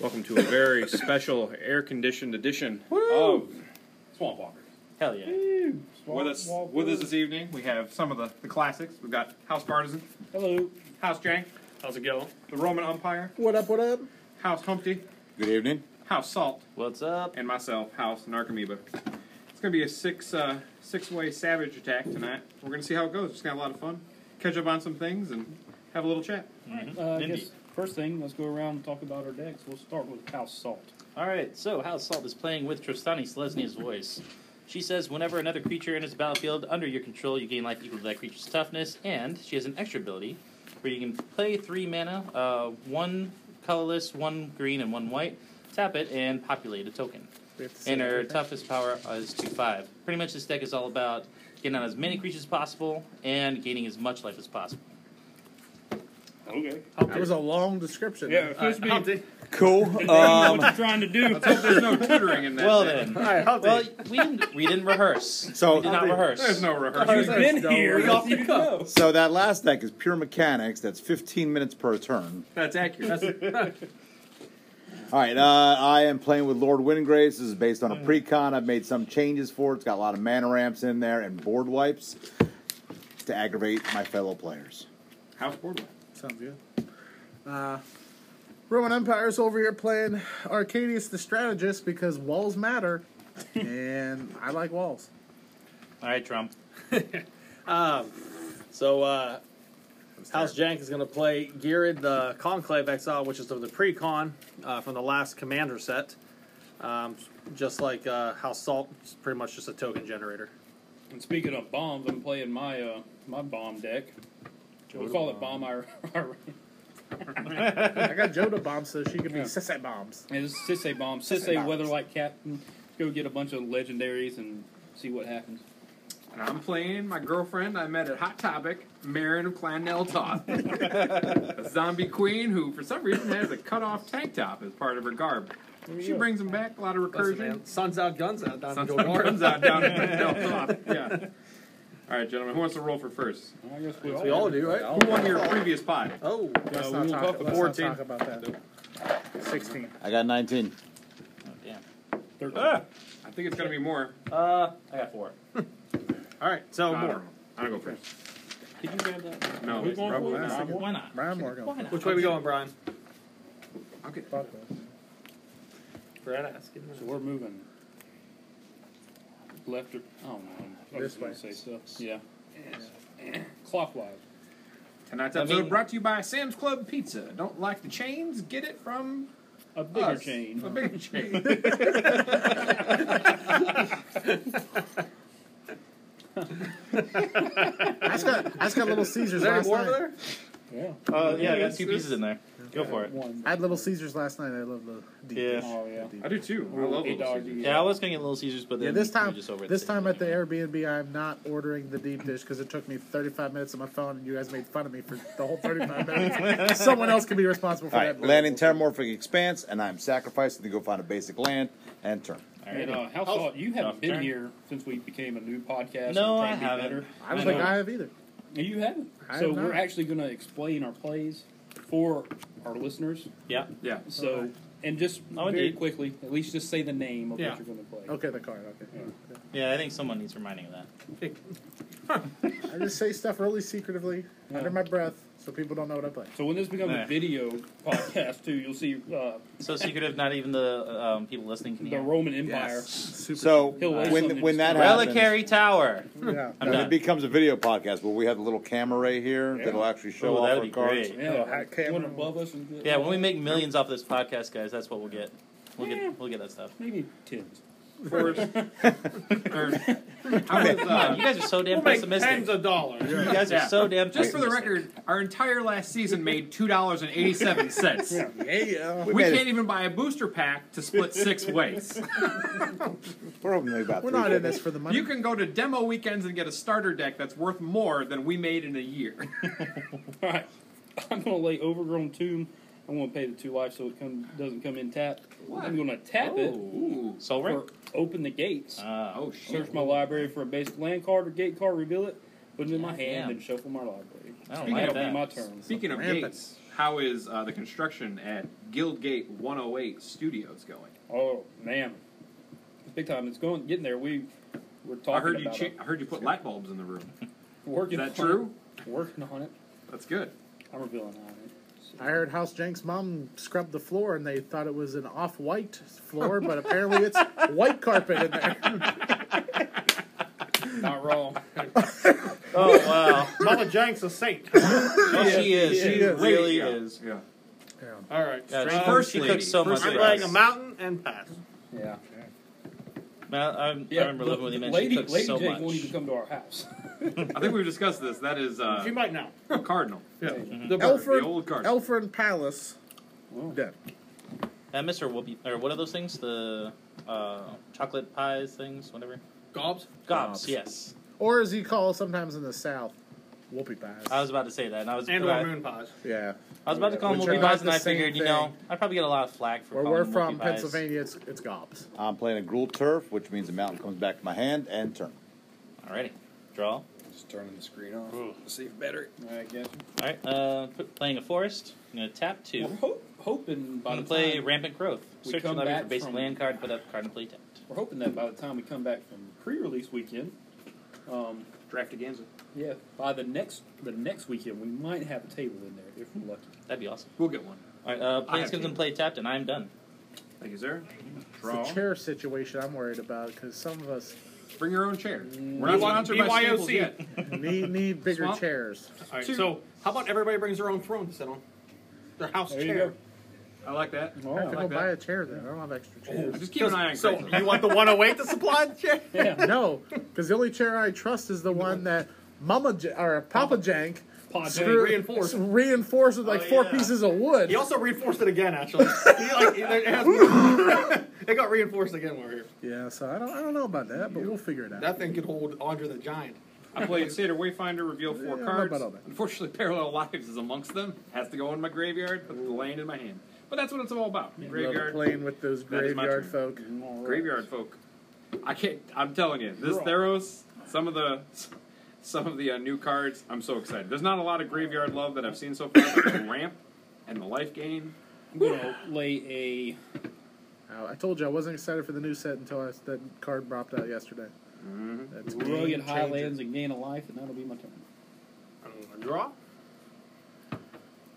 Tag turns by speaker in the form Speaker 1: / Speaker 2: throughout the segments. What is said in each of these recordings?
Speaker 1: welcome to a very special air-conditioned edition of Swamp Walkers.
Speaker 2: Hell yeah.
Speaker 1: With us, with us this evening, we have some of the, the classics. We've got House Partisan,
Speaker 2: Hello.
Speaker 1: House Jank,
Speaker 2: How's it going?
Speaker 1: the Roman Umpire,
Speaker 3: What up, what up?
Speaker 1: House Humpty,
Speaker 3: Good evening.
Speaker 1: House Salt,
Speaker 2: What's up?
Speaker 1: and myself, House Narcomoeba. It's gonna be a six uh, six-way savage attack tonight. We're gonna see how it goes. Just gonna have a lot of fun, catch up on some things, and have a little chat.
Speaker 4: Uh, I
Speaker 2: Indeed.
Speaker 4: guess first thing, let's go around and talk about our decks. We'll start with House Salt.
Speaker 2: All right, so House Salt is playing with Tristani Selesnia's voice. She says whenever another creature enters the battlefield under your control, you gain life equal to that creature's toughness, and she has an extra ability where you can play three mana, uh, one colorless, one green, and one white. Tap it and populate a token. And her toughest power is 2 5. Pretty much this deck is all about getting on as many creatures as possible and gaining as much life as possible.
Speaker 4: Okay.
Speaker 3: That was a long description.
Speaker 4: Yeah, it's supposed to be
Speaker 3: Cool.
Speaker 5: Um,
Speaker 4: what you're trying to do.
Speaker 1: Let's hope Uh, there's no tutoring in that.
Speaker 2: Well
Speaker 1: thing.
Speaker 2: then.
Speaker 3: right, Humpty.
Speaker 2: Well, we didn't, we didn't rehearse.
Speaker 5: So-
Speaker 2: we did not
Speaker 3: Humpty.
Speaker 2: rehearse.
Speaker 1: there's no
Speaker 4: You've
Speaker 1: rehearsal.
Speaker 4: been
Speaker 3: Don't
Speaker 4: here.
Speaker 3: worry.
Speaker 4: You know.
Speaker 5: So that last deck is pure mechanics. That's 15 minutes per turn.
Speaker 1: That's accurate.
Speaker 5: All right, uh, I am playing with Lord Wingrace. This is based on a precon. I've made some changes for it. It's got a lot of mana ramps in there and board wipes to aggravate my fellow players.
Speaker 1: House Boardwalk.
Speaker 3: Sounds good. Uh, Roman Empire's over here playing Arcadius the Strategist because walls matter, and I like walls.
Speaker 2: All right, Trump.
Speaker 6: So uh, House Jank is going to play Geared the Conclave Exile, which is of the pre-con uh, from the last Commander set. Um, just like uh, House Salt, it's pretty much just a token generator.
Speaker 4: And speaking of bombs, I'm playing my uh, my bomb deck. We call it bomb our, our
Speaker 3: I got Joda bombs so she can be
Speaker 4: Yeah.
Speaker 3: sissy bombs.
Speaker 4: and it's Sisse bomb. Sisse weatherlight captain. Go get a bunch of legendaries and see what happens.
Speaker 1: And I'm playing my girlfriend I met at Hot Topic, Marin of Clan Neltoth. a zombie queen who, for some reason, has a cut off tank top as part of her garb. She brings them back, a lot of recursion.
Speaker 6: Sun's out, guns out. Down
Speaker 1: Sun's comes out down in Neltoth. Yeah. All right, gentlemen, who wants to roll for first?
Speaker 4: I guess we all,
Speaker 6: We all do, right?
Speaker 1: Who won your previous pod?
Speaker 6: Oh,
Speaker 3: Let's,
Speaker 4: we
Speaker 3: not,
Speaker 4: will
Speaker 3: talk,
Speaker 4: talk
Speaker 3: let's not
Speaker 6: 14.
Speaker 3: talk about that. 16.
Speaker 5: I got 19.
Speaker 2: Oh, damn.
Speaker 4: Thirteen.
Speaker 1: I think it's going to be more.
Speaker 2: Uh, I got four.
Speaker 6: all right. So
Speaker 1: I don't
Speaker 6: more.
Speaker 1: know. I'll go first.
Speaker 2: Did you grab that?
Speaker 1: No,
Speaker 4: Who's going
Speaker 1: probably
Speaker 4: for it?
Speaker 1: not.
Speaker 3: Second.
Speaker 4: Why not?
Speaker 3: Brian Morgan.
Speaker 2: Why not?
Speaker 6: Which way we going, Brian?
Speaker 1: I'll get-
Speaker 3: Fuck that.
Speaker 6: Brad asking.
Speaker 4: So we're moving left or I don't know. I
Speaker 3: This
Speaker 4: was gonna
Speaker 3: way.
Speaker 4: Say so. Yeah. Clockwise.
Speaker 1: Tonight's
Speaker 2: I
Speaker 1: episode
Speaker 2: mean-
Speaker 1: brought to you by Sam's Club Pizza. Don't like the chains? Get it from
Speaker 4: A bigger
Speaker 1: us.
Speaker 4: chain.
Speaker 1: A bigger chain.
Speaker 3: I just got, I just got Little Caesars
Speaker 6: Is there
Speaker 3: last
Speaker 6: any more over
Speaker 3: night.
Speaker 6: there?
Speaker 4: Yeah.
Speaker 2: Uh, yeah, I got two pieces in there. Go for it.
Speaker 4: One.
Speaker 3: I had Little Caesars last night. I love the deep
Speaker 2: Yeah.
Speaker 3: dish.
Speaker 4: Oh yeah.
Speaker 3: The deep
Speaker 1: I do too. I love
Speaker 4: Eight
Speaker 1: Little
Speaker 4: dollars
Speaker 1: Caesars.
Speaker 4: each.
Speaker 2: Yeah, I was gonna get Little Caesars, but then
Speaker 3: Yeah, this
Speaker 2: we
Speaker 3: time,
Speaker 2: just over
Speaker 3: this time at the Airbnb, I'm not ordering the deep dish because it took me 35 minutes on my phone, and you guys made fun of me for the whole 35 minutes. Someone else can be responsible for
Speaker 5: All right,
Speaker 3: that.
Speaker 5: landing Terramorphic Expanse, and I'm sacrificing to go find a basic land and turn.
Speaker 4: And uh, how salt? You haven't
Speaker 2: Off
Speaker 4: been
Speaker 2: turn.
Speaker 4: here since we became a new podcast.
Speaker 2: No,
Speaker 4: and
Speaker 2: I
Speaker 4: trying to be
Speaker 2: haven't.
Speaker 3: I don't
Speaker 4: I
Speaker 3: think
Speaker 4: know.
Speaker 3: I have either.
Speaker 4: better. You haven't.
Speaker 3: I
Speaker 4: so
Speaker 3: have not.
Speaker 4: we're actually going to explain our plays for our listeners.
Speaker 2: Yeah.
Speaker 1: Yeah.
Speaker 4: So and just
Speaker 2: Oh,
Speaker 4: very
Speaker 2: indeed.
Speaker 4: quickly, at least just say the name of
Speaker 6: Yeah.
Speaker 4: what you're going to play.
Speaker 3: Okay, the card. Okay.
Speaker 2: Yeah, I think someone needs reminding of that.
Speaker 3: I just say stuff really secretively
Speaker 4: Yeah.
Speaker 3: under my breath so people don't know what I play.
Speaker 4: So when this becomes
Speaker 2: Nah.
Speaker 4: a video podcast too, you'll see uh,
Speaker 2: So secretive, not even the um, people listening can
Speaker 4: the
Speaker 2: hear.
Speaker 4: Roman Empire.
Speaker 3: Super.
Speaker 5: So
Speaker 4: He'll wait
Speaker 5: when,
Speaker 4: something
Speaker 5: when that
Speaker 4: to-
Speaker 5: happens,
Speaker 2: Reliquary Tower.
Speaker 3: yeah.
Speaker 2: I'm
Speaker 5: when
Speaker 2: done.
Speaker 5: it becomes a video podcast, will we have the little camera right here
Speaker 4: Yeah.
Speaker 5: that'll actually
Speaker 2: Oh,
Speaker 5: show off
Speaker 2: that
Speaker 5: our
Speaker 2: would be
Speaker 5: cards?
Speaker 2: great.
Speaker 3: Little
Speaker 4: Yeah.
Speaker 3: hat camera.
Speaker 4: One above us. And
Speaker 2: Yeah, when we make millions off of this podcast, guys, that's what we'll get. We'll
Speaker 4: Yeah.
Speaker 2: get we'll get that stuff.
Speaker 4: maybe tens.
Speaker 1: First. Third. I was,
Speaker 2: Come on, you
Speaker 1: uh,
Speaker 2: guys are so damn pessimistic.
Speaker 6: tens of dollars.
Speaker 2: You guys
Speaker 1: Yeah.
Speaker 2: are so damn.
Speaker 1: just for the
Speaker 2: pessimistic.
Speaker 1: record, our entire last season made two dollars and eighty-seven cents.
Speaker 3: Yeah.
Speaker 5: We
Speaker 1: We
Speaker 5: made it.
Speaker 1: can't even buy a booster pack to split six ways.
Speaker 5: We're only about
Speaker 3: We're
Speaker 5: three
Speaker 3: not in
Speaker 5: fifty.
Speaker 3: this for the money.
Speaker 1: You can go to demo weekends and get a starter deck that's worth more than we made in a year.
Speaker 4: All right. I'm going to lay Overgrown Tomb. I'm going to pay the two life so it come, doesn't come in tapped. I'm going to tap
Speaker 2: Oh.
Speaker 4: it
Speaker 1: Ooh.
Speaker 2: Soul
Speaker 4: or
Speaker 2: ring.
Speaker 4: open the gates.
Speaker 2: Ah.
Speaker 1: Oh shit.
Speaker 4: Search my library for a basic land card or gate card, reveal it, put it in my hand,
Speaker 2: Damn.
Speaker 4: and shuffle my library.
Speaker 2: I don't
Speaker 4: That'll
Speaker 2: like
Speaker 4: be
Speaker 2: that.
Speaker 4: my turn.
Speaker 1: Speaking of
Speaker 3: Rampant.
Speaker 1: gates, How is uh, the construction at Guildgate 108 Studios going?
Speaker 4: Oh man, big time! It's going getting there. We were talking.
Speaker 1: I heard you.
Speaker 4: about
Speaker 1: Cha-
Speaker 4: it.
Speaker 1: I heard you put light bulbs in the room. Is
Speaker 4: Working
Speaker 1: that
Speaker 4: on
Speaker 1: true?
Speaker 4: it. Working on it.
Speaker 1: That's good.
Speaker 4: I'm revealing on it.
Speaker 3: I heard House Jank's mom scrubbed the floor and they thought it was an off white floor, but apparently it's white carpet in there.
Speaker 4: Not wrong.
Speaker 6: Oh wow, Mama Jank's a saint.
Speaker 2: Oh, she is. She,
Speaker 3: she is.
Speaker 2: really
Speaker 1: Yeah,
Speaker 2: is.
Speaker 1: Yeah.
Speaker 4: All right.
Speaker 2: Yeah,
Speaker 4: strange-
Speaker 2: she-
Speaker 1: First
Speaker 2: she
Speaker 1: lady.
Speaker 2: cooks so
Speaker 1: First
Speaker 2: much.
Speaker 1: lady.
Speaker 6: I'm
Speaker 2: for us.
Speaker 6: playing a mountain and pass.
Speaker 4: yeah.
Speaker 2: Well, I'm, I remember
Speaker 4: the-
Speaker 2: living with you, man.
Speaker 4: Lady,
Speaker 2: she cooks
Speaker 4: Lady
Speaker 2: so
Speaker 4: Jake
Speaker 2: much.
Speaker 4: won't even come to our house.
Speaker 1: I think we've discussed this. That is uh,
Speaker 6: She might now.
Speaker 1: Cardinal.
Speaker 2: Mm-hmm.
Speaker 6: The bird.
Speaker 3: Elford,
Speaker 1: The old cardinal.
Speaker 3: Elford Palace. Dead.
Speaker 2: I miss her whoopie, or what are those things? The uh, chocolate pies things, whatever.
Speaker 6: Gobs.
Speaker 2: Gobs, yes.
Speaker 3: Or as you call sometimes in the South, whoopie pies.
Speaker 2: I was about to say that, and I was
Speaker 6: And
Speaker 2: I,
Speaker 6: or moon pies.
Speaker 3: yeah.
Speaker 2: I was about to call them
Speaker 3: Which
Speaker 2: whoopie
Speaker 3: are not
Speaker 2: pies, and
Speaker 3: the
Speaker 2: I
Speaker 3: same
Speaker 2: figured, you
Speaker 3: thing.
Speaker 2: know, I probably get a lot of flack for
Speaker 3: Where
Speaker 2: calling
Speaker 3: we're
Speaker 2: them
Speaker 3: from,
Speaker 2: whoopie pies.
Speaker 3: Pennsylvania, it's, it's gobs.
Speaker 5: I'm playing a gruel turf, which means the mountain comes back to my hand and turn.
Speaker 2: Alrighty, draw.
Speaker 7: Just turning the screen off. See if better.
Speaker 4: I guess.
Speaker 2: Alright, uh, p- playing a forest. I'm gonna tap two.
Speaker 4: We're hope, hoping by
Speaker 2: I'm gonna
Speaker 4: the
Speaker 2: play
Speaker 4: time
Speaker 2: rampant growth.
Speaker 4: we
Speaker 2: Search your
Speaker 4: come
Speaker 2: library
Speaker 4: back
Speaker 2: for basic
Speaker 4: from-
Speaker 2: land card, put up card and play tapped.
Speaker 4: we're hoping that by the time we come back from pre-release weekend, um,
Speaker 6: Draft against
Speaker 4: yeah, by the next the next weekend we might have a table in there if we're lucky.
Speaker 2: That'd be awesome.
Speaker 1: We'll get one.
Speaker 2: Alright,
Speaker 1: I
Speaker 2: uh, play
Speaker 1: have
Speaker 2: skills
Speaker 1: two.
Speaker 2: and play tapped, and I'm done.
Speaker 1: Thank you, sir.
Speaker 3: It's
Speaker 1: Draw.
Speaker 3: the chair situation I'm worried about because some of us
Speaker 1: Bring your own chair. We're not sponsored by
Speaker 6: BYOC.
Speaker 1: Staples yet.
Speaker 3: need, need bigger
Speaker 1: Swamp?
Speaker 3: chairs.
Speaker 6: All right.
Speaker 1: Two.
Speaker 6: So how about everybody brings their own throne to sit on? Their house
Speaker 4: There you
Speaker 6: chair.
Speaker 4: go.
Speaker 1: I like that.
Speaker 4: Oh,
Speaker 1: I
Speaker 3: I have to go
Speaker 1: like
Speaker 3: buy a
Speaker 1: that. Oh.
Speaker 3: chair then. I don't have extra chairs.
Speaker 1: Just keep an eye on
Speaker 6: So
Speaker 1: Craigslist.
Speaker 6: you want the 108 to supply the chair?
Speaker 4: Yeah.
Speaker 3: No, because the only chair I trust is the one that Mama J- or Papa Jank
Speaker 4: Pod
Speaker 3: screwed-
Speaker 6: reinforced.
Speaker 3: reinforced with like
Speaker 6: Oh,
Speaker 3: four
Speaker 6: yeah.
Speaker 3: pieces of wood.
Speaker 6: He also reinforced it again. Actually, he, like, he- it, has- it got reinforced again over here.
Speaker 3: Yeah, so I don't I don't know about that, but we'll figure it out.
Speaker 6: That thing could hold Andre the Giant.
Speaker 1: I played Seder Wayfinder, reveal
Speaker 3: Yeah, I
Speaker 1: four
Speaker 3: don't know
Speaker 1: cards.
Speaker 3: about all that.
Speaker 1: Unfortunately, Parallel Lives is amongst them. Has to go in my graveyard, but the land in my hand. But that's what it's all about.
Speaker 3: Love
Speaker 1: Graveyard,
Speaker 3: playing with those
Speaker 1: That is my
Speaker 3: graveyard
Speaker 1: turn.
Speaker 3: folk.
Speaker 1: graveyard folk. I can't. I'm telling you, this
Speaker 4: Draw.
Speaker 1: Theros, some of the, some of the uh, new cards. I'm so excited. There's not a lot of graveyard love that I've seen so far. But the ramp and the life gain.
Speaker 4: I'm gonna lay
Speaker 3: Oh, I told you I wasn't excited for the new set until I, that card popped out yesterday.
Speaker 4: a
Speaker 3: That's
Speaker 4: rugged
Speaker 3: game-changer.
Speaker 4: highlands and gain a life, and that'll be my turn.
Speaker 6: I'm gonna draw.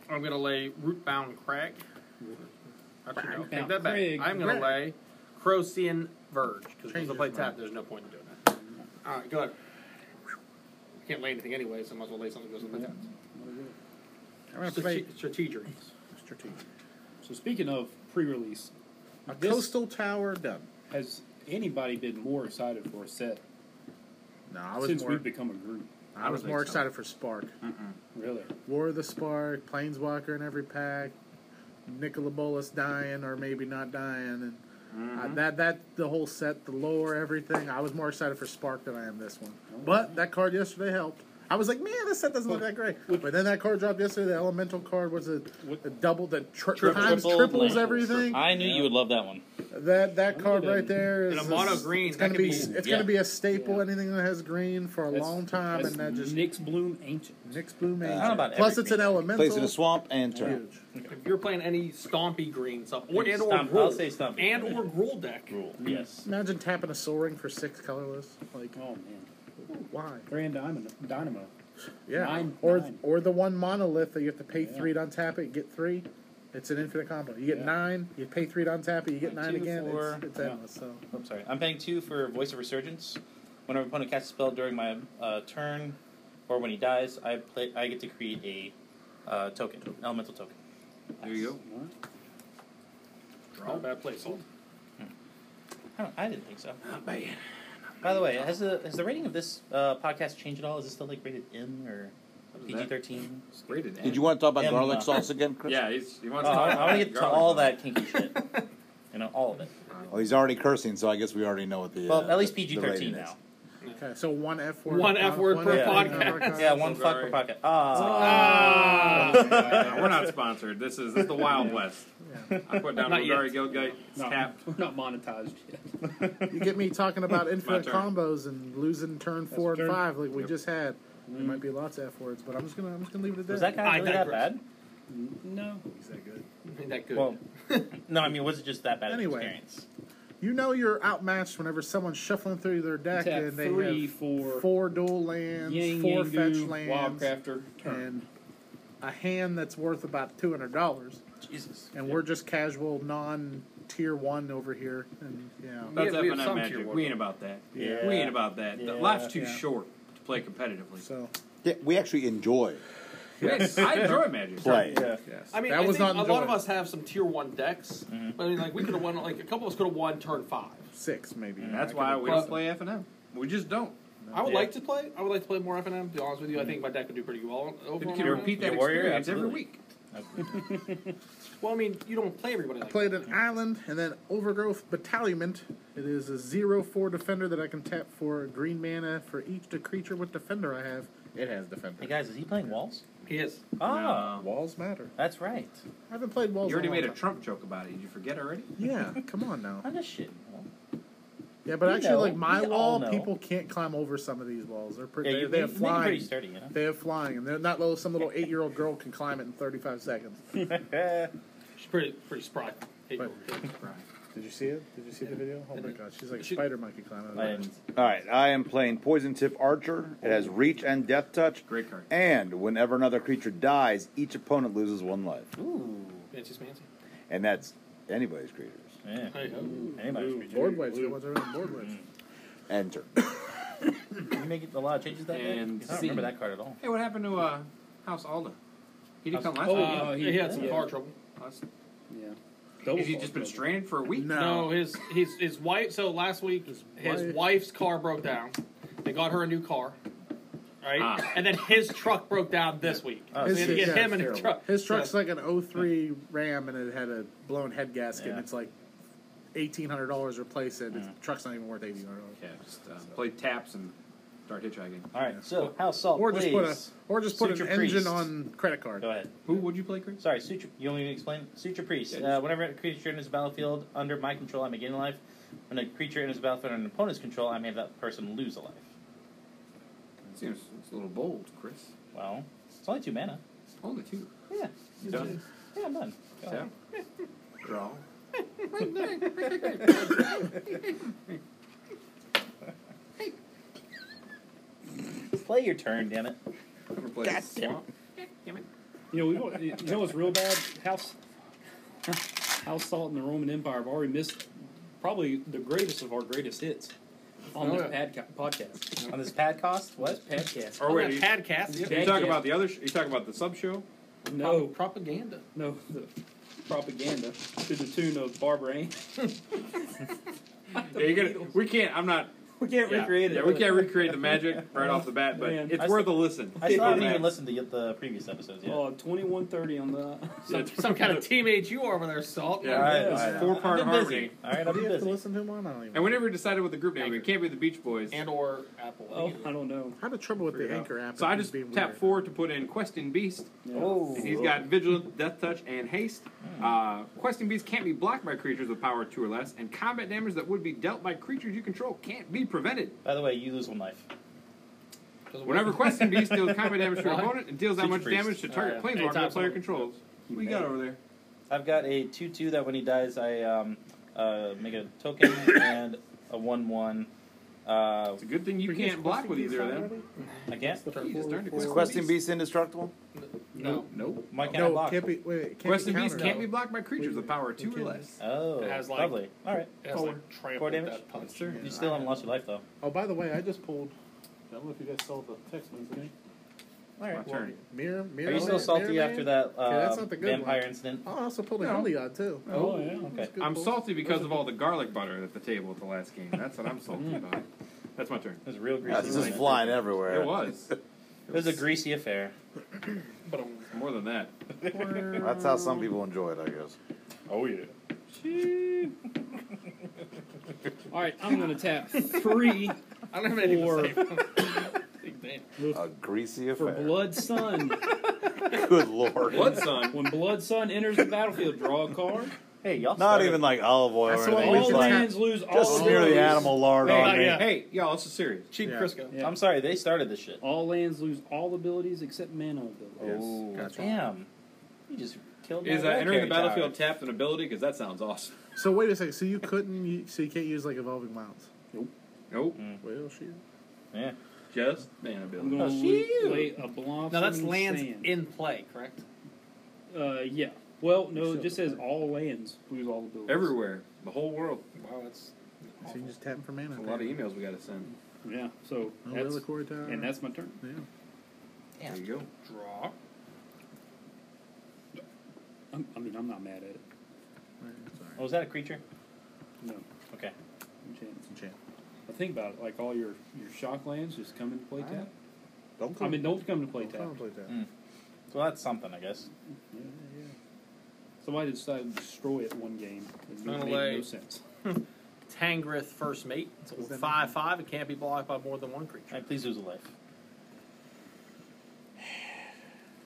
Speaker 6: I'm gonna lay Rootbound Crag. Actually, no, take that back.
Speaker 4: Crag.
Speaker 6: I'm gonna
Speaker 4: Crag.
Speaker 6: lay Crocian Verge because
Speaker 3: Change
Speaker 6: once I play
Speaker 3: his mind.
Speaker 6: tap, there's no point in doing that. All right, go ahead. I can't lay anything anyway, so I might as well lay something that goes with that.
Speaker 3: I'm gonna play
Speaker 6: Strate- Strategic.
Speaker 3: strategic.
Speaker 4: So speaking of pre-release,
Speaker 3: A
Speaker 4: This-
Speaker 3: coastal tower done.
Speaker 4: has anybody been more excited for a set
Speaker 3: No, I was
Speaker 4: since
Speaker 3: more
Speaker 4: we've become a group?
Speaker 3: I was more excited for Spark.
Speaker 4: Really?
Speaker 3: War of the Spark, Planeswalker in every pack, Nicola Bolas dying or maybe not dying, and uh,
Speaker 2: Mm-hmm.
Speaker 3: that that the whole set, the lore, everything. I was more excited for Spark than I am this one.
Speaker 2: Oh.
Speaker 3: But that card yesterday helped. I was like, man, this set doesn't look that great. But then that card dropped yesterday. The elemental card was a, a double that tri-
Speaker 2: Triple-
Speaker 3: times
Speaker 2: triple
Speaker 3: triples
Speaker 2: blank.
Speaker 3: everything.
Speaker 2: I knew you would love that one.
Speaker 3: That that card right there is
Speaker 6: And a mono
Speaker 3: is-
Speaker 6: green,
Speaker 3: It's
Speaker 6: that
Speaker 3: gonna
Speaker 6: could
Speaker 3: be,
Speaker 6: be-
Speaker 3: it's
Speaker 2: yeah.
Speaker 3: gonna be a staple.
Speaker 4: Yeah.
Speaker 3: Anything that has green for a
Speaker 4: That's-
Speaker 3: long time,
Speaker 4: that's
Speaker 3: and that just
Speaker 4: Nick's Bloom Ancient.
Speaker 3: Nick's Bloom
Speaker 2: I don't know
Speaker 3: Angel.
Speaker 2: about
Speaker 3: Plus, it's an
Speaker 2: everything.
Speaker 3: elemental.
Speaker 5: Place in a swamp and turn.
Speaker 3: Huge.
Speaker 6: If you're playing any stompy green stuff, or
Speaker 2: Like
Speaker 6: and or
Speaker 2: stomp-
Speaker 6: gruel,
Speaker 2: I'll say stompy.
Speaker 6: and or gruel deck,
Speaker 2: Rule. Yes.
Speaker 3: Imagine tapping a soul ring for six colorless. Like
Speaker 4: Oh man,
Speaker 3: why?
Speaker 4: Grand Dynamo. Dynamo.
Speaker 3: Yeah.
Speaker 4: Nine-
Speaker 3: or
Speaker 4: nine.
Speaker 3: or the one monolith that you have to pay
Speaker 4: Yeah.
Speaker 3: three to untap it, get three. It's an infinite combo. You get
Speaker 4: Yeah.
Speaker 3: nine, you pay three to untap it, you get
Speaker 2: Nine,
Speaker 3: nine
Speaker 2: two,
Speaker 3: again.
Speaker 2: four.
Speaker 3: It's, it's
Speaker 4: Yeah.
Speaker 3: endless. So
Speaker 2: I'm sorry. I'm paying two for Voice of Resurgence. Whenever an opponent casts a spell during my uh, turn, or when he dies, I play. I get to create a uh, token, elemental token.
Speaker 1: There you go.
Speaker 6: not a bad placeholder.
Speaker 2: I, don't, I didn't think so. By the way, has the has the rating of this uh, podcast changed at all? Is it still like rated M or PG thirteen?
Speaker 1: It's rated N.
Speaker 5: Did you want to talk about
Speaker 2: And,
Speaker 5: garlic
Speaker 2: uh,
Speaker 5: sauce again, Chris?
Speaker 1: Yeah, he's, he
Speaker 2: Oh,
Speaker 1: wants to talk
Speaker 2: I,
Speaker 1: about
Speaker 2: want to get to
Speaker 1: garlic
Speaker 2: all
Speaker 1: sauce.
Speaker 2: that kinky shit. You know, all of it.
Speaker 5: Well, he's already cursing, so I guess we already know what the.
Speaker 2: Well,
Speaker 5: uh,
Speaker 2: at least
Speaker 5: the- the
Speaker 2: PG thirteen
Speaker 5: rating is.
Speaker 2: now.
Speaker 3: okay, so one F word.
Speaker 6: One
Speaker 3: uh,
Speaker 6: F word
Speaker 3: one
Speaker 6: per
Speaker 3: F word per
Speaker 6: podcast.
Speaker 2: Yeah, one
Speaker 1: so
Speaker 2: fuck per
Speaker 1: sorry.
Speaker 2: pocket. Ah,
Speaker 1: No, we're not sponsored. This is, this is the Wild West. I put down
Speaker 6: Not yet.
Speaker 1: Rogari Gilgate. It's
Speaker 4: No,
Speaker 1: tapped.
Speaker 4: we're not monetized yet.
Speaker 3: You get me talking about infinite
Speaker 1: turn.
Speaker 3: combos and losing turn four and
Speaker 4: turn.
Speaker 3: five like we
Speaker 1: Yep.
Speaker 4: Mm.
Speaker 3: just had. There might be lots of F words, but I'm just gonna I'm just gonna leave it at that.
Speaker 2: was that guy
Speaker 6: I
Speaker 2: really that
Speaker 6: digress.
Speaker 2: bad?
Speaker 4: No.
Speaker 3: He's that good.
Speaker 6: Ain't that good?
Speaker 2: Well, no, I mean, was it just that bad
Speaker 3: Anyway.
Speaker 2: of an experience?
Speaker 3: You know you're outmatched whenever someone's shuffling through their deck
Speaker 4: Tap
Speaker 3: and they
Speaker 4: three
Speaker 3: have
Speaker 4: for
Speaker 3: four dual lands,
Speaker 4: Yang
Speaker 3: four
Speaker 4: Yang
Speaker 3: fetch
Speaker 4: Gu,
Speaker 3: lands,
Speaker 4: Wildcrafter. Turn.
Speaker 3: and a hand that's worth about two hundred dollars.
Speaker 2: Jesus.
Speaker 3: And we're just casual, non-tier one over here, and you know,
Speaker 1: That's
Speaker 7: we
Speaker 1: up
Speaker 7: have
Speaker 1: and up
Speaker 7: some tier
Speaker 1: magic.
Speaker 7: one.
Speaker 1: We ain't about that.
Speaker 3: Yeah.
Speaker 1: We ain't about that. The
Speaker 2: Yeah.
Speaker 1: life's too
Speaker 3: Yeah.
Speaker 1: short to play competitively.
Speaker 3: so
Speaker 5: Yeah, we actually enjoy
Speaker 1: Yes, I enjoy magic.
Speaker 5: play.
Speaker 6: I mean,
Speaker 3: That
Speaker 6: I
Speaker 3: was not
Speaker 6: think a lot of
Speaker 3: enjoyable.
Speaker 6: us have some tier one decks. But I mean, like we could have won. Like a couple of us could have won turn five.
Speaker 3: six maybe.
Speaker 1: That's why we don't play F and M. We just don't.
Speaker 6: I would
Speaker 2: Yeah.
Speaker 6: like to play. I would like to play more F and M. To be honest with you, I think my deck would do pretty well over.
Speaker 1: You
Speaker 6: on
Speaker 1: can
Speaker 6: F&M.
Speaker 1: repeat that
Speaker 2: Yeah, warrior,
Speaker 1: experience every
Speaker 2: absolutely.
Speaker 1: week.
Speaker 6: Well, I mean, you don't play everybody. Like
Speaker 3: played an island and then overgrowth battalion. It is a zero four defender that I can tap for green mana for each de- creature with defender I have. It has defender.
Speaker 2: Hey, guys, is he playing walls?
Speaker 6: that. he is.
Speaker 2: Ah,
Speaker 1: No.
Speaker 3: Walls matter.
Speaker 2: that's right.
Speaker 3: I haven't played walls.
Speaker 1: You already
Speaker 3: in a long
Speaker 1: made a
Speaker 3: time.
Speaker 1: Trump joke about it. Did you forget already?
Speaker 3: Yeah, come on now.
Speaker 2: I'm just shitting.
Speaker 3: Yeah, but
Speaker 2: We
Speaker 3: actually,
Speaker 2: know.
Speaker 3: like my
Speaker 2: We all
Speaker 3: wall,
Speaker 2: know.
Speaker 3: people can't climb over some of these walls. They're pretty.
Speaker 2: Yeah,
Speaker 3: they,
Speaker 2: you
Speaker 3: they
Speaker 2: make,
Speaker 3: have
Speaker 2: make it pretty
Speaker 3: flying.
Speaker 2: sturdy, you know?
Speaker 3: They have flying, and they're not low. Some little eight-year-old girl can climb it in thirty-five seconds.
Speaker 6: She's pretty pretty spry. Hey,
Speaker 3: But-
Speaker 6: cool.
Speaker 1: Right.
Speaker 3: Did you see it? Did you see the video? Oh my god, she's like a spider monkey climbing.
Speaker 2: I
Speaker 3: It.
Speaker 2: didn't-
Speaker 5: All right, I am playing Poison Tip Archer. It has reach and death touch.
Speaker 1: Great card.
Speaker 5: And whenever another creature dies, each opponent loses one life.
Speaker 2: Ooh.
Speaker 6: Fancy's fancy.
Speaker 5: And that's anybody's creatures.
Speaker 2: Yeah.
Speaker 6: Hey, ho.
Speaker 2: Anybody's pretty
Speaker 3: Board waves. Good ones are in board waves.
Speaker 5: Enter.
Speaker 2: You make it a lot of changes that day?
Speaker 1: And
Speaker 2: I don't
Speaker 1: C.
Speaker 2: remember that card at all.
Speaker 1: Hey, what happened to uh, House Alda? He didn't come last
Speaker 4: Oh,
Speaker 1: time.
Speaker 4: uh,
Speaker 6: Yeah, he, had some car trouble.
Speaker 1: Last-
Speaker 4: Yeah.
Speaker 1: Has he
Speaker 4: fault
Speaker 1: just been
Speaker 4: trouble.
Speaker 1: stranded for a week?
Speaker 6: No, his his his wife. So last week, his,
Speaker 3: wife-
Speaker 6: wife's car broke down. They got her a new car, right?
Speaker 1: Ah.
Speaker 6: And then his truck broke down this week.
Speaker 2: Oh,
Speaker 6: so we had to
Speaker 3: shit-
Speaker 6: get
Speaker 3: yeah,
Speaker 6: him in a
Speaker 3: terrible.
Speaker 6: truck.
Speaker 3: His truck's
Speaker 6: So,
Speaker 3: like an 03 Ram, and it had a blown head gasket.
Speaker 2: Yeah. Mm.
Speaker 3: and It's like eighteen hundred dollars to replace it. His truck's not even worth eighteen hundred dollars.
Speaker 1: Yeah, just uh, play taps and start hitchhiking.
Speaker 2: All right, so House Salt,
Speaker 3: Or just
Speaker 2: Oh, please.
Speaker 3: put a or just put
Speaker 2: Suture
Speaker 3: an engine
Speaker 2: Priest.
Speaker 3: on credit card.
Speaker 2: Go ahead.
Speaker 1: Who would you play, Chris?
Speaker 2: Sorry, suture. You want me to explain? Suture priest.
Speaker 1: Yeah,
Speaker 2: Uh, whenever a creature enters the battlefield under my control, I may gain a life. When a creature enters the battlefield under an opponent's control, I may have that person lose a life.
Speaker 1: Seems it's a little bold, Chris.
Speaker 2: Well, it's only two mana.
Speaker 1: Only two.
Speaker 2: Yeah.
Speaker 1: Done.
Speaker 2: Yeah, I'm done. Go
Speaker 1: Tap.
Speaker 2: ahead.
Speaker 1: Draw.
Speaker 2: Play your turn, damn it.
Speaker 1: I'm gonna play
Speaker 2: God damn
Speaker 1: swamp. Damn it.
Speaker 4: You know, we don't, you know what's real bad? House, House Salt and the Roman Empire have already missed probably the greatest of our greatest hits on
Speaker 6: Oh,
Speaker 4: this
Speaker 6: yeah.
Speaker 4: padca- podcast.
Speaker 2: On this pad cost, what?
Speaker 4: Padcast.
Speaker 1: Or
Speaker 6: on
Speaker 1: wait,
Speaker 6: that
Speaker 1: you,
Speaker 6: Padcast,
Speaker 4: Yeah.
Speaker 1: you talk about the other? Sh- you talk about the sub show?
Speaker 6: no
Speaker 4: No,
Speaker 6: propaganda.
Speaker 4: no, the propaganda to the tune of Barbara Ann.
Speaker 1: Yeah, you gotta, we can't. I'm not.
Speaker 4: We can't
Speaker 1: yeah,
Speaker 4: recreate it.
Speaker 1: Yeah, we can't recreate the magic right off the bat, but
Speaker 4: Man.
Speaker 1: it's
Speaker 2: I s-
Speaker 1: worth a listen.
Speaker 2: I still haven't
Speaker 1: Yeah.
Speaker 2: even listened to y- the previous episodes yet.
Speaker 4: Oh, 2130 on the.
Speaker 6: Some, some kind of teammate you are over there, Salt.
Speaker 1: Yeah,
Speaker 2: Alright,
Speaker 1: it's
Speaker 2: alright.
Speaker 1: four part
Speaker 2: I've been
Speaker 1: harmony.
Speaker 2: busy. All right, I've
Speaker 3: Do
Speaker 2: been
Speaker 3: you have to
Speaker 2: busy.
Speaker 3: listen to him on? I don't even.
Speaker 1: And we never decided what the group name. It can't be the Beach Boys.
Speaker 6: And or Apple. I
Speaker 4: Oh,
Speaker 6: think it
Speaker 4: I don't know.
Speaker 3: I have a trouble with the
Speaker 1: Yeah.
Speaker 3: anchor app.
Speaker 1: So I
Speaker 3: It's
Speaker 1: just
Speaker 3: being
Speaker 1: tap
Speaker 3: weird.
Speaker 1: four to put in Questing Beast.
Speaker 2: Oh,
Speaker 1: And he's got Vigilant, Death Touch, and Haste.
Speaker 3: Hmm.
Speaker 1: Uh, questing Beast can't be blocked by creatures with power two or less, and combat damage that would be dealt by creatures you control can't be prevented.
Speaker 2: By the way, you lose one life.
Speaker 6: is. Doesn't
Speaker 1: Whenever
Speaker 6: work.
Speaker 1: Questing Beast deals combat damage to an
Speaker 6: Why?
Speaker 1: opponent, it deals that
Speaker 2: Teach
Speaker 1: much
Speaker 2: priest.
Speaker 1: damage to target
Speaker 6: Alright,
Speaker 1: planeswalker
Speaker 6: anytime
Speaker 1: the player
Speaker 6: someone-
Speaker 1: controls. What you got over there?
Speaker 2: I've got a two-two that when he dies, I um, uh, make a token and a one-one. Uh,
Speaker 1: It's a good thing you can't block with either of them.
Speaker 2: I can't.
Speaker 1: Jesus, darn it,
Speaker 5: Is
Speaker 1: Questing
Speaker 5: Questing
Speaker 1: Beast-
Speaker 5: Beast indestructible?
Speaker 6: no,
Speaker 1: Nope.
Speaker 2: Why can't I
Speaker 3: No,
Speaker 2: block?
Speaker 3: can't be. Wait, can't
Speaker 1: Questing
Speaker 3: be
Speaker 1: Beast
Speaker 3: countered.
Speaker 1: can't be blocked by creatures with power two or
Speaker 3: can't.
Speaker 1: less.
Speaker 2: Oh,
Speaker 6: It has, like-
Speaker 2: lovely. All right.
Speaker 6: it has
Speaker 1: Forward.
Speaker 6: like trampled
Speaker 2: Forward damage?
Speaker 6: that punch.
Speaker 1: Sure.
Speaker 2: You still haven't lost your life though.
Speaker 3: Oh, by the way, I just pulled. I don't know if you guys saw the text message.
Speaker 2: All right.
Speaker 1: My turn.
Speaker 3: Mirror, mirror.
Speaker 2: Are you still
Speaker 3: Man-
Speaker 2: salty
Speaker 3: Mirror
Speaker 2: after
Speaker 3: Man?
Speaker 2: that uh,
Speaker 3: Okay, that's not the good
Speaker 2: vampire
Speaker 3: one.
Speaker 2: incident?
Speaker 3: I also pulled a
Speaker 1: No.
Speaker 3: Heliod too.
Speaker 4: Oh, yeah.
Speaker 2: Okay.
Speaker 3: Good
Speaker 1: I'm
Speaker 3: pull.
Speaker 1: salty because of all the garlic butter at the table at the last game. That's what I'm salty about. That's my turn.
Speaker 2: It was real greasy.
Speaker 5: That's just
Speaker 2: wasn't it?
Speaker 5: flying everywhere.
Speaker 1: It was.
Speaker 2: It was a greasy affair.
Speaker 6: But um,
Speaker 1: More than that.
Speaker 5: That's how some people enjoy it, I guess.
Speaker 2: Oh yeah.
Speaker 4: All right, I'm going to tap three
Speaker 6: I don't have anything
Speaker 4: Or-
Speaker 6: to say. Damn.
Speaker 5: A greasy
Speaker 4: for
Speaker 5: affair.
Speaker 4: Blood Sun.
Speaker 5: Good lord.
Speaker 1: Blood Sun.
Speaker 4: When Blood Sun enters the battlefield, draw a card.
Speaker 2: Hey, y'all.
Speaker 5: Not
Speaker 2: started-
Speaker 5: even like olive oil
Speaker 3: That's
Speaker 5: or
Speaker 3: what
Speaker 5: anything.
Speaker 3: we
Speaker 5: It's
Speaker 4: All
Speaker 3: did.
Speaker 5: like,
Speaker 4: lands lose all
Speaker 5: just smear
Speaker 4: those.
Speaker 5: the animal lard
Speaker 6: Hey,
Speaker 5: on me.
Speaker 6: yeah.
Speaker 1: Hey, y'all, this is serious.
Speaker 6: Cheap
Speaker 3: Yeah.
Speaker 6: Crisco.
Speaker 4: Yeah.
Speaker 2: I'm sorry, they started this shit.
Speaker 4: All lands lose all abilities except mana abilities.
Speaker 2: Oh,
Speaker 3: Gotcha.
Speaker 2: damn. You just killed
Speaker 1: Is uh,
Speaker 2: my red
Speaker 1: entering the
Speaker 2: fairy tower.
Speaker 1: battlefield tapped an ability? Because that sounds awesome.
Speaker 3: So wait a second. So you couldn't. u- So you can't use like evolving mounts.
Speaker 1: Nope.
Speaker 3: Well, shit.
Speaker 2: Yeah.
Speaker 1: Just man
Speaker 4: I'm
Speaker 1: ability.
Speaker 4: going
Speaker 2: Oh,
Speaker 4: to
Speaker 2: shoot.
Speaker 4: lay a Blobson
Speaker 6: Now that's lands
Speaker 4: stand.
Speaker 6: in play, correct?
Speaker 4: Uh, yeah. Well, no,
Speaker 3: Still
Speaker 4: it just says all lands lose all abilities.
Speaker 1: Everywhere. The whole world. Wow, that's
Speaker 3: So you can just tap them for
Speaker 1: that's
Speaker 3: mana.
Speaker 1: a lot of emails we got to send.
Speaker 4: Yeah. So
Speaker 3: Oh,
Speaker 4: that's
Speaker 3: Relic War Tower.
Speaker 4: and that's my turn.
Speaker 3: yeah.
Speaker 1: There you go. Draw.
Speaker 4: I'm, I mean, I'm not mad at it.
Speaker 3: Right, sorry.
Speaker 2: Oh, was that a creature?
Speaker 4: No.
Speaker 2: Okay.
Speaker 4: Enchant.
Speaker 3: Enchant.
Speaker 4: But think about it. Like all your your shock lands just come into play
Speaker 3: I-
Speaker 4: tap.
Speaker 5: Don't
Speaker 4: I mean, don't come to play
Speaker 3: Don't
Speaker 4: tap.
Speaker 3: contemplate that.
Speaker 2: Well, that's something, I guess.
Speaker 4: Yeah.
Speaker 2: Mm-hmm.
Speaker 4: Somebody decided to destroy it one game. It made no
Speaker 6: lay-
Speaker 4: sense.
Speaker 6: Tangrith first mate. It's
Speaker 3: Does that
Speaker 6: a five five. It can't be blocked by more than one
Speaker 2: All
Speaker 6: creature.
Speaker 2: right, please lose a life.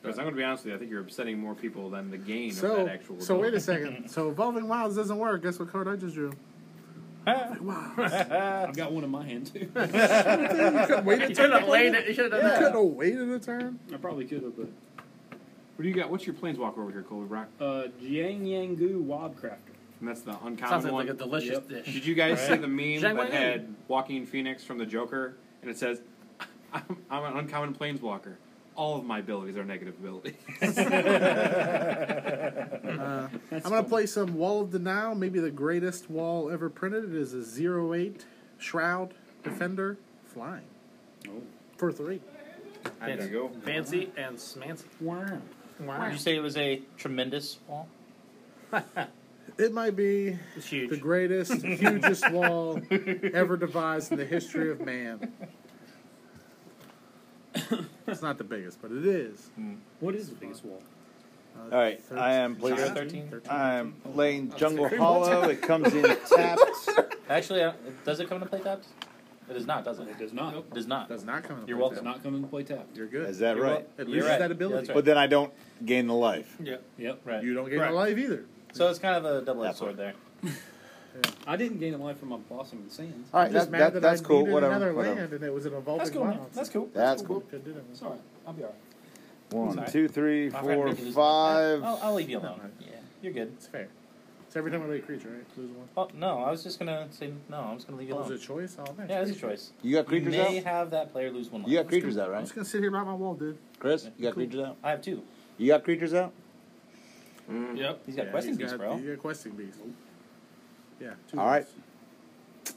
Speaker 1: Because I'm going to be honest with you, I think you're upsetting more people than the gain of
Speaker 3: So,
Speaker 1: that actual.
Speaker 3: so wait
Speaker 1: ability.
Speaker 3: a second. So evolving wilds doesn't work. Guess what card I just drew?
Speaker 4: I've got one in my hand too.
Speaker 6: You should have laid it. You should have done
Speaker 3: You
Speaker 6: that.
Speaker 3: could have waited a turn.
Speaker 4: I probably could have, but
Speaker 1: What do you got? What's your planeswalker over here, Colby Brock?
Speaker 4: uh, Jiang Yangu Wobcrafter.
Speaker 1: And that's the
Speaker 6: Sounds
Speaker 1: uncommon
Speaker 6: like,
Speaker 1: one.
Speaker 6: a delicious
Speaker 4: Yep.
Speaker 6: dish.
Speaker 1: Did you guys see the meme that
Speaker 6: Shang Wen.
Speaker 1: had Joaquin Phoenix from the Joker, and it says, "I'm, I'm an uncommon planeswalker. All of my abilities are negative abilities."
Speaker 3: Uh, I'm gonna play some Wall of Denial. Maybe the greatest wall ever printed. It is a zero eight shroud defender flying
Speaker 4: Oh.
Speaker 3: for three.
Speaker 1: there you go.
Speaker 6: Fancy and smancy.
Speaker 4: Wow.
Speaker 2: Did you say it was a tremendous wall?
Speaker 3: It might be
Speaker 6: It's
Speaker 3: the
Speaker 6: huge.
Speaker 3: greatest, hugest wall ever devised in the history of man. It's not the biggest, but it is. Uh,
Speaker 4: What is the biggest wall?
Speaker 5: All right, I am placing.
Speaker 2: Thirteen?
Speaker 5: I'm laying Jungle Hollow. It comes in tapped.
Speaker 2: Actually, I don't- does it come into play tapped? It does not, does it?
Speaker 4: It does not.
Speaker 2: It does not.
Speaker 3: Does not come. into
Speaker 2: You're
Speaker 3: play
Speaker 2: welcome.
Speaker 4: It's
Speaker 3: tap.
Speaker 4: not coming to play tap.
Speaker 3: You're good.
Speaker 5: Is that
Speaker 2: You're
Speaker 5: right?
Speaker 3: it
Speaker 2: You're
Speaker 3: loses
Speaker 2: right.
Speaker 3: that ability.
Speaker 2: Yeah,
Speaker 5: But then I don't gain the life.
Speaker 6: Yeah.
Speaker 4: Yep.
Speaker 2: Right.
Speaker 3: You don't get
Speaker 6: Correct.
Speaker 3: alive either.
Speaker 2: So it's kind of a double edged
Speaker 5: That part.
Speaker 2: sword there.
Speaker 4: I didn't gain a life from my blossom and
Speaker 6: Oh,
Speaker 4: sands.
Speaker 5: All
Speaker 3: I'm
Speaker 5: right,
Speaker 3: just
Speaker 5: that,
Speaker 3: mad
Speaker 5: that,
Speaker 3: that
Speaker 5: that's
Speaker 3: I
Speaker 5: cool.
Speaker 3: needed
Speaker 5: Whatever.
Speaker 3: another
Speaker 5: whatever.
Speaker 3: land and it was an evolving
Speaker 2: That's cool, man.
Speaker 3: wild.
Speaker 2: That's cool.
Speaker 5: That's cool.
Speaker 3: Good, didn't it?
Speaker 4: It's all right. I'll be all right.
Speaker 5: One,
Speaker 2: Sorry.
Speaker 5: two, three,
Speaker 2: My friend
Speaker 5: four,
Speaker 2: made me lose my-
Speaker 5: five.
Speaker 2: I'll, I'll leave you alone. Yeah, you're good.
Speaker 3: It's fair. It's every time I play a creature, right? Lose one.
Speaker 2: Oh no, I was just gonna say no. I'm just gonna leave you
Speaker 3: Oh, was it a
Speaker 2: alone.
Speaker 3: choice? Oh man.
Speaker 2: Yeah, it's a choice.
Speaker 5: You got
Speaker 2: You
Speaker 5: creatures
Speaker 2: may
Speaker 5: out.
Speaker 2: have that player lose one life.
Speaker 5: You got creatures out,
Speaker 3: I'm
Speaker 5: right?
Speaker 3: just gonna sit here by my wall, dude.
Speaker 5: Chris, you got
Speaker 3: Cool.
Speaker 5: creatures out.
Speaker 2: I have two.
Speaker 5: You got creatures out.
Speaker 6: Yep.
Speaker 2: He's got
Speaker 3: Yeah,
Speaker 2: questing
Speaker 3: he's
Speaker 2: beast,
Speaker 3: got-
Speaker 2: bro.
Speaker 3: You got questing beast. Yeah. Two
Speaker 5: All right.
Speaker 3: those.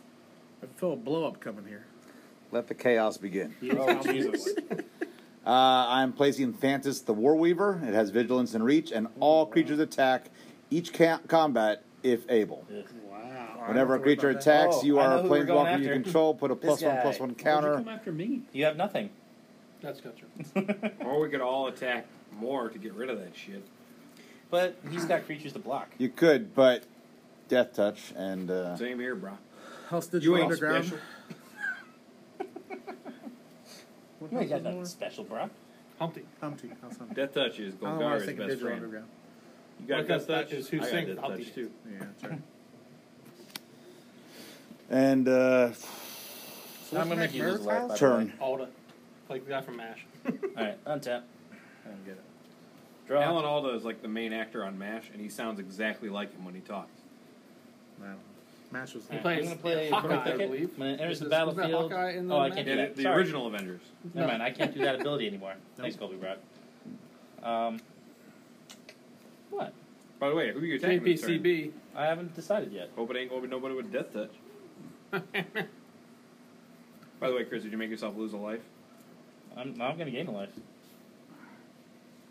Speaker 3: I feel a blow up coming here.
Speaker 5: Let the chaos begin.
Speaker 2: Oh Jesus!
Speaker 5: Uh, I'm placing Phantas the Warweaver. It has vigilance and reach, and all creatures attack each ca- combat if able.
Speaker 4: Wow.
Speaker 5: Whenever a
Speaker 3: don't worry
Speaker 5: creature
Speaker 3: about that.
Speaker 5: attacks,
Speaker 2: Oh,
Speaker 5: you
Speaker 2: I
Speaker 5: are
Speaker 2: know
Speaker 5: a
Speaker 2: who we're going
Speaker 5: planeswalker you
Speaker 2: after.
Speaker 5: control. Put a
Speaker 2: This
Speaker 5: plus one,
Speaker 2: guy.
Speaker 5: plus one
Speaker 4: Why'd
Speaker 5: counter.
Speaker 4: you come after me?
Speaker 2: You have nothing.
Speaker 6: That's gotcha.
Speaker 1: Or we could all attack more to get rid of that shit.
Speaker 2: But he's got creatures to block.
Speaker 5: You could, but death touch and uh,
Speaker 1: Same here, bro.
Speaker 3: Hostage
Speaker 1: You ain't
Speaker 3: underground.
Speaker 1: special.
Speaker 3: What
Speaker 2: You ain't got
Speaker 3: house is
Speaker 2: nothing
Speaker 3: more?
Speaker 2: special, bro.
Speaker 6: Humpty.
Speaker 3: Humpty. How's Humpty?
Speaker 1: Death Touch is
Speaker 3: I don't know why I was
Speaker 1: Golgari's
Speaker 3: thinking
Speaker 1: best
Speaker 3: digital
Speaker 1: friend.
Speaker 3: underground.
Speaker 1: You got Death Touch?
Speaker 6: is
Speaker 1: I
Speaker 6: who
Speaker 1: got
Speaker 6: sings
Speaker 1: Death
Speaker 6: Humpty
Speaker 1: Touch too.
Speaker 6: too.
Speaker 3: Yeah, that's right.
Speaker 5: and uh,
Speaker 3: So
Speaker 2: I'm
Speaker 3: what's
Speaker 2: gonna
Speaker 3: next,
Speaker 2: make you lose
Speaker 3: Mert's
Speaker 2: a life.
Speaker 3: house?
Speaker 2: by the
Speaker 5: turn.
Speaker 6: Alda. Like the guy from MASH.
Speaker 2: way. All right, untap.
Speaker 3: I don't get it.
Speaker 2: Draw.
Speaker 1: Alan Alda is like the main actor on MASH, and he sounds exactly like him when he talks.
Speaker 3: I don't know. Mash was
Speaker 2: I'm
Speaker 3: there.
Speaker 6: plays
Speaker 2: gonna play
Speaker 6: Hawkeye,
Speaker 2: Burning
Speaker 6: I
Speaker 2: Thicket.
Speaker 6: believe.
Speaker 2: When it enters
Speaker 6: Is
Speaker 2: the
Speaker 6: this- wasn't that
Speaker 2: battlefield.
Speaker 6: Hawkeye in the
Speaker 2: oh, I
Speaker 6: match?
Speaker 2: can't do
Speaker 1: The,
Speaker 2: that.
Speaker 1: the
Speaker 2: Sorry.
Speaker 1: original Avengers.
Speaker 2: Never mind. I can't do that ability anymore. Thanks, Colby Brock. Um, what?
Speaker 1: By the way, who are you attacking? this turn?
Speaker 6: JPCB.
Speaker 2: I haven't decided yet.
Speaker 1: Hope it ain't gonna be nobody with death touch. By the way, Chris, did you make yourself lose a life?
Speaker 2: I'm, I'm gonna gain a life.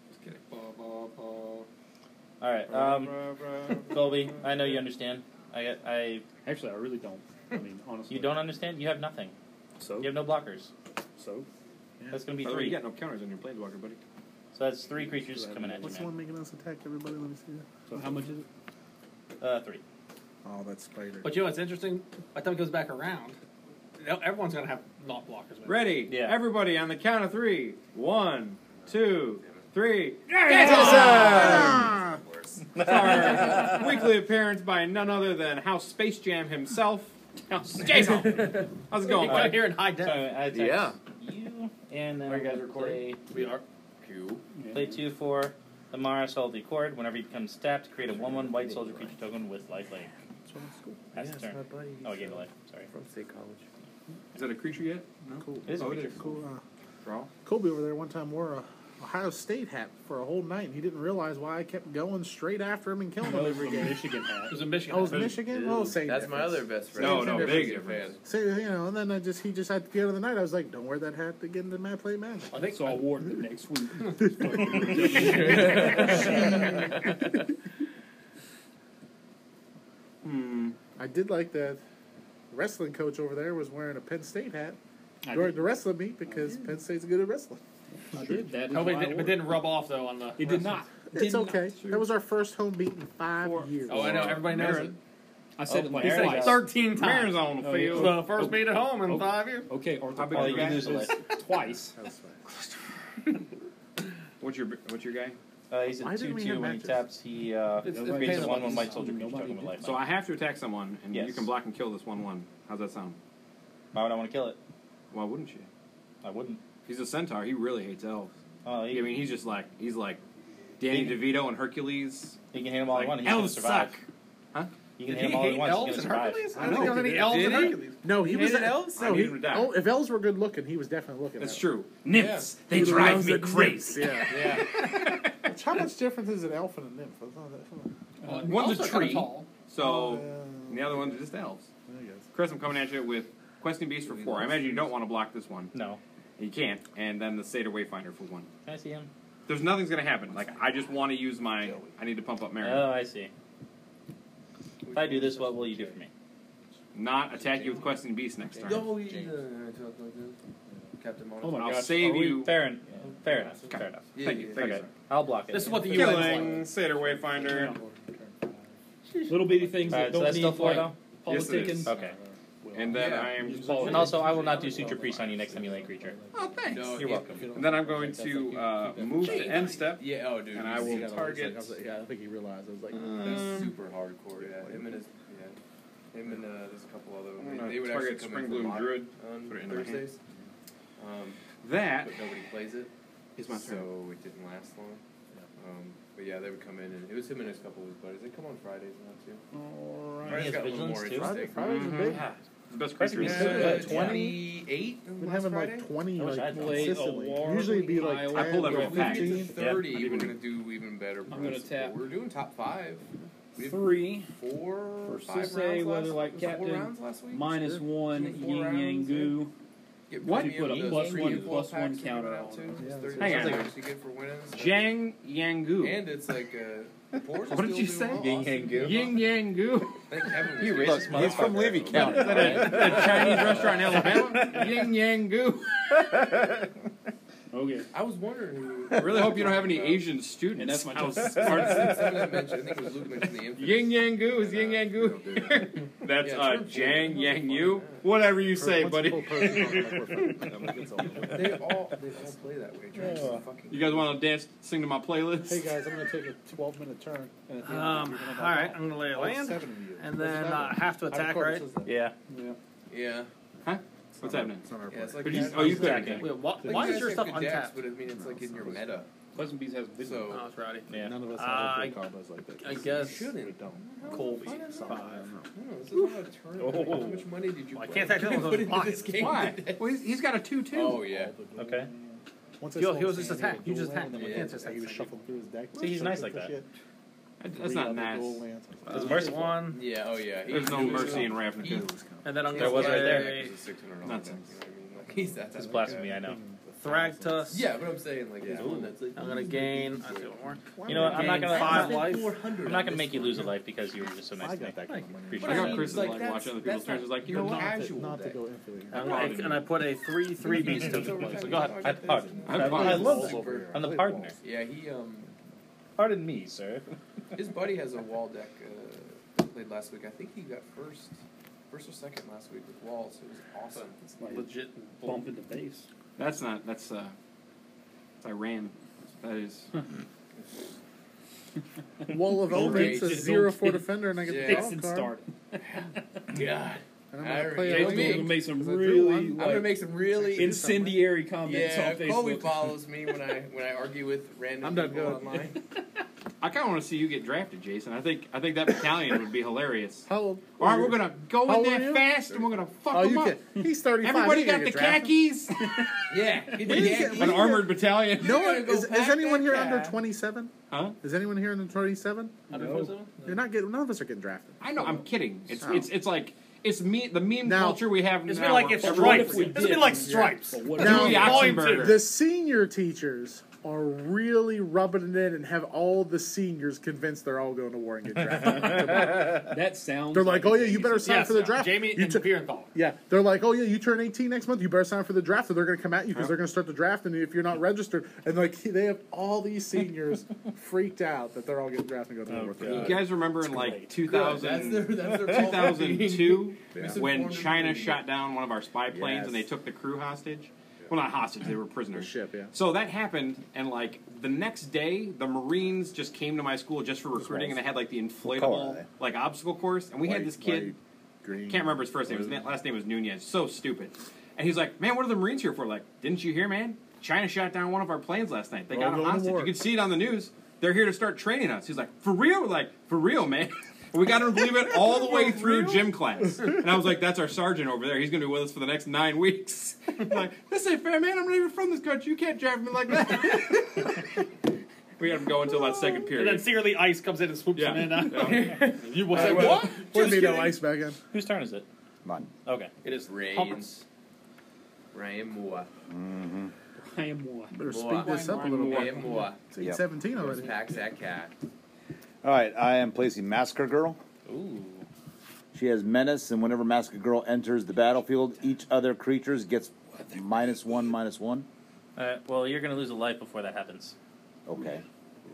Speaker 1: Just kidding.
Speaker 2: All right, um, Colby. I know you understand. I got. I.
Speaker 4: Actually, I really don't. I mean, honestly.
Speaker 2: You don't understand. You have nothing.
Speaker 4: So?
Speaker 2: You have no blockers.
Speaker 4: So?
Speaker 2: That's gonna be
Speaker 1: By the way, you
Speaker 2: three.
Speaker 1: got no counters on your planeswalker, buddy.
Speaker 2: So that's three creatures coming at you,
Speaker 3: What's the one
Speaker 2: man.
Speaker 3: making us attack everybody? Let me see that.
Speaker 4: So how much is it?
Speaker 2: Uh, three.
Speaker 3: Oh, that's spider.
Speaker 6: But you know what's interesting? By the time it goes back around, e- everyone's going to have not blockers. with it.
Speaker 1: Ready?
Speaker 2: Yeah.
Speaker 1: Everybody on the count of three. One, two, three.
Speaker 3: Ah!
Speaker 2: Uh,
Speaker 1: Our weekly appearance by none other than House Space Jam himself. House Jason. How's it going,
Speaker 6: Come out
Speaker 1: buddy?
Speaker 6: here in high def.
Speaker 2: So I attack
Speaker 1: Yeah.
Speaker 2: you, and then
Speaker 1: Are
Speaker 2: I'm
Speaker 1: you guys
Speaker 2: gonna
Speaker 1: recording?
Speaker 2: Play,
Speaker 6: We are.
Speaker 1: You.
Speaker 2: play two for The Mara Soul of the Accord. Whenever you become tapped, create a 1 1 white soldier creature token with life link. That's the turn.
Speaker 8: buddy.
Speaker 2: Oh, I gave it life. Sorry.
Speaker 8: From State College.
Speaker 1: Is that a creature yet? No.
Speaker 3: Cool.
Speaker 2: It is a
Speaker 1: Oh, it
Speaker 2: creature.
Speaker 1: is.
Speaker 3: Cool. Uh,
Speaker 1: Draw.
Speaker 3: Kobe over there one time wore a Ohio State hat for a whole night, and he didn't realize why I kept going straight after him and killing him every game.
Speaker 4: Michigan hat.
Speaker 6: was in Michigan.
Speaker 3: I Oh, was Michigan. Well, same.
Speaker 8: That's my
Speaker 3: difference.
Speaker 8: other best friend.
Speaker 1: No, no,
Speaker 3: difference.
Speaker 1: big difference.
Speaker 3: So you know, and then I just he just had to get out of the night. I was like, "Don't wear that hat to get into mad play man."
Speaker 4: I think so. I wore it the next week.
Speaker 1: Hmm.
Speaker 3: I did like that. Wrestling coach over there was wearing a Penn State hat
Speaker 4: I
Speaker 3: during
Speaker 4: did.
Speaker 3: the wrestling meet because Penn State's good at wrestling.
Speaker 4: I did that. is
Speaker 6: Kobe
Speaker 4: why I wore
Speaker 6: did, Oh, but
Speaker 4: it.
Speaker 6: didn't rub off though on the.
Speaker 4: It did not.
Speaker 3: It's
Speaker 4: It did
Speaker 3: okay.
Speaker 4: not.
Speaker 3: That was our first home beat in five years.
Speaker 6: Oh, I know. Everybody knows it.
Speaker 1: Marin.
Speaker 4: I said it like
Speaker 2: He said
Speaker 4: twice.
Speaker 6: Thirteen times.
Speaker 1: Marin's on the
Speaker 4: Oh,
Speaker 6: It
Speaker 1: field.
Speaker 6: was the first beat at home in
Speaker 4: Oh.
Speaker 6: five years.
Speaker 4: Okay, Arthur.
Speaker 1: How big
Speaker 2: Oh,
Speaker 1: are
Speaker 2: you
Speaker 1: you guys?
Speaker 2: can lose a life.
Speaker 4: twice.
Speaker 3: That was fun.
Speaker 1: What's your what's your guy?
Speaker 2: Uh, he's
Speaker 3: Why
Speaker 2: a
Speaker 3: didn't
Speaker 2: 2
Speaker 3: we
Speaker 2: 2.
Speaker 3: have
Speaker 2: When he
Speaker 3: matches?
Speaker 2: taps, he uh,
Speaker 6: It's- it's
Speaker 2: creates
Speaker 6: pain
Speaker 2: a
Speaker 6: in
Speaker 2: 1
Speaker 6: the
Speaker 2: 1 white
Speaker 4: butt.
Speaker 2: soldier creature
Speaker 4: Nobody
Speaker 2: token with
Speaker 4: did.
Speaker 2: life
Speaker 1: So
Speaker 2: link.
Speaker 1: I have to attack someone, and you
Speaker 2: Yes.
Speaker 1: can block and kill this one one. How's that sound?
Speaker 2: Why would I want to kill it?
Speaker 1: Why wouldn't you?
Speaker 2: I wouldn't.
Speaker 1: He's a centaur. He really hates elves.
Speaker 2: Oh,
Speaker 1: I
Speaker 2: he,
Speaker 1: mean, he's just like he's like Danny
Speaker 2: Yeah.
Speaker 1: DeVito and Hercules.
Speaker 2: he can hit him all
Speaker 1: Like,
Speaker 2: at once. He's going to
Speaker 1: elves
Speaker 2: survive.
Speaker 1: suck. Huh?
Speaker 2: You can
Speaker 6: Did
Speaker 2: hit
Speaker 6: he
Speaker 2: him all at
Speaker 6: hate
Speaker 2: once. He's
Speaker 6: elves
Speaker 2: going to
Speaker 6: and
Speaker 2: survive.
Speaker 6: Hercules?
Speaker 3: I
Speaker 6: I don't think
Speaker 3: know
Speaker 6: there was
Speaker 3: he
Speaker 6: any
Speaker 3: did.
Speaker 6: elves
Speaker 1: Did
Speaker 6: in
Speaker 1: he?
Speaker 6: Hercules.
Speaker 3: No, he
Speaker 6: He
Speaker 3: was
Speaker 6: hated elves?
Speaker 1: I
Speaker 3: No,
Speaker 1: need
Speaker 3: he,
Speaker 1: him to die.
Speaker 3: oh, if elves were good looking, he was definitely looking.
Speaker 1: That's
Speaker 3: at
Speaker 1: true.
Speaker 7: Nymphs,
Speaker 1: they drive me crazy.
Speaker 3: Them. Yeah.
Speaker 6: Yeah.
Speaker 3: Which, how much difference is an elf and a nymph? That's not that- come
Speaker 1: One's a
Speaker 6: Elves are kinda
Speaker 1: tree,
Speaker 6: tall.
Speaker 5: Oh,
Speaker 1: so
Speaker 3: Uh,
Speaker 1: and the other ones are just elves.
Speaker 3: on. I guess.
Speaker 1: Chris, I'm coming at you with questing beast for four. I imagine you don't want to block this one.
Speaker 2: No.
Speaker 1: You can't, and then the Seder Wayfinder for one.
Speaker 2: Can I see him?
Speaker 1: There's nothing's gonna happen. Like I just want to use my. I need to pump up Mary.
Speaker 2: Oh, I see. If I do this, what will you do for me?
Speaker 1: Not attack you with questing beast next turn.
Speaker 7: No, he- uh, talk like this. Captain Mono.
Speaker 4: Oh my
Speaker 1: I'll
Speaker 4: gosh.
Speaker 1: save
Speaker 4: are we-
Speaker 1: you.
Speaker 2: Fair, en- fair enough.
Speaker 1: Okay.
Speaker 2: Fair enough.
Speaker 7: Yeah,
Speaker 1: Thank
Speaker 7: yeah,
Speaker 1: you.
Speaker 7: yeah.
Speaker 1: Thank you.
Speaker 2: Okay.
Speaker 1: sir.
Speaker 2: I'll block it.
Speaker 6: This is what the UN
Speaker 1: Killing Seder Wayfinder.
Speaker 4: Little bitty things
Speaker 2: All right,
Speaker 4: that don't
Speaker 2: so that's
Speaker 4: need
Speaker 2: still four,
Speaker 4: like,
Speaker 2: though?
Speaker 1: Yes, it
Speaker 4: politicking.
Speaker 1: is.
Speaker 2: Okay.
Speaker 1: And then
Speaker 7: Yeah.
Speaker 1: I am.
Speaker 2: And also, I will not do Suture Priest on you next time you lay a creature.
Speaker 1: Oh, thanks.
Speaker 7: No,
Speaker 2: You're
Speaker 7: yeah,
Speaker 2: welcome.
Speaker 7: if you don't-
Speaker 1: And then I'm going to uh, move to end step.
Speaker 7: Yeah, oh, dude.
Speaker 1: And I
Speaker 7: he's-
Speaker 1: will
Speaker 7: he got all
Speaker 1: target-
Speaker 7: these, like,
Speaker 3: I was like, yeah, I think he realized. I was like,
Speaker 2: Uh,
Speaker 7: That's
Speaker 1: Um,
Speaker 7: super hardcore. Yeah, him and his, yeah, him and uh, there's a couple other.
Speaker 1: I'm gonna
Speaker 7: They would
Speaker 1: target
Speaker 7: actually come
Speaker 1: Spring
Speaker 7: in for
Speaker 1: Bloom
Speaker 7: mod
Speaker 1: Druid,
Speaker 7: on
Speaker 1: put it in my hand.
Speaker 7: Thursdays. Um,
Speaker 1: That
Speaker 7: but nobody plays it,
Speaker 1: is my
Speaker 7: so
Speaker 1: turn.
Speaker 7: it didn't last long. Um, but yeah, they would come in, and it was him and his couple of his buddies. They come on Fridays now too.
Speaker 3: all
Speaker 2: He
Speaker 3: right.
Speaker 2: has
Speaker 7: Fridays got a little
Speaker 2: vigilance,
Speaker 7: more
Speaker 2: too?
Speaker 7: interesting.
Speaker 3: Probably
Speaker 1: Mhm.
Speaker 3: big.
Speaker 2: Yeah.
Speaker 1: The best creature is.
Speaker 2: Recipe
Speaker 7: Uh,
Speaker 2: Like
Speaker 3: 20?
Speaker 7: twenty-eight.
Speaker 3: Been
Speaker 7: last
Speaker 3: having
Speaker 7: Friday?
Speaker 3: like 20
Speaker 2: I wish I
Speaker 3: like
Speaker 2: had
Speaker 4: played a
Speaker 3: consistently.
Speaker 4: war
Speaker 3: Usually it'd be
Speaker 4: with
Speaker 3: like
Speaker 4: Iowa.
Speaker 1: I pulled
Speaker 3: 10
Speaker 1: every
Speaker 3: or
Speaker 1: Well, fact.
Speaker 7: If we
Speaker 3: 15.
Speaker 7: get to 30,
Speaker 1: Yeah.
Speaker 7: we're going to do even better.
Speaker 4: I'm gonna
Speaker 7: runs, but
Speaker 4: tap.
Speaker 7: We're doing top five. We did
Speaker 4: Three
Speaker 7: four,
Speaker 4: For
Speaker 7: five rounds
Speaker 4: Sisse, whether
Speaker 7: last,
Speaker 4: like
Speaker 7: was it
Speaker 4: captain,
Speaker 7: four rounds last week.
Speaker 4: minus
Speaker 7: Sure.
Speaker 4: one
Speaker 7: Two, four
Speaker 4: yin
Speaker 7: rounds,
Speaker 4: yang goo.
Speaker 7: Get
Speaker 1: What?
Speaker 7: premium
Speaker 4: You put a
Speaker 7: those
Speaker 4: plus
Speaker 7: premium
Speaker 4: one,
Speaker 7: foil
Speaker 4: plus one
Speaker 7: packs that
Speaker 4: counter
Speaker 7: come out
Speaker 4: on
Speaker 7: too.
Speaker 4: it.
Speaker 7: It's
Speaker 3: Yeah,
Speaker 7: $30
Speaker 1: Hang on.
Speaker 7: actually good for winnings.
Speaker 1: Jang Yangu.
Speaker 7: And it's like uh, Porsche
Speaker 1: What did
Speaker 7: still
Speaker 1: you
Speaker 7: doing
Speaker 1: say?
Speaker 7: well.
Speaker 2: Yin yang goo.
Speaker 1: Yin Yangu.
Speaker 7: Thank heaven.
Speaker 2: You
Speaker 7: we
Speaker 2: racist
Speaker 7: got-
Speaker 2: motherfucker.
Speaker 5: He's from Levy County.
Speaker 1: Is that a, a Chinese restaurant in Alabama? Yin Yangu.
Speaker 4: Okay.
Speaker 7: I was wondering. Who,
Speaker 1: I really hope you don't have any
Speaker 7: Uh,
Speaker 1: Asian students.
Speaker 4: And that's my
Speaker 1: How
Speaker 4: choice.
Speaker 1: smart-
Speaker 7: Somebody mentioned. I think it was Luke mentioned the infamous.
Speaker 1: Yin Yangu is
Speaker 7: And, uh,
Speaker 1: Yin
Speaker 7: we
Speaker 1: Yangu.
Speaker 7: don't do that.
Speaker 1: That's
Speaker 7: Yeah,
Speaker 1: uh,
Speaker 7: it's
Speaker 1: Jang
Speaker 7: true.
Speaker 1: Yang Yu. Whatever you say, buddy.
Speaker 7: They all they all play that way. Drake's
Speaker 2: Yeah.
Speaker 7: fucking-
Speaker 1: You guys want to dance, sing to my playlist?
Speaker 3: Hey guys, I'm going to take a 12 minute turn. and at the end of it,
Speaker 6: Um,
Speaker 3: you're gonna
Speaker 6: all right,
Speaker 3: have
Speaker 6: I'm gonna lay a
Speaker 3: all
Speaker 6: land,
Speaker 3: seven of you.
Speaker 6: and
Speaker 3: Doesn't
Speaker 6: then uh,
Speaker 3: matter.
Speaker 6: have to
Speaker 3: I
Speaker 6: attack,
Speaker 3: recorded
Speaker 6: right?
Speaker 3: since then.
Speaker 2: Yeah.
Speaker 7: Yeah.
Speaker 1: What's happening?
Speaker 3: It's not our
Speaker 7: Yeah, it's
Speaker 3: plan.
Speaker 7: like
Speaker 1: Could you-
Speaker 7: that-
Speaker 1: oh, you
Speaker 7: it's
Speaker 1: could
Speaker 7: like-
Speaker 1: attack.
Speaker 6: Wait, why,
Speaker 7: like
Speaker 6: why
Speaker 7: you
Speaker 6: is your
Speaker 7: guys
Speaker 6: stuff
Speaker 7: have good decks,
Speaker 6: untapped?
Speaker 7: But I mean, it's like in your meta.
Speaker 4: Pleasant Bees has big.
Speaker 7: So
Speaker 6: Oh, it's rowdy.
Speaker 2: Yeah.
Speaker 3: None of us
Speaker 6: Uh,
Speaker 3: have
Speaker 6: I-
Speaker 3: good combos like that.
Speaker 6: I guess
Speaker 7: shouldn't.
Speaker 6: Colby.
Speaker 7: Find out.
Speaker 6: Five.
Speaker 7: No, this is not a tournament.
Speaker 2: Oh.
Speaker 7: How much money did you?
Speaker 6: Well, I
Speaker 7: put-
Speaker 6: can't attack that one,
Speaker 7: put
Speaker 6: those are
Speaker 7: into
Speaker 6: mine.
Speaker 7: this game
Speaker 1: Why?
Speaker 7: today?
Speaker 1: Well, he's, he's got a 2 2.
Speaker 7: Oh yeah.
Speaker 2: Okay.
Speaker 3: Once
Speaker 6: Yo,
Speaker 3: saw
Speaker 6: he
Speaker 3: him
Speaker 6: was just
Speaker 3: standing,
Speaker 6: attacked.
Speaker 3: he
Speaker 6: You
Speaker 3: was
Speaker 6: just
Speaker 3: dueling
Speaker 6: attacked.
Speaker 3: him
Speaker 7: Yeah.
Speaker 3: against us. He was shuffling through his deck.
Speaker 2: See, he's nice like that.
Speaker 1: That's not nice.
Speaker 7: Uh,
Speaker 2: There's mercy.
Speaker 6: One,
Speaker 7: Yeah. Oh yeah. He-
Speaker 1: There's no
Speaker 7: he was-
Speaker 1: mercy in Ravnica.
Speaker 6: and then I'm
Speaker 2: There
Speaker 6: gonna
Speaker 2: was right
Speaker 6: play
Speaker 2: there.
Speaker 7: It was a $600
Speaker 1: Nuts.
Speaker 7: deck, you know what I mean? Like, he's that.
Speaker 2: It's
Speaker 7: type of
Speaker 2: blasphemy,
Speaker 7: guy.
Speaker 2: I know.
Speaker 6: Thragtus.
Speaker 7: Yeah, but I'm saying like this one. That's like.
Speaker 6: I'm gonna gain. I feel more.
Speaker 2: You know what? I'm not gonna.
Speaker 6: Five
Speaker 2: I'm not,
Speaker 6: life.
Speaker 2: I'm not gonna make you lose a life because you were just so nice
Speaker 3: I
Speaker 2: to me.
Speaker 3: got that kind of money.
Speaker 2: Appreciate
Speaker 1: I
Speaker 2: it.
Speaker 1: got Chris is
Speaker 7: Like,
Speaker 1: like,
Speaker 7: that's-
Speaker 1: watching other people's
Speaker 7: that's not-
Speaker 1: turns. He's like,
Speaker 3: But
Speaker 1: you're
Speaker 3: not to-
Speaker 1: casual.
Speaker 3: Not to
Speaker 7: deck.
Speaker 3: go infinity.
Speaker 6: And I, and I put a three three beast to the place.
Speaker 2: Go ahead. I pardon.
Speaker 1: I'm
Speaker 2: I,
Speaker 1: fine.
Speaker 2: I love you.
Speaker 7: Super-
Speaker 2: I'm the partner.
Speaker 7: Yeah, he um,
Speaker 2: Pardon me, sir.
Speaker 7: his buddy has a wall deck uh, that played last week. I think he got first, first or second last week with walls. It was awesome.
Speaker 4: Legit bump in the face.
Speaker 1: That's not. That's uh. It's Iran. That is.
Speaker 3: Wall of
Speaker 7: Don't
Speaker 3: Omens
Speaker 7: gauge
Speaker 3: a
Speaker 7: it.
Speaker 3: zero four defender, and I get
Speaker 7: Yeah.
Speaker 3: the
Speaker 7: Fix
Speaker 3: golf card.
Speaker 7: God.
Speaker 3: And I'm
Speaker 7: I
Speaker 3: gonna play
Speaker 7: already
Speaker 3: another
Speaker 7: know me.
Speaker 4: Jake's
Speaker 3: one.
Speaker 4: gonna make some
Speaker 3: Is it
Speaker 4: really
Speaker 3: one?
Speaker 7: I'm gonna
Speaker 4: like,
Speaker 7: make some really
Speaker 4: incendiary comments
Speaker 7: Yeah,
Speaker 4: on Facebook.
Speaker 7: Colby follows me when I when I argue with random
Speaker 3: I'm done
Speaker 7: people
Speaker 3: good.
Speaker 7: online.
Speaker 1: I kind of want to see you get drafted, Jason. I think I think that battalion would be hilarious.
Speaker 3: How old?
Speaker 1: All right, we're gonna go
Speaker 3: How
Speaker 1: in
Speaker 3: old are
Speaker 1: there
Speaker 3: you?
Speaker 1: fast, and we're gonna fuck
Speaker 3: Oh,
Speaker 1: them
Speaker 3: you
Speaker 1: up.
Speaker 3: can. He's 35.
Speaker 1: Everybody
Speaker 3: He can
Speaker 1: got
Speaker 3: get
Speaker 1: the
Speaker 3: drafted.
Speaker 1: khakis.
Speaker 7: Yeah, get the
Speaker 3: What is
Speaker 7: khaki-
Speaker 3: it?
Speaker 1: An armored battalion.
Speaker 3: No
Speaker 7: You're
Speaker 3: one
Speaker 7: gonna
Speaker 3: is,
Speaker 7: go
Speaker 3: is
Speaker 7: pack
Speaker 3: anyone
Speaker 7: that
Speaker 3: here under
Speaker 7: guy.
Speaker 3: 27?
Speaker 1: Huh?
Speaker 3: Is anyone here under 27?
Speaker 4: Under
Speaker 3: You're not getting. None of us are getting drafted.
Speaker 1: I know. I'm kidding. It's
Speaker 3: So-
Speaker 1: it's it's like it's me the meme
Speaker 3: Now-
Speaker 1: culture we have
Speaker 8: It's
Speaker 1: now.
Speaker 8: been like
Speaker 1: where
Speaker 8: it's
Speaker 1: everyone
Speaker 8: stripes.
Speaker 1: forgets-
Speaker 8: It's been like stripes.
Speaker 4: But what-
Speaker 3: Now-
Speaker 1: Dewey Oxenberger.
Speaker 3: The senior teachers are really rubbing it in and have all the seniors convinced they're all going to war and get drafted.
Speaker 4: that sounds.
Speaker 3: they're like, oh yeah, you better sign
Speaker 8: Yes,
Speaker 3: for the draft.
Speaker 8: Jamie
Speaker 3: You
Speaker 8: and
Speaker 3: took-
Speaker 8: Bierenthal.
Speaker 3: Yeah, they're like, oh yeah, you turn 18 next month, you better sign for the draft, or they're going to come at you because they're going to start the draft, and if you're not registered, and like they have all these seniors freaked out that they're all getting drafted and go to war.
Speaker 1: You guys remember in like
Speaker 8: great.
Speaker 1: 2000,
Speaker 7: That's their that's their fault.
Speaker 1: 2002 when
Speaker 7: Misinformed
Speaker 1: China
Speaker 7: opinion.
Speaker 1: shot down one of our spy planes and they took the crew hostage? Well, not hostage, they were prisoners.
Speaker 3: ship, yeah.
Speaker 1: So that happened, and like the next day, the Marines just came to my school just for recruiting, and they had like the
Speaker 5: color are
Speaker 1: inflatable
Speaker 5: they?
Speaker 1: like obstacle course, and we had
Speaker 5: White,
Speaker 1: this kid.
Speaker 5: white, green.
Speaker 1: Can't remember his first name. His na- last name was Nunez. So stupid. And he's like, "Man, what are the Marines here for?" Like, didn't you hear, man? China shot down one of our planes last night. They
Speaker 3: Well,
Speaker 1: got him
Speaker 3: go to
Speaker 1: hostage.
Speaker 3: war.
Speaker 1: You can see it on the news. They're here to start training us. He's like, "For real?" We're Like, "For real, man." And we got him to believe it all the way through gym class. And I was like, "That's our sergeant over there. He's going to be with us for the next nine weeks." I'm like, this ain't fair, man. I'm not even from this country. You can't drive me like that. we had him go until that second
Speaker 8: And then
Speaker 1: period.
Speaker 8: secretly Ice comes in and swoops
Speaker 1: Yeah.
Speaker 8: him in. Uh,
Speaker 1: Yeah.
Speaker 8: you was like,
Speaker 3: well,
Speaker 8: what?
Speaker 3: Put me no ice back in.
Speaker 2: Whose turn is it?
Speaker 5: Mine.
Speaker 2: Okay.
Speaker 7: It is rains. Rain moi.
Speaker 4: I am one.
Speaker 3: Better
Speaker 7: Moi.
Speaker 3: speed this up a little bit.
Speaker 7: Rain moi.
Speaker 3: It's 8
Speaker 5: Yep.
Speaker 3: 17
Speaker 7: Let's
Speaker 3: already.
Speaker 7: pack that cat.
Speaker 5: All right, I am placing Massacre Girl.
Speaker 2: Ooh.
Speaker 5: She has menace, and whenever Massacre Girl enters the battlefield, each other creatures gets minus one, minus one.
Speaker 2: Uh, well, you're gonna lose a life before that happens.
Speaker 5: Okay.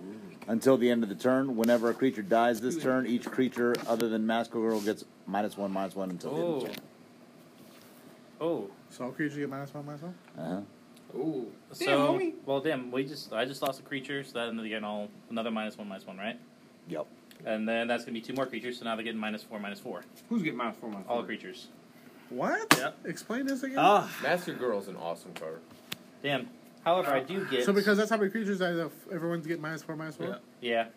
Speaker 5: Mm. Until the end of the turn, whenever a creature dies this turn, each creature other than Massacre Girl gets minus one, minus one until the end of
Speaker 2: Oh.
Speaker 5: the turn.
Speaker 2: Oh.
Speaker 3: So all creatures get minus one, minus one.
Speaker 1: Oh.
Speaker 5: Uh-huh.
Speaker 7: Ooh.
Speaker 2: So well, damn. We just I just lost a creature, so that ended again all another minus one, minus one, right?
Speaker 5: Yep.
Speaker 2: And then that's gonna be two more creatures. So now they're getting minus four, minus four.
Speaker 1: Who's getting my four months?
Speaker 2: All creatures.
Speaker 3: What?
Speaker 8: Yep.
Speaker 3: Explain this
Speaker 1: Oh,
Speaker 3: again.
Speaker 6: Ah,
Speaker 7: Master Girl's an awesome card.
Speaker 2: Damn. However, I do get
Speaker 3: so because that's how many creatures I have, everyone's get minus four, minus four.
Speaker 2: yeah.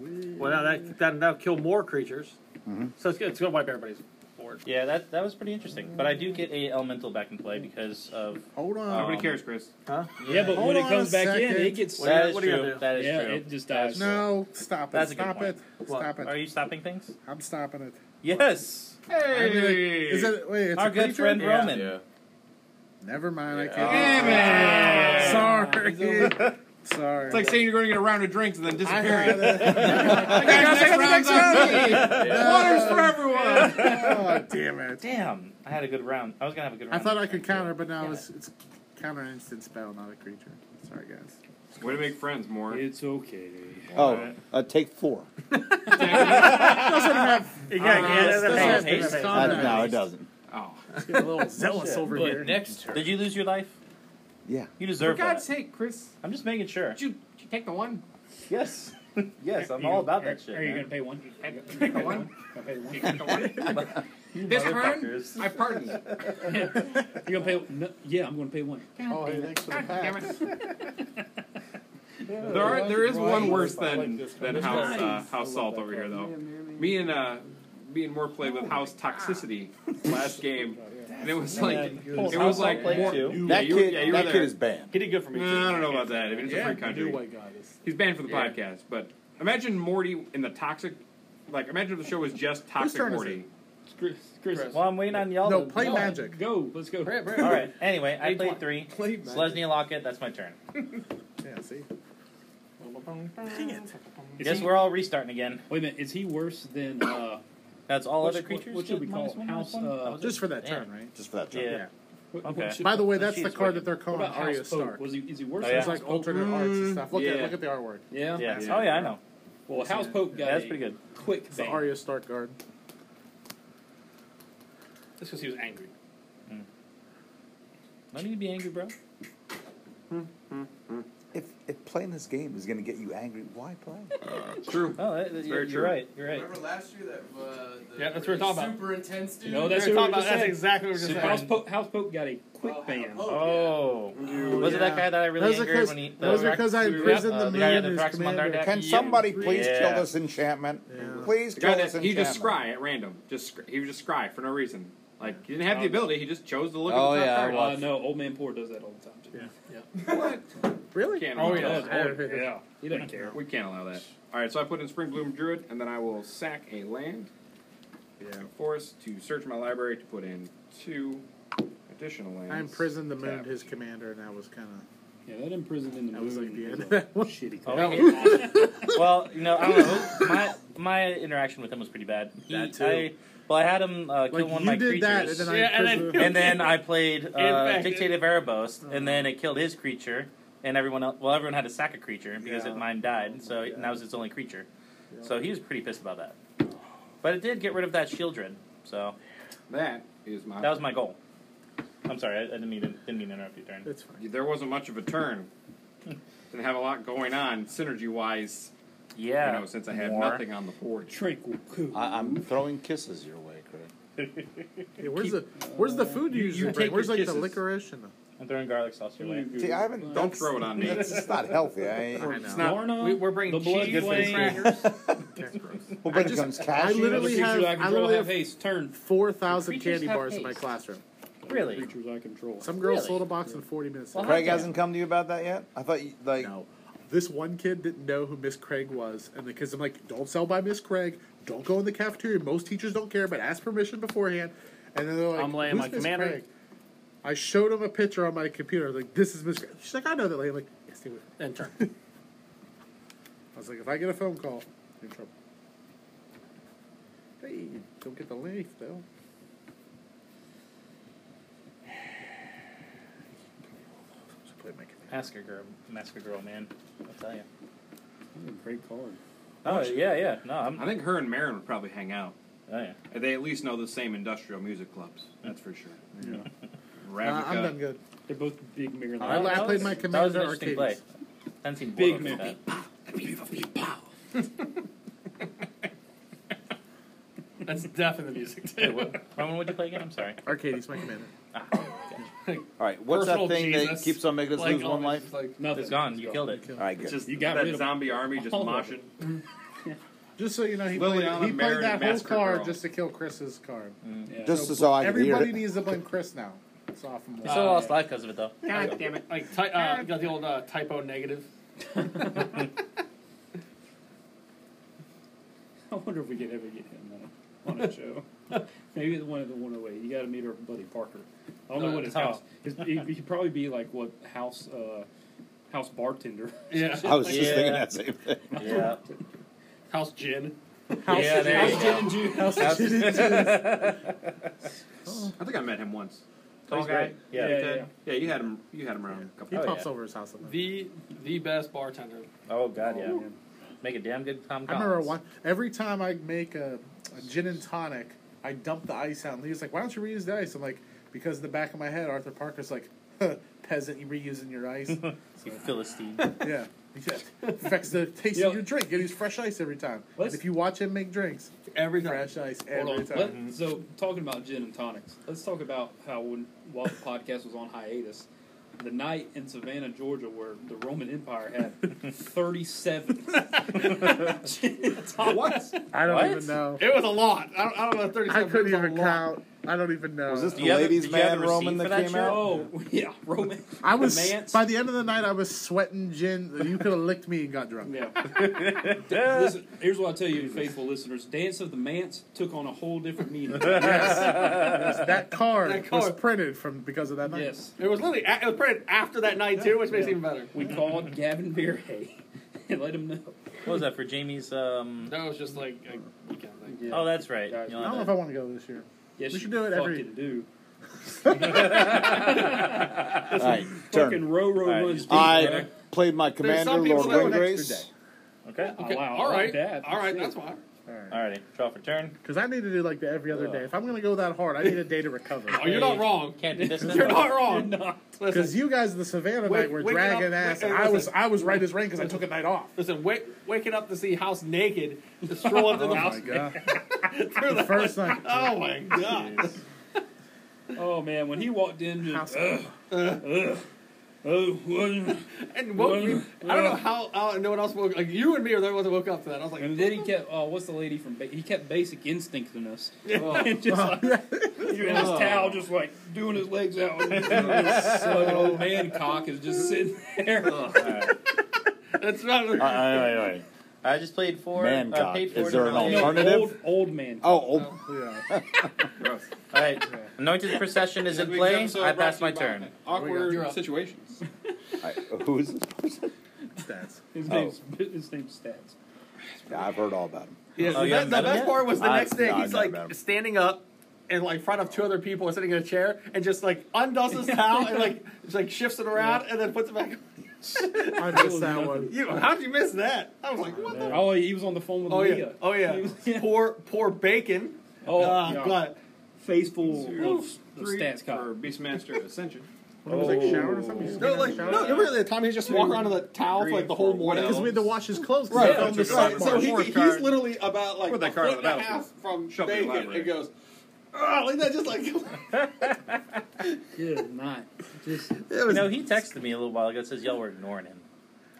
Speaker 3: Weird.
Speaker 6: well, now that that that'll kill more creatures.
Speaker 3: Mm-hmm.
Speaker 6: So it's good. It's gonna wipe everybody's board.
Speaker 2: Yeah, that that was pretty interesting. But I do get a elemental back in play because of
Speaker 3: Hold on.
Speaker 1: Nobody
Speaker 2: Um,
Speaker 1: cares, Chris.
Speaker 4: Yeah, but
Speaker 3: Hold
Speaker 4: when it
Speaker 3: on
Speaker 4: comes
Speaker 3: a
Speaker 4: back in,
Speaker 3: second.
Speaker 4: it gets.
Speaker 6: What do you-
Speaker 2: that is
Speaker 6: what do you
Speaker 2: true.
Speaker 6: do?
Speaker 2: That is
Speaker 4: yeah,
Speaker 2: true.
Speaker 4: it just dies.
Speaker 3: no, stop it.
Speaker 2: That's a good
Speaker 3: stop
Speaker 2: point.
Speaker 3: it.
Speaker 6: What?
Speaker 3: Stop it.
Speaker 2: Are you stopping things?
Speaker 3: I'm stopping it.
Speaker 2: Yes.
Speaker 3: I mean, like, is it wait? It's
Speaker 2: Our
Speaker 3: a
Speaker 2: good
Speaker 3: creature?
Speaker 2: friend Roman.
Speaker 3: Never mind. I
Speaker 1: Damn
Speaker 3: can't.
Speaker 1: it.
Speaker 3: Sorry. Sorry.
Speaker 1: It's like saying you're going to get a round of drinks and then
Speaker 3: I
Speaker 1: disappear.
Speaker 3: had it.
Speaker 1: I got
Speaker 3: I got the next
Speaker 1: me. Waters for everyone.
Speaker 3: Oh, damn it.
Speaker 2: Damn, I had a good round. I was gonna have a good
Speaker 3: I
Speaker 2: round.
Speaker 3: thought I could counter, but now it's, it's counter an instant spell, not a creature. Sorry, guys.
Speaker 1: Way to make friends, more.
Speaker 4: It's okay.
Speaker 5: Oh, uh, take four.
Speaker 8: You gotta
Speaker 1: Uh,
Speaker 8: get it in the
Speaker 3: Doesn't
Speaker 8: face.
Speaker 3: have to be
Speaker 8: Face.
Speaker 3: fast.
Speaker 5: Uh, no, it doesn't.
Speaker 1: Oh,
Speaker 3: Let's get a little zealous over here.
Speaker 8: Next turn.
Speaker 2: Did you lose your life?
Speaker 5: Yeah.
Speaker 2: You
Speaker 1: for
Speaker 2: deserve
Speaker 1: God's
Speaker 2: that.
Speaker 1: sake, Chris,
Speaker 2: I'm just making sure.
Speaker 1: did you, did you take the one?
Speaker 2: Yes. yes, I'm
Speaker 4: You-
Speaker 2: all about
Speaker 4: are-
Speaker 2: that shit.
Speaker 4: Are you
Speaker 2: man.
Speaker 4: gonna pay one?
Speaker 1: Take the one.
Speaker 4: You
Speaker 1: This turn,
Speaker 2: Motherfuckers.
Speaker 1: I pardon you.
Speaker 4: gonna pay? No, yeah, I'm gonna pay one.
Speaker 3: Oh, hey, thanks for the
Speaker 1: God damn
Speaker 3: pack.
Speaker 1: it. There, are, there is one worse than than house uh, house salt over here though. Me and uh, me and more played with house toxicity last game, and it was like it was like more,
Speaker 2: two.
Speaker 5: That
Speaker 1: you were-
Speaker 5: kid,
Speaker 1: yeah, you were
Speaker 5: that
Speaker 1: there.
Speaker 5: kid is banned.
Speaker 8: He did good for me.
Speaker 1: Nah, I don't know about that. I mean, it's a free country. He's banned from the
Speaker 7: Yeah.
Speaker 1: podcast. But imagine Morty in the toxic. Like, imagine if the show was just toxic
Speaker 3: turn is
Speaker 1: Morty.
Speaker 4: It's Chris, Chris,
Speaker 7: Chris.
Speaker 2: Well, I'm waiting on y'all.
Speaker 3: No,
Speaker 2: to-
Speaker 3: play magic.
Speaker 4: go. Let's go.
Speaker 2: All right. Anyway, I
Speaker 7: Eight
Speaker 2: played
Speaker 7: one.
Speaker 2: three.
Speaker 7: Play
Speaker 2: Selesnya Lockett. That's my turn.
Speaker 3: Yeah, see?
Speaker 4: Is
Speaker 2: Guess
Speaker 4: he-
Speaker 2: we're all restarting again.
Speaker 4: Wait a minute. Is he worse than? uh
Speaker 2: That's all
Speaker 4: Which-
Speaker 2: other creatures.
Speaker 4: what should we
Speaker 2: get
Speaker 4: call
Speaker 2: minus
Speaker 4: it?
Speaker 2: one, minus
Speaker 4: House,
Speaker 2: one?
Speaker 4: uh,
Speaker 2: That was
Speaker 3: Just
Speaker 2: it.
Speaker 3: for that
Speaker 2: Damn.
Speaker 3: turn, right?
Speaker 5: Just for that
Speaker 2: Yeah.
Speaker 5: turn.
Speaker 4: what-
Speaker 2: Okay.
Speaker 4: what should-
Speaker 3: By the way,
Speaker 4: what
Speaker 3: that's
Speaker 4: should
Speaker 3: the
Speaker 4: he
Speaker 3: card
Speaker 4: swing?
Speaker 3: that they're
Speaker 4: What
Speaker 3: calling
Speaker 4: about
Speaker 3: Arya
Speaker 4: House Pope?
Speaker 3: Stark.
Speaker 4: Was he? Is he worse?
Speaker 2: Oh,
Speaker 4: than
Speaker 2: yeah.
Speaker 3: It's
Speaker 4: House
Speaker 3: like
Speaker 4: Pope?
Speaker 3: alternate arts and stuff. Look at
Speaker 1: Yeah.
Speaker 3: look at the artwork.
Speaker 4: Yeah.
Speaker 2: Yeah.
Speaker 1: Yeah.
Speaker 2: Oh yeah, I know.
Speaker 4: Well, House Pope got
Speaker 2: That's
Speaker 4: a
Speaker 2: pretty good.
Speaker 4: Quick
Speaker 3: It's the
Speaker 4: bang.
Speaker 3: Arya Stark guard.
Speaker 8: That's because he was angry.
Speaker 2: No need to be angry, bro.
Speaker 5: If, if playing this game is going to get you angry, why play?
Speaker 1: True.
Speaker 2: Oh, that,
Speaker 1: very
Speaker 2: you're,
Speaker 1: true.
Speaker 2: you're right. You're right.
Speaker 7: Remember last year that uh, the
Speaker 6: Yeah, that's what we're talking about.
Speaker 7: super intense dude.
Speaker 4: You know, that's
Speaker 6: We
Speaker 4: what we
Speaker 6: were
Speaker 4: were
Speaker 6: talking about-
Speaker 4: just
Speaker 6: that's
Speaker 4: saying.
Speaker 6: exactly what we were just
Speaker 4: House
Speaker 6: saying.
Speaker 4: Pope, House Pope got a quick
Speaker 7: Oh,
Speaker 4: ban.
Speaker 7: oh,
Speaker 9: Oh,
Speaker 3: Oh,
Speaker 9: was it that
Speaker 3: yeah.
Speaker 9: guy that I
Speaker 3: That
Speaker 9: really
Speaker 3: was
Speaker 9: angered
Speaker 3: because,
Speaker 9: when he?
Speaker 3: that was
Speaker 9: the-
Speaker 3: because I
Speaker 9: uh,
Speaker 3: imprisoned
Speaker 9: the
Speaker 3: the
Speaker 9: guy
Speaker 3: man
Speaker 9: that
Speaker 3: who's
Speaker 9: throcked him on their
Speaker 3: commander.
Speaker 9: deck.
Speaker 5: Can
Speaker 9: Yeah.
Speaker 5: somebody please
Speaker 2: Yeah.
Speaker 5: kill this enchantment?
Speaker 3: Yeah.
Speaker 5: Please
Speaker 1: The
Speaker 5: kill
Speaker 1: guy
Speaker 5: this
Speaker 1: that, he
Speaker 5: enchantment.
Speaker 1: just scry at random. Just sc- he was just scry for no reason. Like he didn't have the ability. He just chose to look.
Speaker 5: Um, Oh,
Speaker 1: at the top
Speaker 5: yeah, I
Speaker 1: card.
Speaker 4: Uh, no, Old Man Poor does that all the time. Too.
Speaker 3: Really?
Speaker 1: Can't
Speaker 4: Oh,
Speaker 1: allow
Speaker 4: he does.
Speaker 1: that.
Speaker 4: Oh, yeah. He doesn't care.
Speaker 1: We can't allow that. All right, so I put in Spring Bloom Druid, and then I will sack a land,
Speaker 3: Yeah.
Speaker 1: forest to search my library to put in two additional lands.
Speaker 3: I imprisoned the moon
Speaker 1: Tap.
Speaker 3: his commander, and that was kind of
Speaker 4: Yeah, that imprisoned in the
Speaker 3: that was like
Speaker 4: moon.
Speaker 3: the end
Speaker 4: is
Speaker 3: of
Speaker 4: a
Speaker 3: that one.
Speaker 4: Shitty.
Speaker 6: Oh,
Speaker 2: Well, you know, I don't know. My my interaction with him was pretty bad. He,
Speaker 3: That too.
Speaker 2: I, well, I had him uh, kill
Speaker 3: Like
Speaker 2: one of
Speaker 3: you
Speaker 2: my
Speaker 3: did
Speaker 2: creatures,
Speaker 3: that, and then I
Speaker 6: Yeah, and then-
Speaker 3: imprisoned.
Speaker 2: and then I played uh,
Speaker 6: fact,
Speaker 2: Dictative Erebos,
Speaker 3: Mm-hmm.
Speaker 2: and then it killed his creature, and everyone else. Well, everyone had to sack a creature because
Speaker 3: Yeah.
Speaker 2: it, mine died, so and that was its only creature. So he was pretty pissed about that. But it did get rid of that children, so
Speaker 1: That is my.
Speaker 2: that was my goal. I'm sorry, I, I didn't mean to, didn't mean to interrupt you, Darren.
Speaker 3: It's fine.
Speaker 1: There wasn't much of a turn. Didn't have a lot going on synergy wise.
Speaker 2: Yeah,
Speaker 1: You know, since I had
Speaker 2: more.
Speaker 1: nothing on the board.
Speaker 4: Tranquil coup.
Speaker 5: I, I'm throwing kisses your way, Craig.
Speaker 3: Yeah, where's the where's the food you,
Speaker 1: you- you
Speaker 3: usually
Speaker 1: take
Speaker 3: bring? Where's
Speaker 1: your
Speaker 3: like
Speaker 1: kisses.
Speaker 3: the licorice and the
Speaker 2: I'm throwing garlic sauce your
Speaker 3: Mm.
Speaker 2: way.
Speaker 5: See, I
Speaker 4: Uh,
Speaker 5: haven't.
Speaker 1: Don't throw it on me.
Speaker 5: It's just not healthy. I ain't.
Speaker 3: I know.
Speaker 1: not-
Speaker 4: Lorna,
Speaker 10: we- we're bringing
Speaker 4: the blood
Speaker 10: cheese
Speaker 4: flame.
Speaker 3: That's gross.
Speaker 5: Well, but it comes
Speaker 3: I
Speaker 5: cashews.
Speaker 3: literally
Speaker 4: Other
Speaker 3: have
Speaker 4: creatures I
Speaker 3: I
Speaker 4: control
Speaker 3: literally
Speaker 4: have
Speaker 3: have
Speaker 4: haste. Turn.
Speaker 3: four thousand
Speaker 9: Creatures
Speaker 3: candy
Speaker 9: have
Speaker 3: bars in my
Speaker 9: haste.
Speaker 3: classroom.
Speaker 2: Really?
Speaker 4: Creatures I control.
Speaker 3: Some girl
Speaker 2: Really?
Speaker 3: sold a box in forty minutes.
Speaker 9: Well,
Speaker 5: Craig
Speaker 2: Yeah.
Speaker 5: hasn't come to you about that yet. I thought you, like
Speaker 3: No. This one kid didn't know who Miss Craig was, and the kids, I'm like, don't sell by Miss Craig. Don't go in the cafeteria. Most teachers don't care, but ask permission beforehand. And then they're like,
Speaker 10: I'm laying
Speaker 3: "Who's
Speaker 10: my
Speaker 3: Miss
Speaker 10: commander."
Speaker 3: Craig? I showed him a picture on my computer. I was like, this is Miss Craig. She's like, I know that lady. I'm like, yes, they would.
Speaker 10: And turn.
Speaker 3: I was like, if I get a phone call, you're in trouble. Hey, don't get the leaf, though. Just play my commander.
Speaker 2: Masker girl, masker girl, man. I'll tell you.
Speaker 4: Great card.
Speaker 2: Oh yeah, yeah. No, I'm.
Speaker 1: I think her and Marin would probably hang out.
Speaker 2: Oh yeah.
Speaker 1: They at least know the same industrial music clubs. That's for sure.
Speaker 3: Yeah.
Speaker 1: Ravnica.
Speaker 3: Uh, I'm done good.
Speaker 4: They're both big mirror.
Speaker 3: I
Speaker 2: That
Speaker 3: la-
Speaker 2: was-
Speaker 3: played my
Speaker 2: That was
Speaker 3: Commander
Speaker 2: an interesting play.
Speaker 3: Arcades.
Speaker 2: Doesn't seem
Speaker 4: Big
Speaker 2: bored with
Speaker 4: man.
Speaker 2: that.
Speaker 6: That's deaf in the music
Speaker 2: Hey,
Speaker 6: too.
Speaker 2: what- Roman, would you play again? I'm sorry.
Speaker 3: Arcady's my commander.
Speaker 5: All right, what's
Speaker 6: Personal
Speaker 5: that thing that
Speaker 6: Jesus.
Speaker 5: keeps on making us
Speaker 6: Like,
Speaker 5: lose one
Speaker 6: almost
Speaker 5: life?
Speaker 6: just like-
Speaker 4: Nothing.
Speaker 2: It's gone. You killed it.
Speaker 5: All right,
Speaker 1: It's
Speaker 5: good.
Speaker 1: just
Speaker 4: You got
Speaker 1: that
Speaker 4: rid of
Speaker 1: zombie army just
Speaker 4: all of
Speaker 1: moshing.
Speaker 3: Just so you know, he
Speaker 1: Liliana
Speaker 3: played, he
Speaker 1: Merritt
Speaker 3: played that whole
Speaker 1: Massacre
Speaker 3: card
Speaker 1: Girl.
Speaker 3: just to kill Chris's card.
Speaker 4: Yeah.
Speaker 5: Just so I can hear
Speaker 3: Everybody
Speaker 5: it.
Speaker 3: needs to blame Chris now. Sophomore.
Speaker 2: You still
Speaker 6: Uh,
Speaker 2: lost life because of it, though.
Speaker 6: God damn it! Like ty- uh, got the old uh, typo negative.
Speaker 4: I wonder if we could ever get him uh, on a, on a show. Maybe the one of the 108. You got to meet our buddy Parker. I don't know
Speaker 6: Uh,
Speaker 4: what his
Speaker 2: Tom.
Speaker 4: house. His, he, he'd probably be like what house uh, house bartender.
Speaker 6: Yeah.
Speaker 5: I was just
Speaker 2: Yeah.
Speaker 5: thinking that same thing.
Speaker 2: Yeah.
Speaker 6: House gin.
Speaker 2: yeah. There you go.
Speaker 4: Gin and juice. House
Speaker 2: House-
Speaker 1: I think I met him once.
Speaker 2: Tall
Speaker 1: He's
Speaker 2: guy.
Speaker 1: great.
Speaker 2: Yeah.
Speaker 4: Yeah.
Speaker 1: Ted? Yeah, you had him. You had him around a
Speaker 3: he
Speaker 1: couple.
Speaker 2: Oh,
Speaker 3: pops
Speaker 2: yeah.
Speaker 3: over his house. a lot.
Speaker 6: The the best bartender.
Speaker 2: Oh god, yeah. Make a damn good Tom.
Speaker 3: I remember
Speaker 2: Collins.
Speaker 3: one. Every time I make a, a gin and tonic, I dump the ice out, and Lee's like, "Why don't you reuse the ice?" I'm like, "Because in the back of my head, Arthur Parker's like, huh, peasant, you reusing your ice."
Speaker 2: You Philistine.
Speaker 3: yeah. Yeah. affects the taste
Speaker 4: You know-
Speaker 3: of your drink. You use fresh ice every time. And
Speaker 4: Let's-
Speaker 3: if you watch him make drinks,
Speaker 6: Every time.
Speaker 3: fresh ice
Speaker 4: Hold
Speaker 3: every
Speaker 4: on.
Speaker 3: time.
Speaker 4: Let- so talking about gin and tonics, let's talk about how when while the podcast was on hiatus, the night in Savannah, Georgia, where the Roman Empire had thirty-seven gin and tonics.
Speaker 3: I don't
Speaker 2: What?
Speaker 3: even know.
Speaker 6: It was a lot. I don't, I don't know. Thirty.
Speaker 3: I couldn't even count. I don't even know.
Speaker 5: Was this the
Speaker 2: you have a-
Speaker 5: ladies'
Speaker 2: did you have
Speaker 5: man
Speaker 2: the receipt
Speaker 5: Roman that
Speaker 2: for that
Speaker 5: came
Speaker 2: show?
Speaker 5: out?
Speaker 4: Oh yeah, Roman.
Speaker 3: I was
Speaker 4: Romance.
Speaker 3: by the end of the night. I was sweating gin. You could have licked me and got drunk.
Speaker 4: Yeah. Listen, here's what I tell you, faithful listeners: Dance of the Mance took on a whole different meaning.
Speaker 3: That card,
Speaker 6: That
Speaker 3: was
Speaker 6: card.
Speaker 3: printed from because of that night.
Speaker 4: yes,
Speaker 6: It was literally a- it was printed after that night too, which makes it even better.
Speaker 4: we called Gavin Beerhay and let him know.
Speaker 2: What was that for Jamie's? Um.
Speaker 6: That was just like a weekend thing.
Speaker 4: Yeah.
Speaker 2: Oh, that's right.
Speaker 4: Guys,
Speaker 2: You
Speaker 3: I don't know
Speaker 2: know
Speaker 3: if I want to go this year.
Speaker 4: yes,
Speaker 3: we should
Speaker 4: you
Speaker 3: do it every-
Speaker 4: fucking do.
Speaker 5: All right,
Speaker 4: Fucking
Speaker 5: turn.
Speaker 4: row row
Speaker 2: Alright.
Speaker 4: runs deep.
Speaker 5: I
Speaker 4: brother.
Speaker 5: played my
Speaker 6: There's
Speaker 5: commander,
Speaker 6: some people
Speaker 5: Lord
Speaker 6: that have an extra
Speaker 5: Wingrace.
Speaker 6: day.
Speaker 2: that. Okay.
Speaker 6: Okay.
Speaker 4: wow, I
Speaker 6: All
Speaker 4: like
Speaker 6: right.
Speaker 4: that.
Speaker 6: All right. That's why.
Speaker 3: Because
Speaker 2: All right, draw for turn.
Speaker 3: I need to do like the every other day. If I'm gonna go that hard, I need a day to recover.
Speaker 6: Oh, you're not wrong.
Speaker 2: Can't do this. then.
Speaker 6: You're not wrong.
Speaker 3: Because you guys in the Savannah
Speaker 6: Wake-
Speaker 3: night were
Speaker 6: waking
Speaker 3: dragging
Speaker 6: up-
Speaker 3: ass,
Speaker 6: wake-
Speaker 3: and I was I was right as rain because I took a night off.
Speaker 6: Listen, wake, waking up to see house naked, just stroll into the house.
Speaker 3: Oh god! the first night.
Speaker 6: Oh my god!
Speaker 4: Oh man, when he walked in,
Speaker 3: House-
Speaker 4: just, ugh, ugh, oh, what-
Speaker 6: And woke me. I don't know how, how no one else woke. Like you and me are the ones that woke up to that. I was like,
Speaker 4: and then he kept. Uh, what's the lady from? Ba- he kept Basic Instinct in us.
Speaker 6: oh.
Speaker 4: just like, you in his towel, just like doing his legs out. so an old man cock is just sitting there.
Speaker 6: that's not.
Speaker 5: All right, all right, all right.
Speaker 2: I just played four.
Speaker 5: Man
Speaker 2: uh,
Speaker 5: cock.
Speaker 2: paid four
Speaker 5: Is there an
Speaker 2: different ways.
Speaker 5: alternative?
Speaker 4: Old, old man.
Speaker 5: Oh, oh,
Speaker 3: Yeah.
Speaker 1: Gross.
Speaker 2: All right, anointed procession is in
Speaker 1: This week's
Speaker 2: play.
Speaker 1: episode
Speaker 2: I
Speaker 1: brought
Speaker 2: pass
Speaker 1: to you
Speaker 2: my
Speaker 1: by
Speaker 2: turn.
Speaker 1: Awkward situations.
Speaker 5: I, who's this person?
Speaker 3: Stats.
Speaker 4: His
Speaker 5: Oh.
Speaker 4: name's his name's Stats.
Speaker 5: Yeah, I've heard all about him.
Speaker 6: Yeah,
Speaker 2: Oh, you
Speaker 6: the,
Speaker 2: haven't
Speaker 6: the
Speaker 2: done it
Speaker 6: best
Speaker 2: yet?
Speaker 6: part was the
Speaker 5: I-
Speaker 6: next day.
Speaker 5: no, I
Speaker 6: he's
Speaker 5: never
Speaker 6: like
Speaker 5: have.
Speaker 6: standing up and like in front of two other people sitting in a chair and just like undoes his towel and like just like shifts it around and then puts it back. on.
Speaker 3: I missed that one.
Speaker 6: You, how'd you miss that? I was like, what the?
Speaker 4: Oh, he was on the phone with
Speaker 6: Oh yeah,
Speaker 4: Leah.
Speaker 6: oh yeah. poor, poor bacon.
Speaker 4: Oh,
Speaker 6: Ah,
Speaker 4: yeah.
Speaker 6: God.
Speaker 4: Faithful of, of
Speaker 1: Three
Speaker 4: Stats
Speaker 1: for
Speaker 4: cock.
Speaker 1: Beastmaster Ascension.
Speaker 3: When it was like showering or something.
Speaker 6: No, like no, remember the time he just walked around in the towel for like the whole morning.
Speaker 3: because we had to wash his clothes. 'cause
Speaker 6: Right,
Speaker 3: they filmed the
Speaker 6: right.
Speaker 3: sidewalk.
Speaker 6: So he,
Speaker 1: Fourth
Speaker 6: he's
Speaker 1: card.
Speaker 6: literally about like
Speaker 1: Put that
Speaker 6: a
Speaker 1: card on
Speaker 6: foot and
Speaker 1: the
Speaker 6: a
Speaker 1: bathroom.
Speaker 6: half from
Speaker 1: Shove it in the
Speaker 6: bacon and
Speaker 1: library.
Speaker 6: goes, oh, like that, just like it
Speaker 4: Good night. Just
Speaker 2: You
Speaker 6: was
Speaker 2: know, he texted me a little while ago. Says y'all were ignoring him.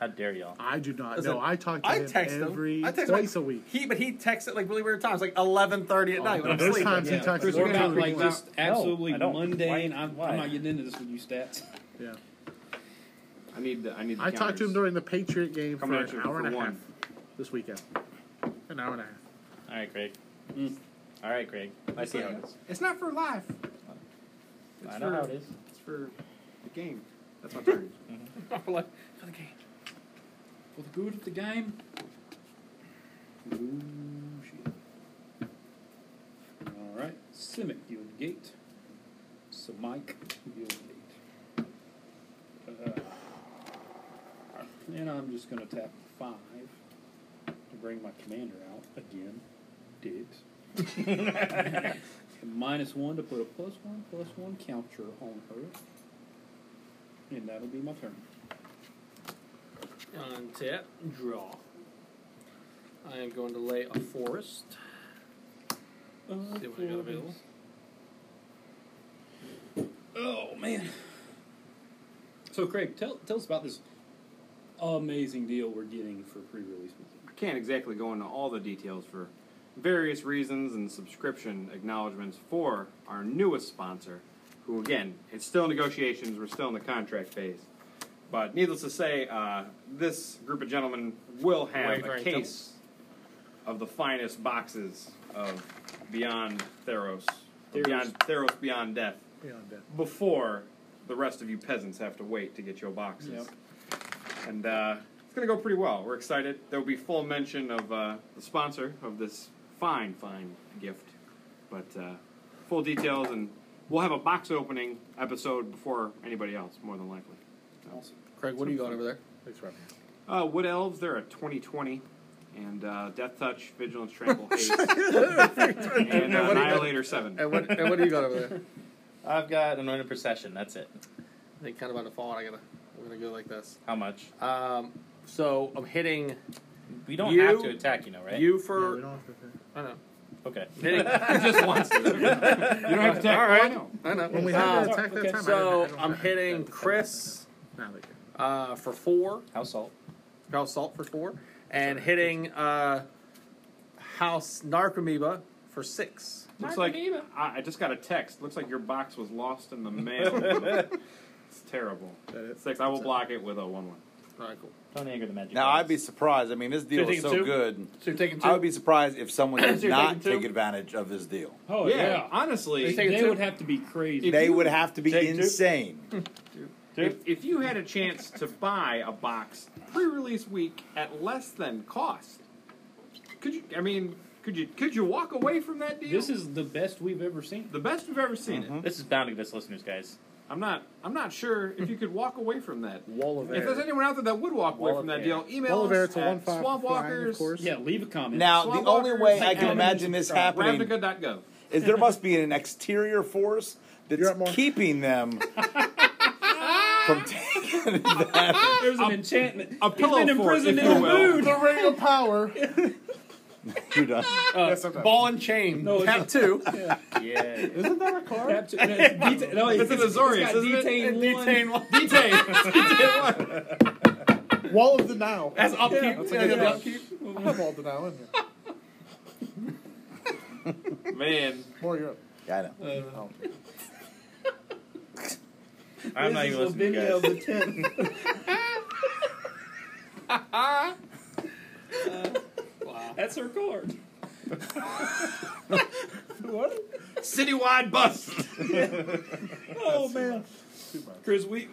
Speaker 2: How dare y'all?
Speaker 3: I do not
Speaker 6: Listen,
Speaker 3: know. I talk to
Speaker 6: I
Speaker 3: him
Speaker 6: text
Speaker 3: every
Speaker 6: him. I text
Speaker 3: twice
Speaker 6: him.
Speaker 3: a week.
Speaker 6: He, but he texts at like really weird times, like eleven thirty at night when I'm
Speaker 3: There's
Speaker 6: sleeping.
Speaker 3: times he
Speaker 4: yeah.
Speaker 3: texts
Speaker 1: We're
Speaker 4: We're
Speaker 3: me.
Speaker 1: not
Speaker 4: about
Speaker 1: like
Speaker 4: like
Speaker 1: this.
Speaker 4: just absolutely
Speaker 2: I don't.
Speaker 4: mundane.
Speaker 2: Why-
Speaker 4: I'm,
Speaker 2: why?
Speaker 4: I'm not getting into this with you, Stats.
Speaker 3: Yeah.
Speaker 1: I need. The, I need. The
Speaker 3: I talked to him
Speaker 1: counters.
Speaker 3: during the Patriot game
Speaker 1: Coming at
Speaker 3: for
Speaker 1: you
Speaker 3: an hour
Speaker 1: for
Speaker 3: and a half
Speaker 1: one.
Speaker 3: this weekend. An hour and a half.
Speaker 2: All right, Greg. All right, Greg. Mm. I see how it is.
Speaker 1: It's not for life. It's
Speaker 2: I know
Speaker 1: for,
Speaker 2: how it is.
Speaker 1: It's for the game. That's my turn.
Speaker 4: For the good of the game. Ooh, shit. All right, Simic, you in the gate. So Mike, you in the gate. Uh, and I'm just going to tap five to bring my commander out again. Diggs. and minus one to put a plus one, plus one counter on her. And that'll be my turn.
Speaker 6: Untap, draw. I am going to lay a forest. See what I got available.
Speaker 4: Oh man. So Craig, tell tell us about this amazing deal we're getting for pre-release
Speaker 1: I can't exactly go into all the details for various reasons and subscription acknowledgments for our newest sponsor, who again, it's still negotiations, we're still in the contract phase. But needless to say, uh, this group of gentlemen will have
Speaker 6: Wait,
Speaker 1: a
Speaker 6: right,
Speaker 1: case of the finest boxes of Beyond Theros, or Beyond Theros Beyond Death,
Speaker 3: Beyond that.
Speaker 1: before the rest of you peasants have to wait to get your boxes and uh, it's going to go pretty well. We're excited. There will be full mention of uh, the sponsor of this fine, fine gift, but uh, full details, and we'll have a box opening episode before anybody else, more than likely.
Speaker 4: Awesome.
Speaker 6: Craig, what are you got over there?
Speaker 3: Thanks, Rob.
Speaker 1: Uh, Wood Elves, they're at 2020, and uh, Death Touch, Vigilance, Trample, Haste, and uh, Annihilator 7.
Speaker 6: And what, and what do you got over there?
Speaker 2: I've got anointed procession. That's it.
Speaker 6: I think kind of about to fall. out. I gotta. We're gonna go like this.
Speaker 2: How much?
Speaker 6: Um, so I'm hitting
Speaker 2: We don't
Speaker 6: You-
Speaker 2: have to attack, you know, right?
Speaker 6: you
Speaker 3: Yeah, we
Speaker 6: for.
Speaker 3: don't have to think.
Speaker 6: I know.
Speaker 2: okay.
Speaker 6: Hitting,
Speaker 1: Just once. You don't have to take
Speaker 6: All right.
Speaker 1: I know.
Speaker 6: I know.
Speaker 3: When we
Speaker 6: Uh,
Speaker 3: had to attack
Speaker 4: okay.
Speaker 3: that time, I
Speaker 6: so
Speaker 3: didn't- I
Speaker 6: I'm
Speaker 3: don't-
Speaker 6: hitting Chris
Speaker 3: Nah, they-
Speaker 6: uh, for four.
Speaker 2: House salt.
Speaker 6: House Salt for four, and hitting uh, House Narcomoeba for six.
Speaker 1: Looks like I, I just got a text. Looks like your box was lost in the mail. it's terrible.
Speaker 3: that it?
Speaker 1: Six. I will block it with a one one.
Speaker 6: All right, cool.
Speaker 2: Don't anger the magic.
Speaker 5: Now
Speaker 2: gods.
Speaker 5: I'd be surprised. I mean, this deal is
Speaker 6: taking
Speaker 5: so
Speaker 6: two?
Speaker 5: good.
Speaker 6: So you're taking
Speaker 5: I would be surprised if someone did
Speaker 6: So you're
Speaker 5: not
Speaker 6: taking two?
Speaker 5: take advantage of this deal.
Speaker 4: Oh
Speaker 1: yeah,
Speaker 4: yeah.
Speaker 1: honestly,
Speaker 6: Take
Speaker 4: They
Speaker 6: two.
Speaker 4: would have to be crazy.
Speaker 5: They would have to be
Speaker 6: Take two?
Speaker 5: insane.
Speaker 1: if, if you had a chance to buy a box pre-release week at less than cost, could you? I mean, could you? Could you walk away from that deal?
Speaker 4: This is the best we've ever seen.
Speaker 1: the best we've ever seen it.
Speaker 3: Mm-hmm.
Speaker 2: This is bound to give us listeners, guys.
Speaker 1: I'm not. I'm not sure if you could walk away from that.
Speaker 3: Wall of
Speaker 1: If there's
Speaker 3: air.
Speaker 1: anyone out there that would walk away
Speaker 2: Wall
Speaker 1: from
Speaker 2: of
Speaker 1: that
Speaker 2: air.
Speaker 1: deal, email
Speaker 3: Wall of air
Speaker 1: us
Speaker 3: to
Speaker 1: at
Speaker 3: one five flying, of
Speaker 1: swampwalkers.
Speaker 3: course.
Speaker 4: Yeah, leave a comment.
Speaker 5: Now, the
Speaker 1: Swamp
Speaker 5: only
Speaker 1: walkers
Speaker 5: way I can
Speaker 1: and
Speaker 5: imagine this happening
Speaker 1: Ravnica.gov.
Speaker 5: is there must be an exterior force
Speaker 3: You're
Speaker 5: that's
Speaker 3: at more-
Speaker 5: keeping them from taking that.
Speaker 4: There's an enchantment.
Speaker 1: A
Speaker 4: He's
Speaker 1: pillow
Speaker 4: been
Speaker 1: fort,
Speaker 4: imprisoned
Speaker 1: if
Speaker 4: in
Speaker 1: you
Speaker 4: a
Speaker 1: will.
Speaker 4: mood.
Speaker 3: The ring of power.
Speaker 5: You're done.
Speaker 6: Ball and chain.
Speaker 4: No, it's-
Speaker 6: Tap two.
Speaker 2: Yeah.
Speaker 3: Isn't that a card?
Speaker 4: Capture- no, it's deta- no,
Speaker 1: It's an Azorius,
Speaker 4: got
Speaker 1: isn't it?
Speaker 4: detain one.
Speaker 6: Detain one.
Speaker 1: Detail.
Speaker 3: Wall of denial.
Speaker 6: That's upkeep. Yeah, yeah.
Speaker 3: I have wall of denial in here.
Speaker 1: Man,
Speaker 3: More Europe.
Speaker 5: Yeah, I know.
Speaker 2: I'm not
Speaker 4: This
Speaker 2: even
Speaker 4: is
Speaker 2: listening to
Speaker 4: Lavinia
Speaker 2: you
Speaker 4: of
Speaker 2: guys.
Speaker 4: the Ten. That's her card.
Speaker 1: citywide bust.
Speaker 4: Oh man, Chris, we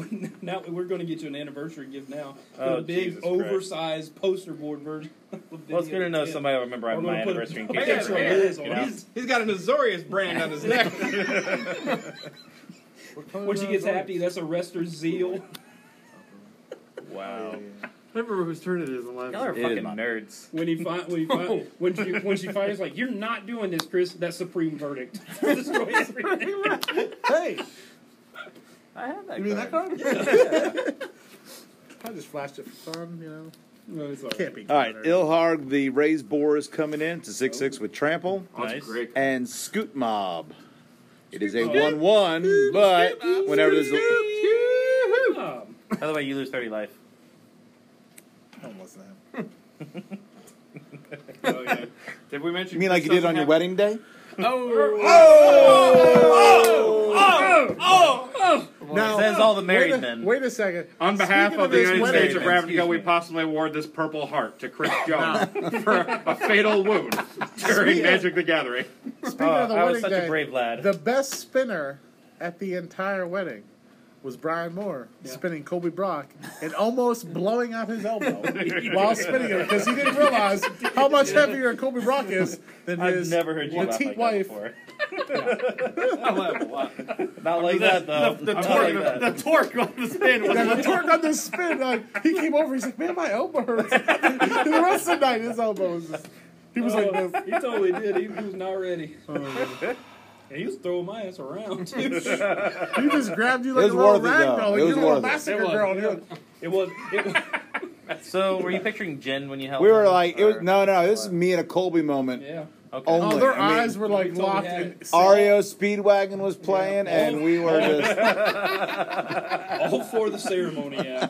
Speaker 4: now we're going to get you an anniversary gift now.
Speaker 2: Oh,
Speaker 4: a big
Speaker 2: Jesus Christ.
Speaker 4: oversized poster board version. Of
Speaker 2: Well, it's good to know somebody will remember
Speaker 4: We're
Speaker 2: my
Speaker 4: gonna put a
Speaker 2: anniversary in case I
Speaker 1: picture of
Speaker 2: forget.
Speaker 4: Liz on
Speaker 2: you know?
Speaker 4: it.
Speaker 1: He's got an Azorius brand on his neck.
Speaker 4: When she gets happy, that's a rester's zeal.
Speaker 2: Wow.
Speaker 11: remember whose turn it is in last
Speaker 2: Y'all are
Speaker 5: It is
Speaker 2: fucking
Speaker 5: mine.
Speaker 2: nerds.
Speaker 4: When he find when he find when she when she finds like you're not doing this, Chris. That's supreme verdict. Destroy everything.
Speaker 3: Hey,
Speaker 2: I have that.
Speaker 3: you mean that
Speaker 2: card.
Speaker 3: card? I just flashed it for fun, you know.
Speaker 4: No, it's all right.
Speaker 3: Can't be.
Speaker 5: All right,
Speaker 3: countered.
Speaker 5: Ilharg, the raised boar is coming in to six six with trample
Speaker 2: Nice.
Speaker 1: That's great.
Speaker 5: and scoot mob. It is a one one, but whenever there's a,
Speaker 4: Um,
Speaker 2: By the way, you lose 30 life.
Speaker 3: Don't listen to him.
Speaker 1: Oh, yeah. Did we mention?
Speaker 5: you mean like you did on your wedding day?
Speaker 3: Oh.
Speaker 5: Oh.
Speaker 3: Now,
Speaker 2: Says all the
Speaker 3: wait,
Speaker 2: married
Speaker 3: a,
Speaker 2: men.
Speaker 3: wait a second.
Speaker 11: On behalf
Speaker 3: Speaking
Speaker 11: of,
Speaker 3: of
Speaker 11: the
Speaker 3: this
Speaker 11: United
Speaker 3: wedding-
Speaker 11: States of
Speaker 2: Excuse
Speaker 11: Ravnica, we
Speaker 2: me.
Speaker 11: possibly award this purple heart to Chris Young for a fatal wound during Magic the Gathering.
Speaker 3: Speaking
Speaker 2: Oh,
Speaker 3: of the
Speaker 2: I was
Speaker 3: wedding
Speaker 2: such
Speaker 3: day,
Speaker 2: a brave lad.
Speaker 3: the best spinner at the entire wedding was Brian Moore spinning Kobe Brock and almost blowing out his elbow while spinning it because he didn't realize how much heavier Kobe Brock is than
Speaker 2: I've
Speaker 3: his
Speaker 2: never heard you laugh like
Speaker 3: petite wife.
Speaker 2: that before.
Speaker 1: Wow.
Speaker 2: Not like that, though.
Speaker 11: The,
Speaker 2: Not
Speaker 11: torque,
Speaker 2: like that.
Speaker 11: the, torque on the spin was
Speaker 3: Yeah, the torque on this spin, like, he came over, he's like, man, my elbow hurts. the rest of the night, his elbow was just, he was like
Speaker 4: Oh,
Speaker 3: this.
Speaker 4: He totally did. He was not ready.
Speaker 5: Oh,
Speaker 4: And he was throwing my ass around. too.
Speaker 3: He just grabbed you like
Speaker 5: was
Speaker 3: a little
Speaker 5: worth it, though.
Speaker 3: ragdoll.
Speaker 5: It
Speaker 3: Like,
Speaker 5: was
Speaker 3: you were a
Speaker 5: worth it.
Speaker 3: massacre
Speaker 4: It was,
Speaker 3: girl.
Speaker 4: it
Speaker 3: and you're like,
Speaker 4: it was. It was
Speaker 2: So, were you picturing Jen when you held
Speaker 5: We were
Speaker 2: her?
Speaker 5: like, it was
Speaker 2: Or-
Speaker 5: no, no. This is me and a Colby moment.
Speaker 4: yeah.
Speaker 2: Okay.
Speaker 5: Only.
Speaker 3: Oh, their
Speaker 5: I mean,
Speaker 3: eyes were like
Speaker 4: totally
Speaker 3: locked
Speaker 4: had
Speaker 3: in.
Speaker 5: Ario Speedwagon was playing, and we were just
Speaker 4: All for the ceremony. Yeah.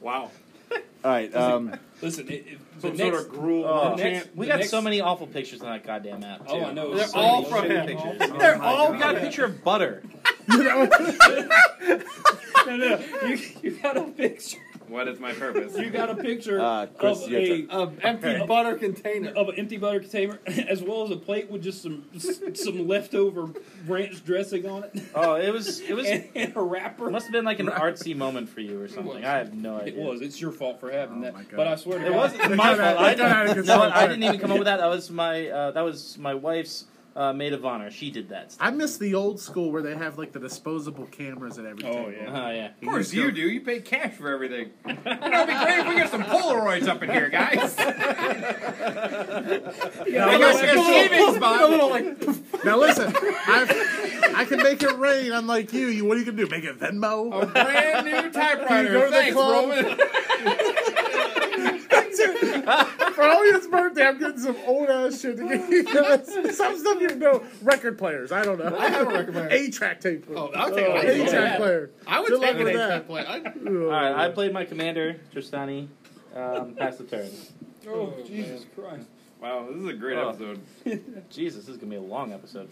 Speaker 1: Wow.
Speaker 5: all right. Um,
Speaker 4: Listen, it, it, the
Speaker 11: some
Speaker 4: next,
Speaker 11: sort of gruel.
Speaker 2: Oh,
Speaker 4: next-
Speaker 2: we
Speaker 4: the
Speaker 2: got
Speaker 4: next-
Speaker 2: so many awful pictures on that goddamn app. Too. Oh
Speaker 4: Oh, I know.
Speaker 6: They're
Speaker 4: So
Speaker 6: all
Speaker 4: many
Speaker 6: from
Speaker 4: shitty
Speaker 6: him.
Speaker 4: pictures.
Speaker 2: They're all. We got a picture of butter.
Speaker 4: No, no. You, you got a picture.
Speaker 11: What is my purpose?
Speaker 4: You got a picture
Speaker 5: Uh, Chris,
Speaker 4: of
Speaker 5: your
Speaker 4: a
Speaker 5: turn.
Speaker 6: Of empty butter container.
Speaker 4: of an empty butter container, as well as a plate with just some s- some leftover ranch dressing on it,
Speaker 2: Oh, it was. It was.
Speaker 4: and,
Speaker 2: It
Speaker 4: and a wrapper.
Speaker 2: must have been like an artsy moment for you or something. I have no
Speaker 4: It
Speaker 2: idea.
Speaker 4: was. It's your fault for having
Speaker 3: my
Speaker 4: that.
Speaker 3: God.
Speaker 4: But I swear to
Speaker 2: It
Speaker 4: God, Oh,
Speaker 2: wasn't my fault. I didn't,
Speaker 3: out
Speaker 2: no,
Speaker 3: of control.
Speaker 2: I didn't even come up with that. That was my. Uh, that was my wife's uh, maid of honor. She did that. stuff.
Speaker 3: I miss the old school where they have like the disposable cameras at every
Speaker 4: Oh
Speaker 3: table.
Speaker 4: yeah.
Speaker 2: Oh yeah.
Speaker 1: Of course you do. You pay cash for everything. You know, it'd be great if we get some Polaroids up in here, guys.
Speaker 3: Now,
Speaker 1: I got like a
Speaker 3: listen,
Speaker 1: savings bond.
Speaker 3: now listen, I've, I can make it rain. Unlike you, you what are you gonna do? Make it Venmo?
Speaker 1: A brand new
Speaker 3: You go to
Speaker 1: typewriter.
Speaker 3: the
Speaker 1: Thanks,
Speaker 3: club.
Speaker 1: Roman.
Speaker 3: For Elliot's birthday, I'm getting some old ass shit. To get you guys. Some stuff you know. Record players. I don't know. I have a record player. A track tape.
Speaker 11: Oh, I'll take it.
Speaker 3: A track player.
Speaker 11: I would
Speaker 3: Good
Speaker 11: take
Speaker 3: luck
Speaker 11: an
Speaker 3: with
Speaker 11: extra
Speaker 3: that.
Speaker 11: play. I-
Speaker 2: All right. I played my commander, Tristani. Um, pass the turn.
Speaker 4: Oh, Jesus Christ.
Speaker 11: Wow, this is a great
Speaker 2: Oh.
Speaker 11: episode.
Speaker 2: Jesus, this is gonna be a long episode.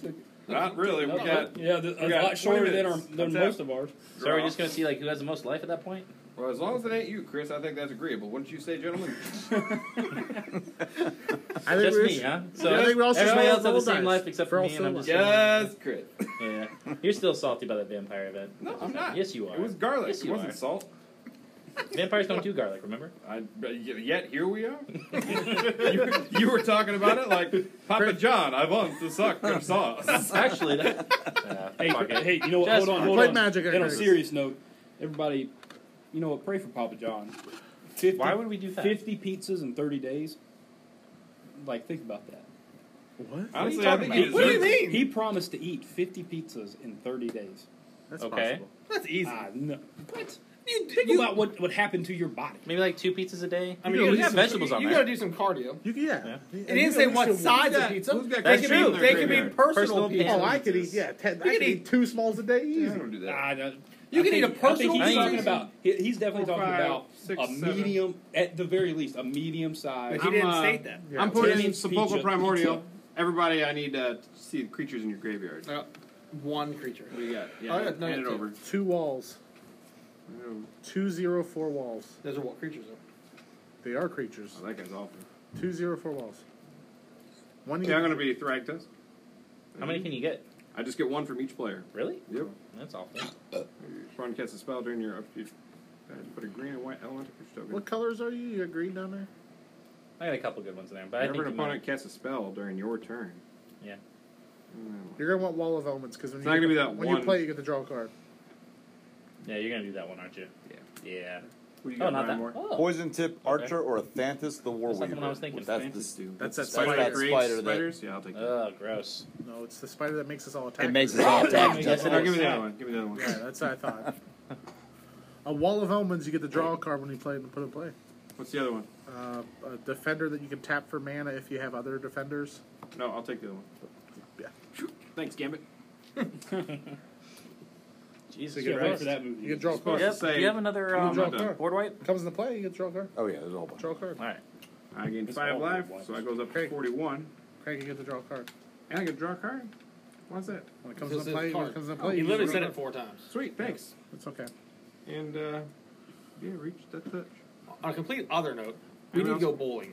Speaker 11: Not really. We got.
Speaker 4: yeah, th-
Speaker 11: we
Speaker 4: a
Speaker 11: got
Speaker 4: lot shorter
Speaker 11: 20
Speaker 4: than, our,
Speaker 11: minutes.
Speaker 4: than
Speaker 11: That's
Speaker 4: most
Speaker 11: it.
Speaker 4: of ours.
Speaker 2: So are we just gonna see like who has the most life at that point?
Speaker 1: Well, as long as it ain't you, Chris, I think that's agreeable. Wouldn't you say, gentlemen?
Speaker 3: I think
Speaker 2: Just
Speaker 3: we
Speaker 2: me, huh? So
Speaker 3: I think we all should
Speaker 2: everybody
Speaker 3: roll
Speaker 2: else has the
Speaker 3: roll
Speaker 2: same
Speaker 3: dice.
Speaker 2: life except
Speaker 3: We're
Speaker 2: for
Speaker 3: all
Speaker 2: me, and I'm
Speaker 3: solo.
Speaker 2: just
Speaker 1: Yes, Chris.
Speaker 2: yeah. You're still salty by that vampire event.
Speaker 1: No, I'm not.
Speaker 2: Yes, you are.
Speaker 1: It was garlic.
Speaker 2: Yes,
Speaker 1: it
Speaker 2: you
Speaker 1: wasn't
Speaker 2: are.
Speaker 1: salt.
Speaker 2: Vampires don't do garlic, remember?
Speaker 1: I, but y- yet here we are. you, you were talking about it like Papa John. I want to suck your sauce.
Speaker 2: Actually, that,
Speaker 4: Hey, hey, you know what?
Speaker 2: Just
Speaker 4: Hold on, hold
Speaker 3: play
Speaker 4: on.
Speaker 3: Magic,
Speaker 4: And on a
Speaker 3: Curtis.
Speaker 4: serious note, everybody, you know what? Pray for Papa John. 50,
Speaker 2: why would we do that?
Speaker 4: 50 pizzas in 30 days? Like, think about that.
Speaker 1: Honestly, I think he
Speaker 4: What do
Speaker 1: deserves.
Speaker 4: mean? He promised to eat 50 pizzas in 30 days.
Speaker 3: That's
Speaker 2: Okay.
Speaker 3: possible.
Speaker 6: That's easy.
Speaker 4: Ah, no. What? You, think about what, what happened to your body.
Speaker 2: Maybe like two pizzas a day.
Speaker 6: I mean,
Speaker 2: you,
Speaker 6: you,
Speaker 2: got
Speaker 6: gotta do
Speaker 2: vegetables
Speaker 6: some,
Speaker 2: on
Speaker 6: you,
Speaker 2: there.
Speaker 6: gotta do some cardio.
Speaker 3: You can, yeah. And
Speaker 6: It didn't say what size of pizza.
Speaker 12: Who's got
Speaker 6: They
Speaker 2: That's
Speaker 6: could
Speaker 2: true.
Speaker 6: be, they could be
Speaker 12: Personal
Speaker 6: personal,
Speaker 2: pizza.
Speaker 6: pizza.
Speaker 3: Oh, I could eat, yeah. Ten, I could eat two smalls a day
Speaker 12: I
Speaker 3: easy.
Speaker 12: don't do that.
Speaker 4: Ah, no.
Speaker 6: You
Speaker 4: I
Speaker 6: can
Speaker 4: think-
Speaker 6: eat a personal
Speaker 4: I think he's
Speaker 6: pizza.
Speaker 4: talking about. he- He's definitely
Speaker 12: Four,
Speaker 4: talking
Speaker 12: five,
Speaker 4: about
Speaker 12: six,
Speaker 4: a
Speaker 12: seven.
Speaker 4: medium, at the very least, a medium size.
Speaker 6: But he didn't
Speaker 1: I'm, uh,
Speaker 6: state that.
Speaker 3: Yeah.
Speaker 1: I'm putting in
Speaker 4: Pizza,
Speaker 1: sepulchral
Speaker 4: pizza.
Speaker 1: primordial. Everybody, I need to see the creatures in your graveyard.
Speaker 13: I got one creature.
Speaker 1: What do you got?
Speaker 13: I
Speaker 1: Yeah,
Speaker 13: got nine
Speaker 1: hand it
Speaker 13: too.
Speaker 1: over. Oh,
Speaker 3: Two walls. Two zero four walls.
Speaker 13: Those are what creatures are.
Speaker 3: They are creatures.
Speaker 1: Oh, that guy's awful.
Speaker 3: Two zero four walls. One.
Speaker 1: Yeah, I'm gonna be Thragtus.
Speaker 2: How
Speaker 1: Mm-hmm.
Speaker 2: many can you get?
Speaker 1: I just get one from each player.
Speaker 2: Really?
Speaker 1: Yep.
Speaker 2: That's awful.
Speaker 1: Spawn casts a spell during your up. You put a green and white elemental creature token.
Speaker 3: What colors are you? You got green down there.
Speaker 2: I got a couple good ones in there, but I think
Speaker 1: Whenever an
Speaker 2: you might-
Speaker 1: opponent casts a spell during your turn.
Speaker 2: Yeah.
Speaker 1: Mm.
Speaker 3: You're gonna want wall of elements because when
Speaker 1: It's
Speaker 3: you
Speaker 1: not gonna
Speaker 3: get
Speaker 1: be
Speaker 3: the-
Speaker 1: that
Speaker 3: when
Speaker 1: one.
Speaker 3: you play, you get to draw a card.
Speaker 2: Yeah, you're gonna do that one, aren't you?
Speaker 1: Yeah.
Speaker 2: Yeah.
Speaker 1: What do you
Speaker 2: Oh,
Speaker 1: got,
Speaker 2: not
Speaker 1: Brian
Speaker 2: that.
Speaker 1: Moore?
Speaker 2: Oh.
Speaker 5: Poison tip archer or a Thanthus the war
Speaker 2: That's not the
Speaker 5: weaver.
Speaker 2: one I was thinking.
Speaker 5: That's the
Speaker 1: Fantasy.
Speaker 3: That's that
Speaker 5: spider
Speaker 3: spider.
Speaker 5: that spider that
Speaker 1: Spiders? Yeah, I'll take that.
Speaker 2: Ugh, Oh, gross.
Speaker 3: No, it's the spider that makes us all attack.
Speaker 5: it makes us all attack.
Speaker 2: Yes, it
Speaker 1: No, give
Speaker 2: is.
Speaker 1: me the other one. Give me the other one.
Speaker 3: Yeah, that's what I thought. a wall of omens. You get to draw a card when you play and put in play.
Speaker 1: What's the other one?
Speaker 3: Uh, a defender that you can tap for mana if you have other defenders.
Speaker 1: No, I'll take the other one.
Speaker 3: Yeah.
Speaker 1: Thanks, Gambit.
Speaker 2: Jesus
Speaker 4: Can't wait
Speaker 2: Christ.
Speaker 4: for that
Speaker 3: You
Speaker 4: movie.
Speaker 3: can draw a
Speaker 1: supposed
Speaker 3: card.
Speaker 1: to
Speaker 2: Yep.
Speaker 1: say-
Speaker 2: Do you have another
Speaker 1: I'm
Speaker 2: um,
Speaker 1: not done.
Speaker 2: board wipe?
Speaker 3: Comes into play. You get to draw a card.
Speaker 5: Oh yeah, there's a whole bunch.
Speaker 3: Draw a card.
Speaker 2: All right.
Speaker 1: I gain
Speaker 4: It's
Speaker 1: five
Speaker 4: all
Speaker 1: life,
Speaker 4: one.
Speaker 1: so I goes up
Speaker 3: Okay.
Speaker 1: to 41.
Speaker 3: Craig, you get to draw a card.
Speaker 1: And I can draw a card. Why's that?
Speaker 3: When it comes
Speaker 13: Because
Speaker 3: into
Speaker 13: it's
Speaker 3: play, when
Speaker 13: card.
Speaker 3: it comes into play,
Speaker 6: He
Speaker 3: you
Speaker 6: literally
Speaker 3: just
Speaker 6: said
Speaker 3: draw a
Speaker 6: it four times.
Speaker 1: Sweet, thanks.
Speaker 3: card. It's okay.
Speaker 1: And, uh, yeah, reach that touch.
Speaker 6: On a complete other note, we need to go bowling.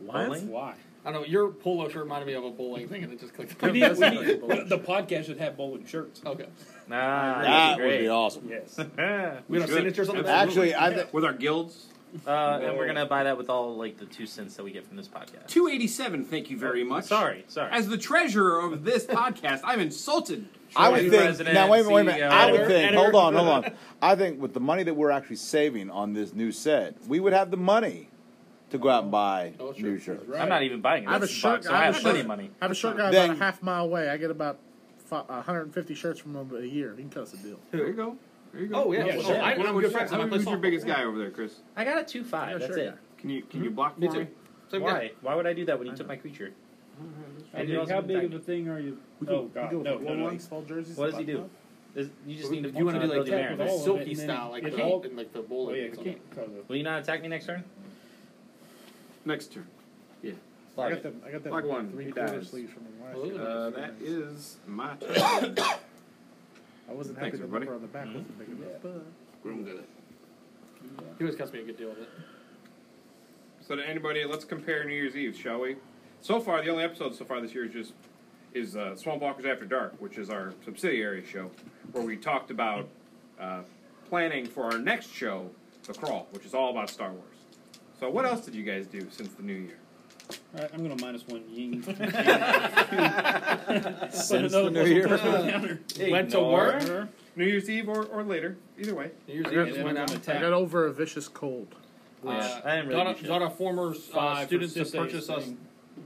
Speaker 2: Bowling?
Speaker 4: Why?
Speaker 6: I know your polo shirt reminded me of a bowling thing, and it just clicked.
Speaker 4: We need, we need, the podcast should have bowling shirts.
Speaker 6: Okay.
Speaker 2: Nah,
Speaker 5: That
Speaker 2: that'd
Speaker 5: would be
Speaker 2: be
Speaker 5: awesome.
Speaker 4: Yes.
Speaker 2: great.
Speaker 6: Ah, We don't have signatures on the back.
Speaker 5: Actually, I th-
Speaker 1: With our guilds.
Speaker 2: Uh, and we're gonna buy that with all like the two cents that we get from this podcast.
Speaker 12: 287, thank you
Speaker 1: Oh,
Speaker 12: very much.
Speaker 2: Sorry, sorry.
Speaker 12: As the treasurer of this podcast, I'm insulted.
Speaker 5: I would
Speaker 2: Sure.
Speaker 5: think.
Speaker 2: President,
Speaker 5: Now wait a minute, wait a minute.
Speaker 2: CEO.
Speaker 5: I would
Speaker 2: Editor,
Speaker 5: think.
Speaker 2: editor.
Speaker 5: Hold on, hold on. I think with the money that we're actually saving on this new set, we would have the money to go out and buy
Speaker 13: Oh, sure.
Speaker 5: new shirts.
Speaker 2: I'm not even buying it.
Speaker 3: I have a
Speaker 2: That's
Speaker 3: shirt.
Speaker 2: box, so I have
Speaker 3: shirt-
Speaker 2: plenty of money.
Speaker 3: I have a shirt guy
Speaker 5: Then-
Speaker 3: about a half mile away. I get about fi- 150 shirts from him a year. He can cut us a deal.
Speaker 1: There you go. There you go.
Speaker 6: Oh, yeah,
Speaker 1: What's
Speaker 6: sure.
Speaker 1: your-
Speaker 6: I- I'm
Speaker 1: what's
Speaker 6: good
Speaker 1: your-
Speaker 6: friends, I
Speaker 1: how-
Speaker 6: play
Speaker 1: Who's your
Speaker 6: softball.
Speaker 1: biggest guy over there, Chris?
Speaker 2: I got a two five.
Speaker 3: Yeah,
Speaker 2: that's
Speaker 3: sure,
Speaker 2: it.
Speaker 3: yeah.
Speaker 1: Can you can you block
Speaker 6: Hmm? Me
Speaker 1: for me?
Speaker 6: too. Same
Speaker 2: Why?
Speaker 6: guy.
Speaker 2: Why would I do that when you took my creature? And you also
Speaker 4: how
Speaker 2: didn't
Speaker 4: big
Speaker 2: tag
Speaker 4: of a
Speaker 2: me.
Speaker 4: thing are you?
Speaker 3: We
Speaker 4: Oh God,
Speaker 3: do
Speaker 4: no, no,
Speaker 3: one
Speaker 4: no.
Speaker 3: one small jerseys.
Speaker 2: What does he
Speaker 3: about-
Speaker 2: do? Is- you just need to.
Speaker 6: You wanna do, like,
Speaker 2: functionality
Speaker 4: tech with
Speaker 2: mariners.
Speaker 4: all- of it,
Speaker 6: silky
Speaker 4: and then
Speaker 6: style, like
Speaker 4: it
Speaker 6: the
Speaker 4: all-
Speaker 6: and like the
Speaker 4: Oh
Speaker 6: bowling.
Speaker 4: yeah,
Speaker 6: or
Speaker 4: I
Speaker 6: something.
Speaker 4: can't cover the-
Speaker 2: Will you not attack me next turn?
Speaker 1: Next turn.
Speaker 3: I
Speaker 2: Fuck
Speaker 3: got
Speaker 2: it.
Speaker 3: them. I got them.
Speaker 1: Like one,
Speaker 3: Three
Speaker 1: he
Speaker 3: quarter
Speaker 1: dies.
Speaker 3: sleeves from him last
Speaker 6: Well,
Speaker 3: year.
Speaker 1: Uh, that is my turn.
Speaker 3: I wasn't
Speaker 1: Thanks,
Speaker 3: happy the
Speaker 1: everybody.
Speaker 3: number on the back wasn't big enough, but
Speaker 6: He always cuts me a good deal of it.
Speaker 1: so to anybody, let's compare New Year's Eve, shall we? So far, the only episode so far this year is just is uh, Swamp Walkers After Dark, which is our subsidiary show, where we talked about uh, planning for our next show, The Crawl, which is all about Star Wars. So what else did you guys do since the New Year?
Speaker 4: All right, I'm gonna minus one ying.
Speaker 5: Since the New Year,
Speaker 6: Went to work.
Speaker 1: New Year's Eve or, or later, either way.
Speaker 6: New Year's Eve just
Speaker 4: then
Speaker 6: went
Speaker 4: I'm
Speaker 6: out.
Speaker 4: gonna
Speaker 3: I
Speaker 4: attack.
Speaker 3: got over a vicious cold.
Speaker 6: Uh,
Speaker 2: I didn't really
Speaker 6: got,
Speaker 2: do
Speaker 6: a,
Speaker 2: shit.
Speaker 6: got our former uh,
Speaker 4: Five
Speaker 6: students to
Speaker 4: for six days
Speaker 6: purchase us
Speaker 4: thing.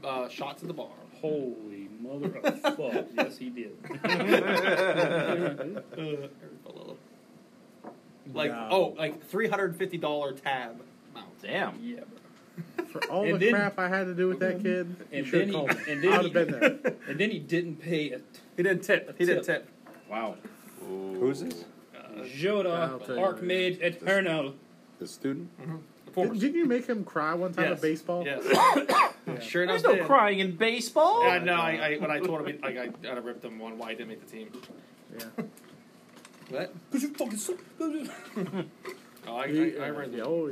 Speaker 6: uh, shots at the bar.
Speaker 4: Holy mother of fuck! Yes, he did.
Speaker 2: Oh,
Speaker 6: Uh. Like oh, like three hundred fifty dollar tab.
Speaker 2: Damn.
Speaker 4: Yeah,
Speaker 3: For all
Speaker 4: And
Speaker 3: the
Speaker 4: then-
Speaker 3: crap I had to do with that kid, you
Speaker 4: and
Speaker 3: should have
Speaker 4: then he,
Speaker 3: called me.
Speaker 4: and
Speaker 3: I'd
Speaker 4: then
Speaker 3: have been
Speaker 4: he,
Speaker 3: there.
Speaker 4: and then he didn't pay a
Speaker 6: He didn't tip. He didn't tip.
Speaker 1: Wow.
Speaker 5: who's this?
Speaker 3: I'll
Speaker 4: Joda
Speaker 3: tell you what
Speaker 4: Archmage Eternal.
Speaker 5: The student.
Speaker 2: Uh,
Speaker 6: The former.
Speaker 3: Did, didn't you make him cry one time
Speaker 6: Yes.
Speaker 3: at baseball?
Speaker 6: Yes. Sure enough.
Speaker 2: There's no
Speaker 6: did.
Speaker 2: crying in baseball.
Speaker 6: Yeah, no, I, I, when I told him, like, I, I ripped him one why he didn't make the team.
Speaker 3: Yeah.
Speaker 6: What? Because you fucking suck. oh, I, I,
Speaker 3: He-
Speaker 6: I ran
Speaker 3: yeah,
Speaker 6: the.
Speaker 3: oh,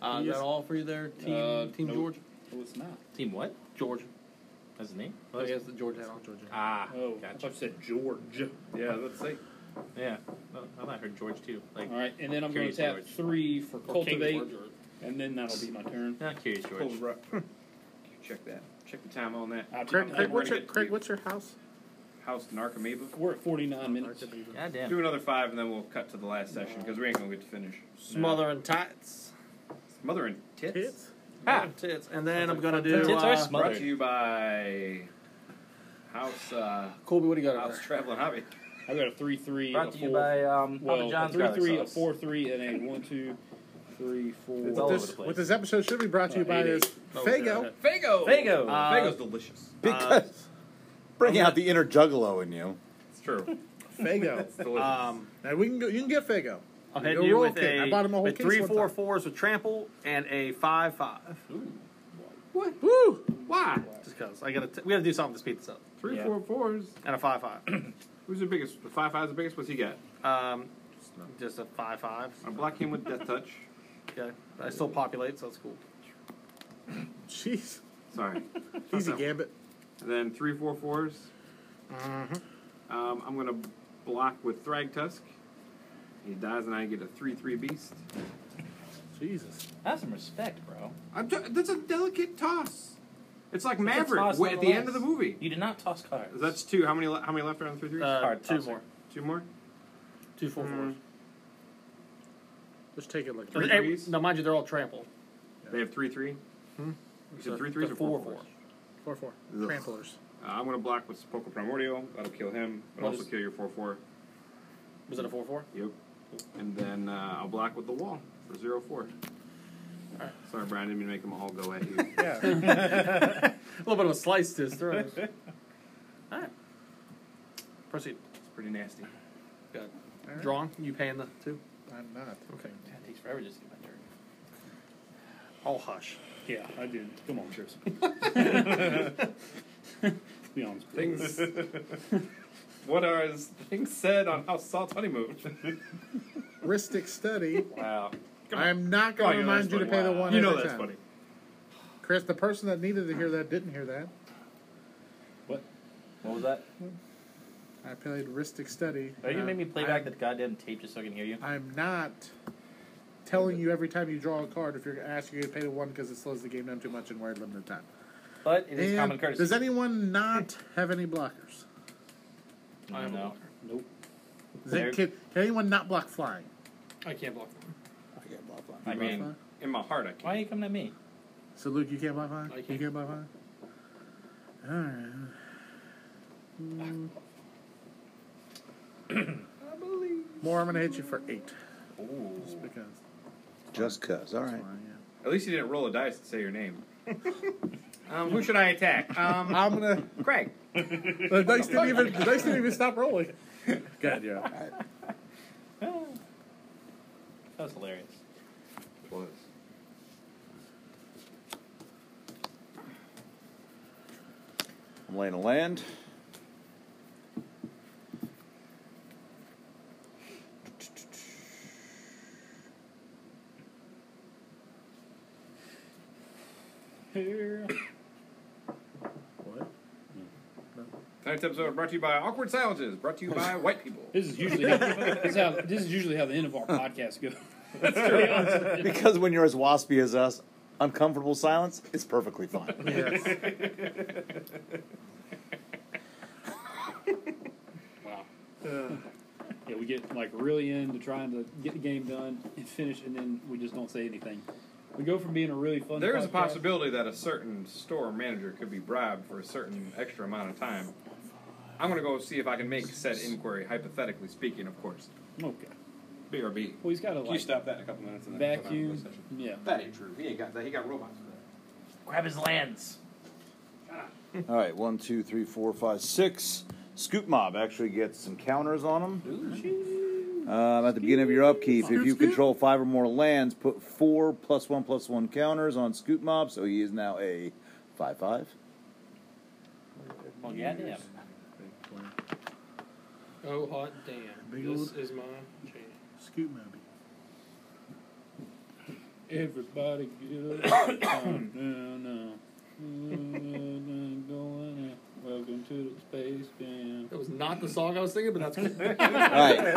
Speaker 6: Uh,
Speaker 3: He
Speaker 6: is
Speaker 3: is-
Speaker 6: that all for you there, Team,
Speaker 4: Uh,
Speaker 6: team
Speaker 4: nope.
Speaker 6: George?
Speaker 4: Oh, it's not.
Speaker 2: Team what?
Speaker 6: George.
Speaker 2: That's his name.
Speaker 6: Oh, he has the George hat on.
Speaker 2: Ah,
Speaker 4: Oh, I
Speaker 2: gotcha.
Speaker 4: thought you said George.
Speaker 1: Yeah, let's see.
Speaker 2: Yeah. No, I thought I heard George too. Like,
Speaker 4: All right, and then I'm going to
Speaker 2: Curious
Speaker 4: tap
Speaker 2: George.
Speaker 4: three for
Speaker 14: Or King
Speaker 4: cultivate,
Speaker 14: George, or-
Speaker 4: and then that'll be my turn.
Speaker 2: not curious George.
Speaker 14: Pull the ru- Check that. Check the time on that.
Speaker 4: I'll
Speaker 3: Craig,
Speaker 4: tap-
Speaker 3: Craig, what's
Speaker 14: we're
Speaker 3: your,
Speaker 14: gonna get
Speaker 3: Craig,
Speaker 14: to-
Speaker 3: what's your house?
Speaker 14: House Narcomoeba.
Speaker 4: We're at 49 minutes.
Speaker 2: God damn.
Speaker 14: Do another five, and then we'll cut to the last session because we ain't gonna get to finish.
Speaker 6: Smother and tots.
Speaker 14: Mother and tits.
Speaker 3: Kids?
Speaker 6: Ah. Tits. And then I'm gonna do.
Speaker 2: Tits are
Speaker 6: Uh,
Speaker 14: Brought to
Speaker 2: smothered.
Speaker 14: you by House uh,
Speaker 6: Colby, what do you got? Over
Speaker 14: House
Speaker 6: there?
Speaker 14: Traveling Hobby.
Speaker 4: I got a three, three,
Speaker 2: Brought
Speaker 4: a
Speaker 2: to
Speaker 4: four,
Speaker 2: you by um,
Speaker 4: well,
Speaker 2: Papa
Speaker 4: a
Speaker 2: John's
Speaker 4: three,
Speaker 2: garlic
Speaker 4: three, a
Speaker 2: sauce.
Speaker 4: four, three, and a one, two, three, four.
Speaker 2: It's all
Speaker 3: What
Speaker 2: over
Speaker 3: this,
Speaker 2: the place.
Speaker 3: what this episode should be brought to you
Speaker 4: Oh,
Speaker 3: by
Speaker 4: eighty.
Speaker 3: is
Speaker 6: Oh,
Speaker 3: Fago.
Speaker 6: yeah.
Speaker 14: Fago.
Speaker 2: Fago.
Speaker 6: Uh,
Speaker 14: Fago's delicious.
Speaker 5: Because bring out the inner juggalo in you.
Speaker 14: It's true.
Speaker 3: Fago.
Speaker 14: It's delicious.
Speaker 6: Um,
Speaker 3: now we can go, you can get Fago.
Speaker 6: I'm
Speaker 3: Go
Speaker 6: hitting you
Speaker 3: roll
Speaker 6: with
Speaker 3: kick.
Speaker 6: a,
Speaker 3: I bought him a whole
Speaker 6: with
Speaker 3: case
Speaker 6: three
Speaker 3: one
Speaker 6: four
Speaker 3: time.
Speaker 6: fours with trample and a five five.
Speaker 1: What?
Speaker 3: Woo!
Speaker 1: Why?
Speaker 6: Just because I gotta, t- we gotta do something to speed this up.
Speaker 1: Three
Speaker 2: Yeah.
Speaker 1: four fours.
Speaker 6: And a five five.
Speaker 1: Who's the biggest? The five five's the biggest. What's he got?
Speaker 6: Um, just a five five.
Speaker 1: I block him with death touch.
Speaker 6: Okay, but I still populate, so that's cool.
Speaker 3: Jeez.
Speaker 1: Sorry.
Speaker 3: Easy gambit.
Speaker 1: And then three four fours. Um, I'm gonna block with Thrag Tusk. He dies, and I get a three three beast.
Speaker 3: Jesus.
Speaker 2: Have some respect, bro.
Speaker 1: I'm t- that's a delicate toss. It's like
Speaker 2: a
Speaker 1: Maverick
Speaker 2: toss
Speaker 1: wa- at the end of
Speaker 2: nonetheless.
Speaker 1: the movie.
Speaker 2: You did not toss cards.
Speaker 1: That's two. How many? Le- how many left are on three threes?
Speaker 6: Uh,
Speaker 2: Hard
Speaker 6: two
Speaker 2: tosser.
Speaker 6: more,
Speaker 1: two more.
Speaker 6: two four fours.
Speaker 3: Let's take it like
Speaker 1: Three
Speaker 6: Mm. Hey,
Speaker 1: threes?
Speaker 6: no, mind you, they're all trample.
Speaker 1: They have three three. You said
Speaker 6: So
Speaker 1: three threes
Speaker 6: they're
Speaker 1: or four
Speaker 6: four.
Speaker 1: fours?
Speaker 3: four four.
Speaker 1: Ugh.
Speaker 3: Tramplers.
Speaker 1: Uh, I'm gonna block with Sepulchre Primordial.
Speaker 14: That'll kill him. But
Speaker 6: What
Speaker 14: also
Speaker 6: is-
Speaker 14: kill your four four.
Speaker 6: Was it a four four?
Speaker 1: Yep. And then uh, I'll block with the wall for zero four. Sorry, Brian. Didn't mean to make them all go at you.
Speaker 3: Yeah.
Speaker 6: A little bit of a slice to his throat. all right, proceed.
Speaker 14: It's pretty nasty.
Speaker 6: Good.
Speaker 3: All right.
Speaker 6: Drawn. You paying the two?
Speaker 3: I'm not.
Speaker 6: Okay.
Speaker 2: That takes forever just to get my turn.
Speaker 6: All hush.
Speaker 4: Yeah, I did. Come on, Chris. be honest.
Speaker 14: Things. what are his things said on House Salt Honeymoon?
Speaker 3: Ristic study.
Speaker 2: Wow.
Speaker 3: I'm not
Speaker 14: Oh,
Speaker 3: going
Speaker 14: you
Speaker 3: to
Speaker 14: know
Speaker 3: remind
Speaker 14: that's
Speaker 3: you to
Speaker 14: funny.
Speaker 3: pay the one.
Speaker 14: You know
Speaker 3: every
Speaker 14: that's
Speaker 3: time.
Speaker 14: funny.
Speaker 3: Chris, the person that needed to hear that didn't hear that.
Speaker 2: What was that?
Speaker 3: I played Ristic study.
Speaker 2: Oh, you
Speaker 3: Uh,
Speaker 2: made me play
Speaker 3: I-
Speaker 2: back that goddamn tape just so I can hear you.
Speaker 3: I'm not telling you every time you draw a card if you're asking you to pay the one because it slows the game down too much and we're at limited time.
Speaker 2: But it is
Speaker 3: And
Speaker 2: common courtesy.
Speaker 3: Does anyone not have any blockers?
Speaker 2: I don't know.
Speaker 4: Nope.
Speaker 3: Does it-
Speaker 2: There-
Speaker 3: can, can anyone not block flying?
Speaker 6: I can't block.
Speaker 2: I
Speaker 3: Block
Speaker 2: mean,
Speaker 3: flying?
Speaker 14: In my heart, I can't.
Speaker 2: why are you coming at me?
Speaker 3: So Luke, you can't block flying. You can't block flying. All right. More, I'm gonna hit you for eight
Speaker 2: Ooh.
Speaker 3: because
Speaker 5: Just cuz. All right.
Speaker 3: flying, yeah.
Speaker 14: At least you didn't roll a dice to say your name. um, who should I attack? Um,
Speaker 3: I'm gonna.
Speaker 14: Greg.
Speaker 3: The dice didn't even. The dice didn't even stop rolling. God, yeah.
Speaker 2: That was hilarious.
Speaker 14: Was.
Speaker 5: I'm laying a land.
Speaker 14: Tonight's episode brought to you by Awkward Silences, brought to you by white people.
Speaker 4: This is usually how, this, is how, this is usually how the end of our podcast goes.
Speaker 5: Because when you're as waspy as us, uncomfortable silence is perfectly fine.
Speaker 3: Yes.
Speaker 4: Yeah, we get like really into trying to get the game done and finish, and then we just don't say anything. We go from being a really fun.
Speaker 14: There is a
Speaker 4: podcast-
Speaker 14: possibility that a certain store manager could be bribed for a certain extra amount of time. I'm going to go see if I can make said inquiry, hypothetically speaking, of course.
Speaker 4: Okay.
Speaker 14: BRB.
Speaker 4: Oh, Well, he's got to
Speaker 14: Can you
Speaker 4: like
Speaker 14: stop that in a couple minutes? And then
Speaker 4: vacuum. Yeah.
Speaker 14: That ain't true. He ain't got that. He got robots for that.
Speaker 2: Grab his lands.
Speaker 5: All right. One, two, three, four, five, six. Scoop Mob actually gets some counters on them. Um, at the beginning of your upkeep, if you control five or more lands, put four plus one plus one counters on Scoop Mob, so he is now a five five.
Speaker 2: Well, yeah, damn.
Speaker 7: Oh, hot damn.
Speaker 3: Big
Speaker 7: this
Speaker 3: old-
Speaker 7: is my change.
Speaker 3: Scoot movie.
Speaker 4: Everybody get up. no, no. Going out. Well, Welcome to the space jam.
Speaker 8: That was not the song I was singing, but that's cool.
Speaker 5: All right.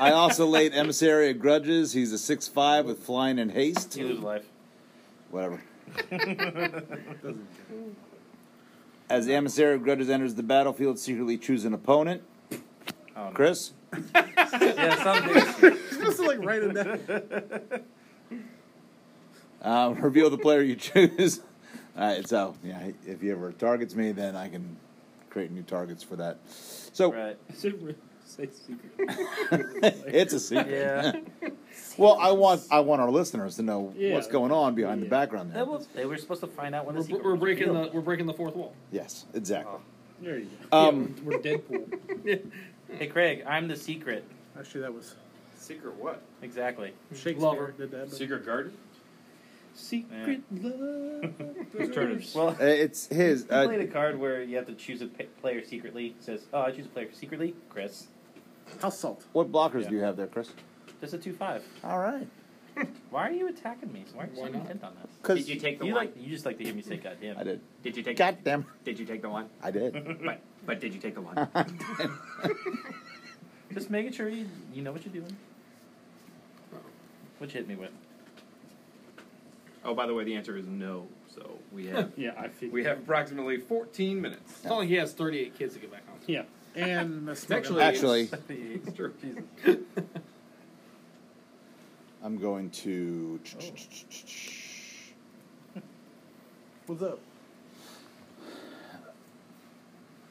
Speaker 5: I also laid Emissary of Grudges. He's a six five with flying and haste.
Speaker 2: You lose life.
Speaker 5: Whatever. As the Emissary of Grudges enters the battlefield, secretly choose an opponent. Chris?
Speaker 2: yeah, something.
Speaker 3: This is like right in that.
Speaker 5: Um, reveal the player you choose. All right, so yeah, if he ever targets me, then I can create new targets for that. So
Speaker 2: Right.
Speaker 4: Is it real? Say secret.
Speaker 5: it's a secret.
Speaker 2: Yeah.
Speaker 5: Well, I want I want our listeners to know
Speaker 4: Yeah.
Speaker 5: what's going on behind the
Speaker 4: Yeah.
Speaker 5: background
Speaker 2: They
Speaker 5: there.
Speaker 2: will- they were supposed to find out when the
Speaker 8: we're,
Speaker 2: secret
Speaker 8: we're
Speaker 2: was
Speaker 8: breaking
Speaker 2: revealed.
Speaker 8: the we're breaking the fourth wall.
Speaker 5: Yes,
Speaker 14: Oh.
Speaker 5: exactly.
Speaker 4: There you go.
Speaker 5: Um,
Speaker 4: yeah, we're, we're Deadpool.
Speaker 2: Hey, Craig, I'm the secret.
Speaker 3: Actually, that was
Speaker 14: Secret what?
Speaker 2: Exactly.
Speaker 3: Shakespeare
Speaker 8: Glover.
Speaker 3: did that. but-
Speaker 14: Secret garden?
Speaker 4: Secret love.
Speaker 2: Well,
Speaker 5: uh, it's his.
Speaker 2: I played a
Speaker 5: Uh,
Speaker 2: card where you have to choose a p- player secretly. It says, "Oh, I choose a player secretly." Chris,
Speaker 3: House salt.
Speaker 5: what blockers do you have there, Chris?
Speaker 2: just a two five.
Speaker 5: All right,
Speaker 2: Why are you attacking me? Why are you
Speaker 4: Why
Speaker 2: so
Speaker 4: not?
Speaker 2: intent on this?
Speaker 5: because
Speaker 15: Did you take the
Speaker 2: You
Speaker 15: one?
Speaker 2: like you just like to hear me say "goddamn."
Speaker 5: I did.
Speaker 15: did you take?
Speaker 5: God damn,
Speaker 15: Did you take the one?
Speaker 5: I did.
Speaker 15: But but did you take the one?
Speaker 2: Just making sure you, you know what you're doing. What you hit me with?
Speaker 14: Oh, by the way, the answer is no. So we have
Speaker 4: Yeah, I figured.
Speaker 14: we have approximately 14 minutes.
Speaker 8: It's not like he has 38 kids to get back home.
Speaker 4: Yeah.
Speaker 3: And the smoking
Speaker 14: actually-
Speaker 5: Actually,
Speaker 14: It's true.
Speaker 5: I'm going to.
Speaker 3: pot. What's up?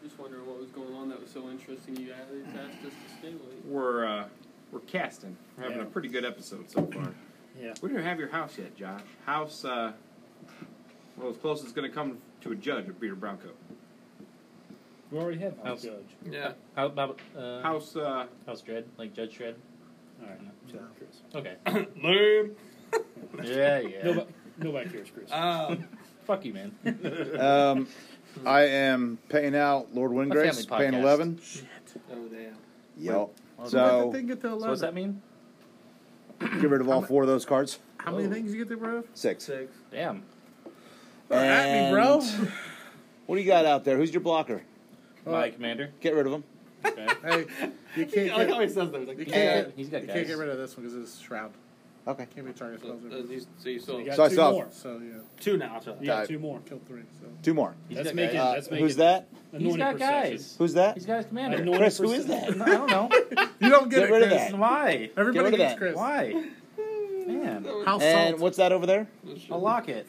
Speaker 7: Just wondering what was going on that was so interesting. You guys asked us to stay late.
Speaker 14: We're uh, we're casting. We're having a
Speaker 4: Yeah.
Speaker 14: pretty good episode so far.
Speaker 4: Yeah.
Speaker 14: We don't have your house yet, Josh. House. Uh, well, as close as it's going to come to a judge of Peter Bronco.
Speaker 4: Uh-huh. We already have a
Speaker 2: House.
Speaker 4: judge.
Speaker 7: Yeah.
Speaker 2: How about uh,
Speaker 14: House. Uh,
Speaker 2: House Dread, like Judge Dread?
Speaker 4: All right.
Speaker 3: No.
Speaker 2: Okay.
Speaker 4: Lame.
Speaker 2: yeah, yeah.
Speaker 4: Nobody, nobody cares, Chris.
Speaker 6: Ah.
Speaker 8: Um,
Speaker 2: Fuck you, man. Oh.
Speaker 5: Um, I am paying out Lord Wingrace,
Speaker 2: family
Speaker 5: paying
Speaker 2: podcast.
Speaker 5: eleven.
Speaker 7: Oh damn.
Speaker 5: Yep.
Speaker 3: How did
Speaker 5: So
Speaker 3: that thing get
Speaker 2: so
Speaker 3: to 11?
Speaker 2: what's that mean?
Speaker 5: get rid of all four of those cards.
Speaker 3: How many things you get to bro?
Speaker 5: Six.
Speaker 7: Six.
Speaker 2: Damn.
Speaker 3: at me, bro.
Speaker 5: And What do you got out there? Who's your blocker?
Speaker 2: My commander.
Speaker 5: Get rid of him.
Speaker 2: Okay.
Speaker 3: Hey, you can't
Speaker 8: I like how
Speaker 3: get,
Speaker 8: he says that. He's
Speaker 3: you
Speaker 8: Like,
Speaker 5: Yeah.
Speaker 3: can't get,
Speaker 2: He's got
Speaker 3: you
Speaker 2: guys.
Speaker 3: can't get rid of this one because it's shroud.
Speaker 5: Okay.
Speaker 3: Can't be target
Speaker 7: So,
Speaker 3: spells.
Speaker 7: uh, these- so you still
Speaker 4: You got
Speaker 5: so I
Speaker 4: two
Speaker 5: saw-
Speaker 4: more.
Speaker 3: So yeah,
Speaker 8: two now. I'll tell you.
Speaker 4: You got
Speaker 5: Alright.
Speaker 4: two more.
Speaker 3: kill three. So
Speaker 5: Two more.
Speaker 4: That's
Speaker 2: got
Speaker 4: making.
Speaker 2: guys.
Speaker 5: Uh,
Speaker 4: That's making.
Speaker 5: who's that?
Speaker 2: He's
Speaker 4: Anointed
Speaker 2: got
Speaker 4: procession.
Speaker 2: guys.
Speaker 5: Who's that?
Speaker 2: He's got his commander.
Speaker 4: Anointed
Speaker 5: Chris, who is
Speaker 4: procession.
Speaker 5: that?
Speaker 2: I don't know.
Speaker 3: you don't get,
Speaker 5: Get
Speaker 3: it,
Speaker 5: rid of
Speaker 3: Chris.
Speaker 5: that.
Speaker 2: Why?
Speaker 3: Everybody
Speaker 5: Get rid of
Speaker 3: gets
Speaker 5: that.
Speaker 3: Chris.
Speaker 2: Why? Man,
Speaker 3: House
Speaker 5: And
Speaker 3: salt.
Speaker 5: what's that over there?
Speaker 2: a locket.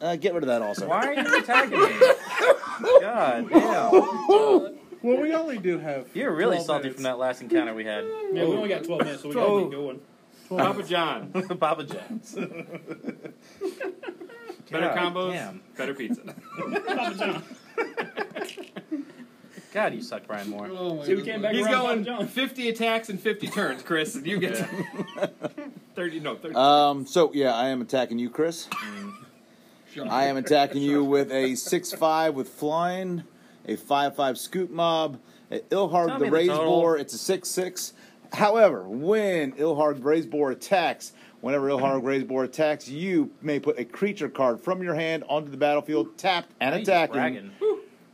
Speaker 5: Uh, get rid of that also.
Speaker 2: Why are you attacking me? God damn.
Speaker 3: Well, we only do have.
Speaker 2: You're really
Speaker 3: 12
Speaker 2: salty
Speaker 3: minutes.
Speaker 2: from that last encounter we had.
Speaker 4: Yeah, we only got twelve minutes, so we gotta
Speaker 2: Oh.
Speaker 4: keep going.
Speaker 14: Papa John.
Speaker 2: Papa John's.
Speaker 14: Better
Speaker 2: God
Speaker 14: combos.
Speaker 2: damn.
Speaker 14: Better pizza.
Speaker 2: God, you suck, Brian Moore.
Speaker 7: Oh my
Speaker 4: See, we came back
Speaker 14: He's going
Speaker 4: around Papa John.
Speaker 14: 50 attacks and 50 turns, Chris. And you get 30. No, 30.
Speaker 5: Um, so yeah, I am attacking you, Chris. I am attacking you with a six-five with flying, a five-five scoop mob, a
Speaker 2: Tell
Speaker 5: Ilhard
Speaker 2: me
Speaker 5: the
Speaker 2: the
Speaker 5: Raise
Speaker 2: total.
Speaker 5: Boar. It's a six-six. However, when Ilhard the Raise Boar attacks, whenever Ilhard the Raise Boar attacks, you may put a creature card from your hand onto the battlefield, tapped and
Speaker 2: Now you're
Speaker 5: attacking.
Speaker 2: bragging.